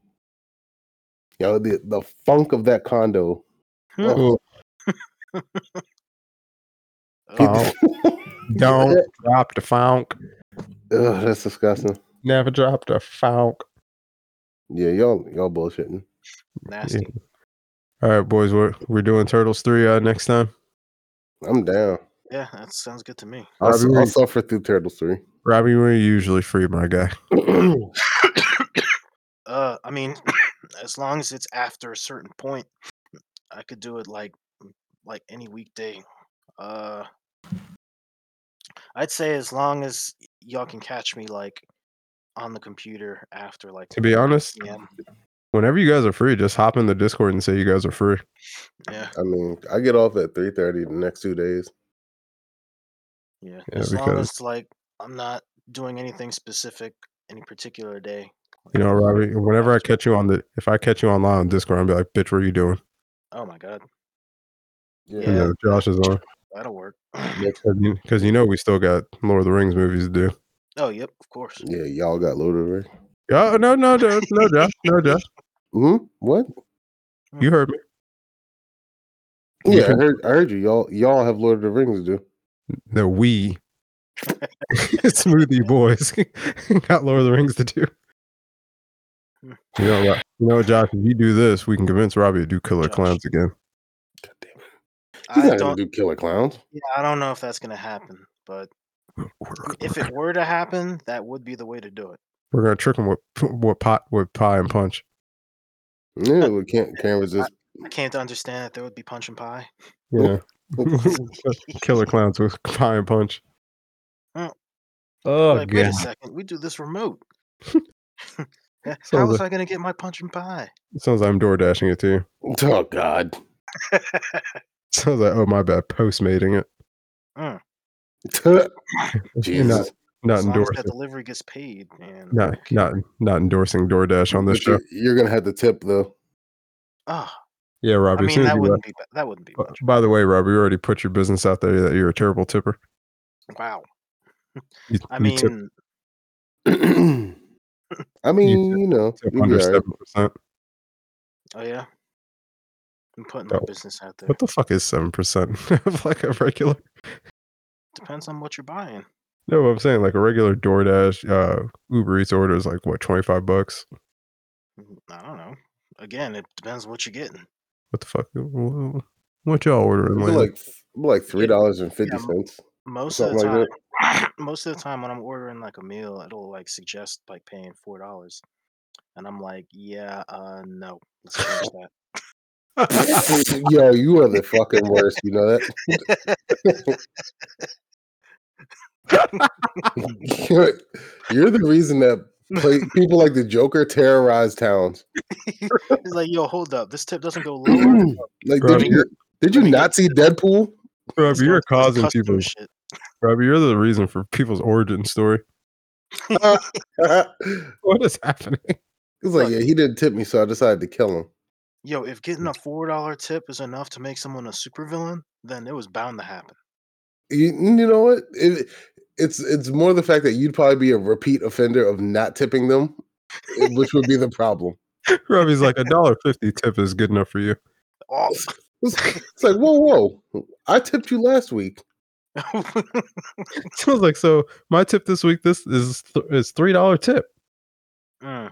S6: yo, the the funk of that condo.
S2: Ooh,
S7: Oh,
S6: Uh-huh.
S2: don't drop the funk.
S6: Ugh, that's disgusting.
S2: Never drop the funk.
S6: Yeah, y'all y'all bullshitting.
S7: nasty.
S2: All right, boys, we're we're doing Turtles three uh, next time.
S6: I'm down.
S7: Yeah, that sounds good to me.
S6: I'll,
S2: Robbie,
S6: su- I'll
S2: we-
S6: suffer through Turtles three.
S2: Robbie, we're usually free, my guy.
S7: uh, I mean, as long as it's after a certain point, I could do it like like any weekday. Uh, I'd say as long as y'all can catch me like on the computer after like
S2: To be honest,
S7: yeah,
S2: whenever you guys are free, just hop in the Discord and say you guys are free.
S7: yeah,
S6: I mean, I get off at three thirty the next two days.
S7: yeah.
S2: Yeah,
S7: As long
S2: because-
S7: as like I'm not doing anything specific any particular day.
S2: You know, Robbie, whenever I catch you on the if I catch you online on Discord, I'll be like, bitch, what are you doing?
S7: Oh my god,
S2: You know, Josh is on.
S7: that'll work.
S2: Because you know we still got Lord of the Rings movies to do.
S7: oh yep, of course.
S6: Yeah, y'all got loaded. Right?
S2: Yeah, no, no, no, no, Josh. No, Josh.
S6: Hmm. What?
S2: You heard me. You
S6: Yeah, I
S2: can-
S6: heard, I heard you. Y'all, y'all have Lord of the Rings to do.
S2: The we smoothie boys got Lord of the Rings to do.
S7: Hmm.
S2: You know what? You know, what, Josh, if you do this, we can convince Robbie to do Killer
S7: Josh.
S2: Clowns again.
S6: He's
S7: I
S6: not gonna
S7: don't.
S6: do Killer Clowns.
S7: Yeah, I don't know if that's gonna happen, but if it were to happen, that would be the way to do it.
S2: We're gonna trick him with what pot with pie and punch.
S6: Yeah, we can't can't resist.
S7: I can't understand that there would be punch and pie.
S2: Yeah, killer clowns with pie and punch.
S7: Mm.
S2: Oh
S7: like, wait a second, we do this remote. Yeah,
S2: So
S7: How was
S2: the-
S7: I gonna get my punch and pie?
S2: Sounds like I'm door dashing it to you.
S6: Oh God.
S2: Sounds like oh my bad, postmating it.
S6: Jesus.
S2: Not
S7: as long as
S2: endorsing.
S7: that delivery gets paid, man.
S2: Not not not endorsing DoorDash on this
S6: But you-
S2: show.
S6: You're gonna have to tip though.
S7: Ah,
S2: Yeah, Robbie.
S7: I
S2: as
S7: mean
S2: soon as
S7: that
S2: you
S7: wouldn't be ba- that wouldn't be
S2: left-
S7: much.
S2: by the way, Robbie, you already put your business out there that you're a terrible tipper.
S7: Wow.
S2: You,
S7: I
S2: you
S7: mean,
S2: tip,
S6: I mean, you, know,
S2: tip
S6: you'll be
S2: under
S6: all
S2: seven
S6: right.
S2: percent.
S7: oh yeah. I'm putting my
S2: Oh.
S7: business out there.
S2: What the fuck is seven percent of like a regular?
S7: Depends on what you're buying.
S2: No, I'm saying like a regular DoorDash, uh, Uber Eats order is like what twenty five bucks.
S7: Mm, I don't know. Again, it depends what you're getting.
S2: What the fuck? wh- wh- What y'all ordering?
S6: It'll be
S2: Lane?
S6: like it'll be like three dollars and fifty
S7: Yeah.
S6: cents.
S7: Most of
S6: Something
S7: the
S6: like
S7: time,
S6: that.
S7: most of the time when I'm ordering like a meal, it'll like suggest like paying four dollars, and I'm like, yeah, uh, no, let's change that.
S6: Yo, you are the fucking worst. You know that. you're, you're the reason that play, people like the Joker terrorize towns.
S7: It's like, yo, hold up, this tip doesn't go lower.
S6: like,
S2: Bro,
S6: did you, did you
S7: let me
S6: not see Deadpool?
S2: Rob,
S7: This
S2: you're
S7: goes- this
S2: causing
S7: custom
S2: people's.
S7: shit.
S2: Rob, you're the reason for people's origin story.
S6: it's
S2: What is happening?
S6: like, yeah, he didn't tip me, so I decided to kill him.
S7: Yo, if getting a four dollar tip is enough to make someone a supervillain, then it was bound to happen.
S6: You, you know what? It, it's it's more the fact that you'd probably be a repeat offender of not tipping them, which would be the problem.
S2: Robbie's like a dollar fifty tip is good enough for you.
S7: Oh.
S6: It's, it's like, whoa, whoa! I tipped you last week.
S2: So I was like, so my tip this week this is th- is three dollar tip.
S7: Mm,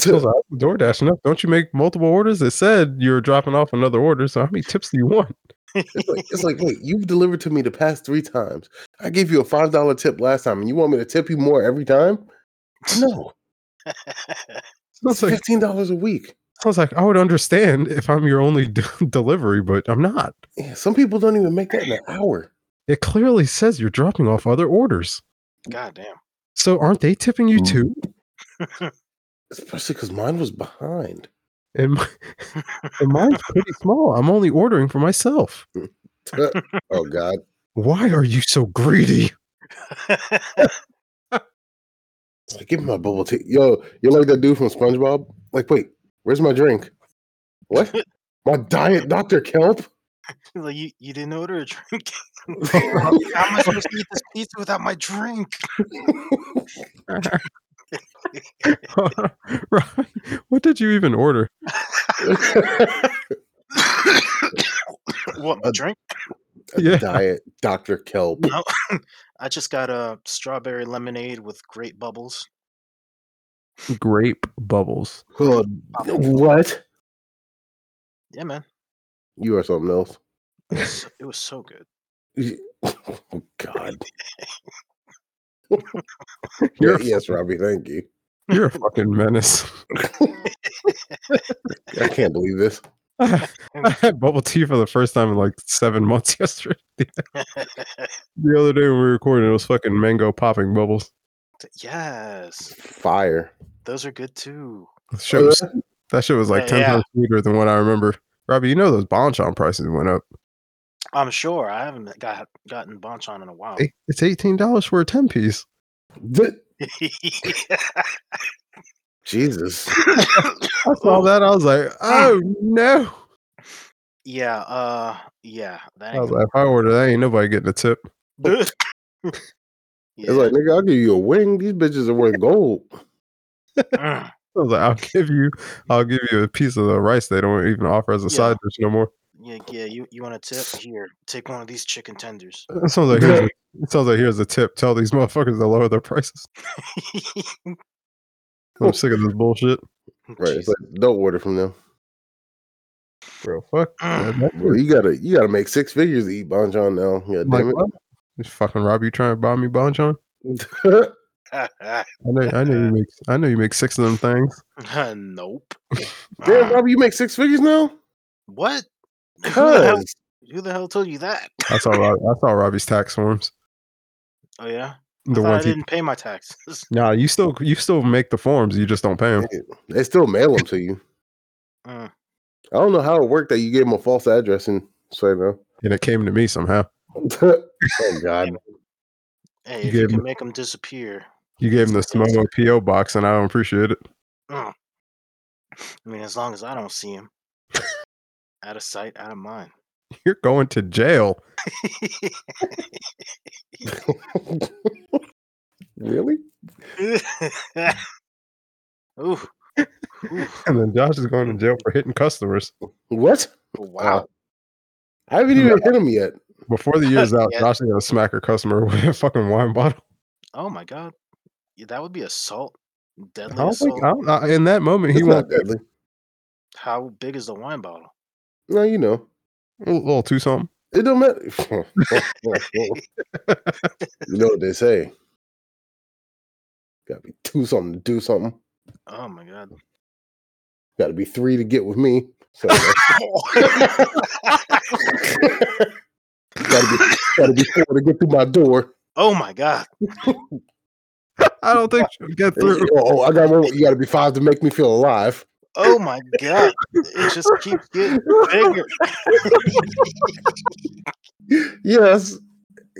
S2: So I was like, Door dashing up. Don't you make multiple orders? It said you were dropping off another order. So how many tips do you want?
S6: It's like, it's like, wait, you've delivered to me the past three times. I gave you a five dollar tip last time, and you want me to tip you more every time? No,
S2: Sounds like
S6: fifteen dollars a week.
S2: sounds like I would understand if I'm your only d- delivery, but I'm not.
S6: Yeah, some people don't even make that in an hour.
S2: It clearly says you're dropping off other orders.
S7: God damn.
S2: So aren't they tipping you
S3: Mm.
S2: too?
S6: Especially because mine was behind.
S2: And, my, and mine's pretty small. I'm only ordering for myself.
S6: oh God.
S2: Why are you so greedy?
S6: It's like, give me my bubble tea. Yo, you're like that dude from SpongeBob. Like, wait, where's my drink? What? My diet Dr. Kelp?
S7: like you, you didn't order a drink. How am I supposed to eat this pizza without my drink?
S2: right? What did you even order?
S7: what my
S6: Uh,
S7: drink?
S2: Yeah.
S6: Diet Dr. Kelp.
S7: No, I just got a strawberry lemonade with grape bubbles.
S2: Grape bubbles.
S6: Oh, what?
S7: Yeah, man,
S6: You are something else.
S7: it was, so- it was so good.
S6: Oh, God.
S2: You're,
S6: Yeah, yes, Robbie, thank you.
S2: you're a fucking menace.
S6: I can't believe this.
S2: I had bubble tea for the first time in like seven months yesterday. The other day when we were recording, it was fucking mango popping bubbles.
S7: yes,
S6: Fire.
S7: those are good too.
S2: That shit was, that shit was like
S7: Uh,
S2: 10
S7: yeah.
S2: times sweeter than what I remember. Robbie, you know those bonchon prices went up.
S7: I'm sure I haven't got gotten bonchon in a while.
S2: Eight- It's $18 for a 10 piece.
S6: Th- Jesus.
S2: I saw that. I was like, oh no.
S7: yeah, uh, yeah, that
S2: I
S7: ain't
S2: was like, if I order that, ain't nobody getting a tip.
S7: gonna-
S6: It's like, nigga, I'll give you a wing. These bitches are worth gold.
S7: Yeah. Mm,
S2: I was like, I'll give you, I'll give you a piece of the rice they don't even offer as a
S7: Yeah.
S2: side dish no more.
S7: yeah, yeah. You you want a tip? Here, take one of these chicken tenders.
S2: It sounds like here's a, it sounds like here's a tip. Tell these motherfuckers to lower their prices. I'm sick of this bullshit.
S6: Right. It's like, don't order from them.
S2: Bro, fuck.
S7: Mm.
S2: that
S6: Bro, you gotta you gotta make six figures to eat Bonjon now.
S2: I'm like,
S6: God
S2: what? This fucking Robbie you trying to buy me bonchon?
S6: damn it.
S2: I know, I know you make, I know you make six of them things.
S7: Uh, nope. Uh,
S2: Ah.
S6: Damn, Robbie, you make six figures now?
S7: What? Who the, hell,
S6: Cuz
S7: who the hell told you that?
S2: I saw, Rob, I saw Robbie's tax forms.
S7: Oh yeah,
S2: The
S7: I, thought I
S2: ones he,
S7: didn't pay my taxes.
S2: nah, you still, you still make the forms. You just don't pay them.
S6: they still mail them to you.
S7: Mm.
S6: I don't know how it worked that you gave them a false address and say no.
S2: And it came to me somehow.
S6: oh God.
S2: You
S7: Hey, if you
S2: gave
S7: can
S2: me-
S7: make them disappear,
S2: You gave him the Samoa PO box, and I don't appreciate it.
S7: I mean, as long as I don't see him, out of sight, out of mind.
S2: You're going to jail.
S6: really?
S7: Ooh,
S2: And then Josh is going to jail for hitting customers.
S6: What?
S7: wow!
S6: I haven't even hit him yet.
S2: Before the year's out,
S7: Yeah.
S2: Josh is going to smack a customer with a fucking wine bottle.
S7: Oh my god, Yeah, that would be assault,
S2: I
S7: deadly
S2: don't
S7: assault.
S2: think, I don't, I, in that moment,
S6: It's
S2: he
S6: not
S2: won't.
S6: deadly.
S7: How big is the wine bottle?
S6: No, you know.
S2: A little too something.
S6: It don't matter. you know what they say. Gotta be two something to do something.
S7: Oh my god!
S6: Gotta be three to get with me. So uh, gotta be gotta be four to get through my door.
S7: oh my god!
S2: I don't think she'll get
S6: Oh,
S2: through.
S6: oh, I got one. You gotta be five to make me feel alive.
S7: Oh my god! It just keeps getting bigger.
S6: Yes.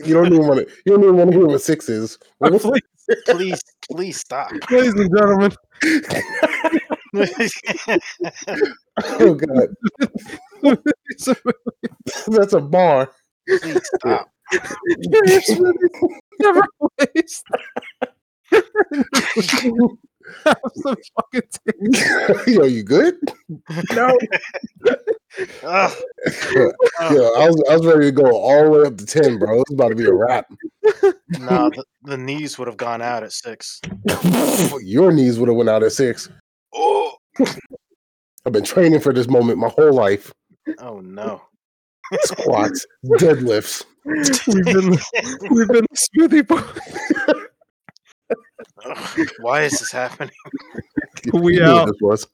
S6: You don't even want to. You don't even want to hear what six is.
S2: please,
S7: Please, please stop.
S2: ladies and gentlemen,
S6: Oh god,
S2: so-
S6: that's a bar.
S7: please stop.
S2: never waste. Have some fucking tea.
S6: Yo, you good?
S7: Ugh.
S6: Yo, I was I was ready to go all the way up to ten, bro. It's about to be a wrap.
S7: Nah, the, the knees would have gone out at six.
S6: Your knees would have went out at six.
S7: Oh,
S6: I've been training for this moment my whole life.
S7: oh no.
S6: Squats, deadlifts.
S2: We've been, we've been the smoothie boy.
S7: Ugh, why is this happening?
S6: You
S2: We
S6: know what
S2: out.
S6: This was.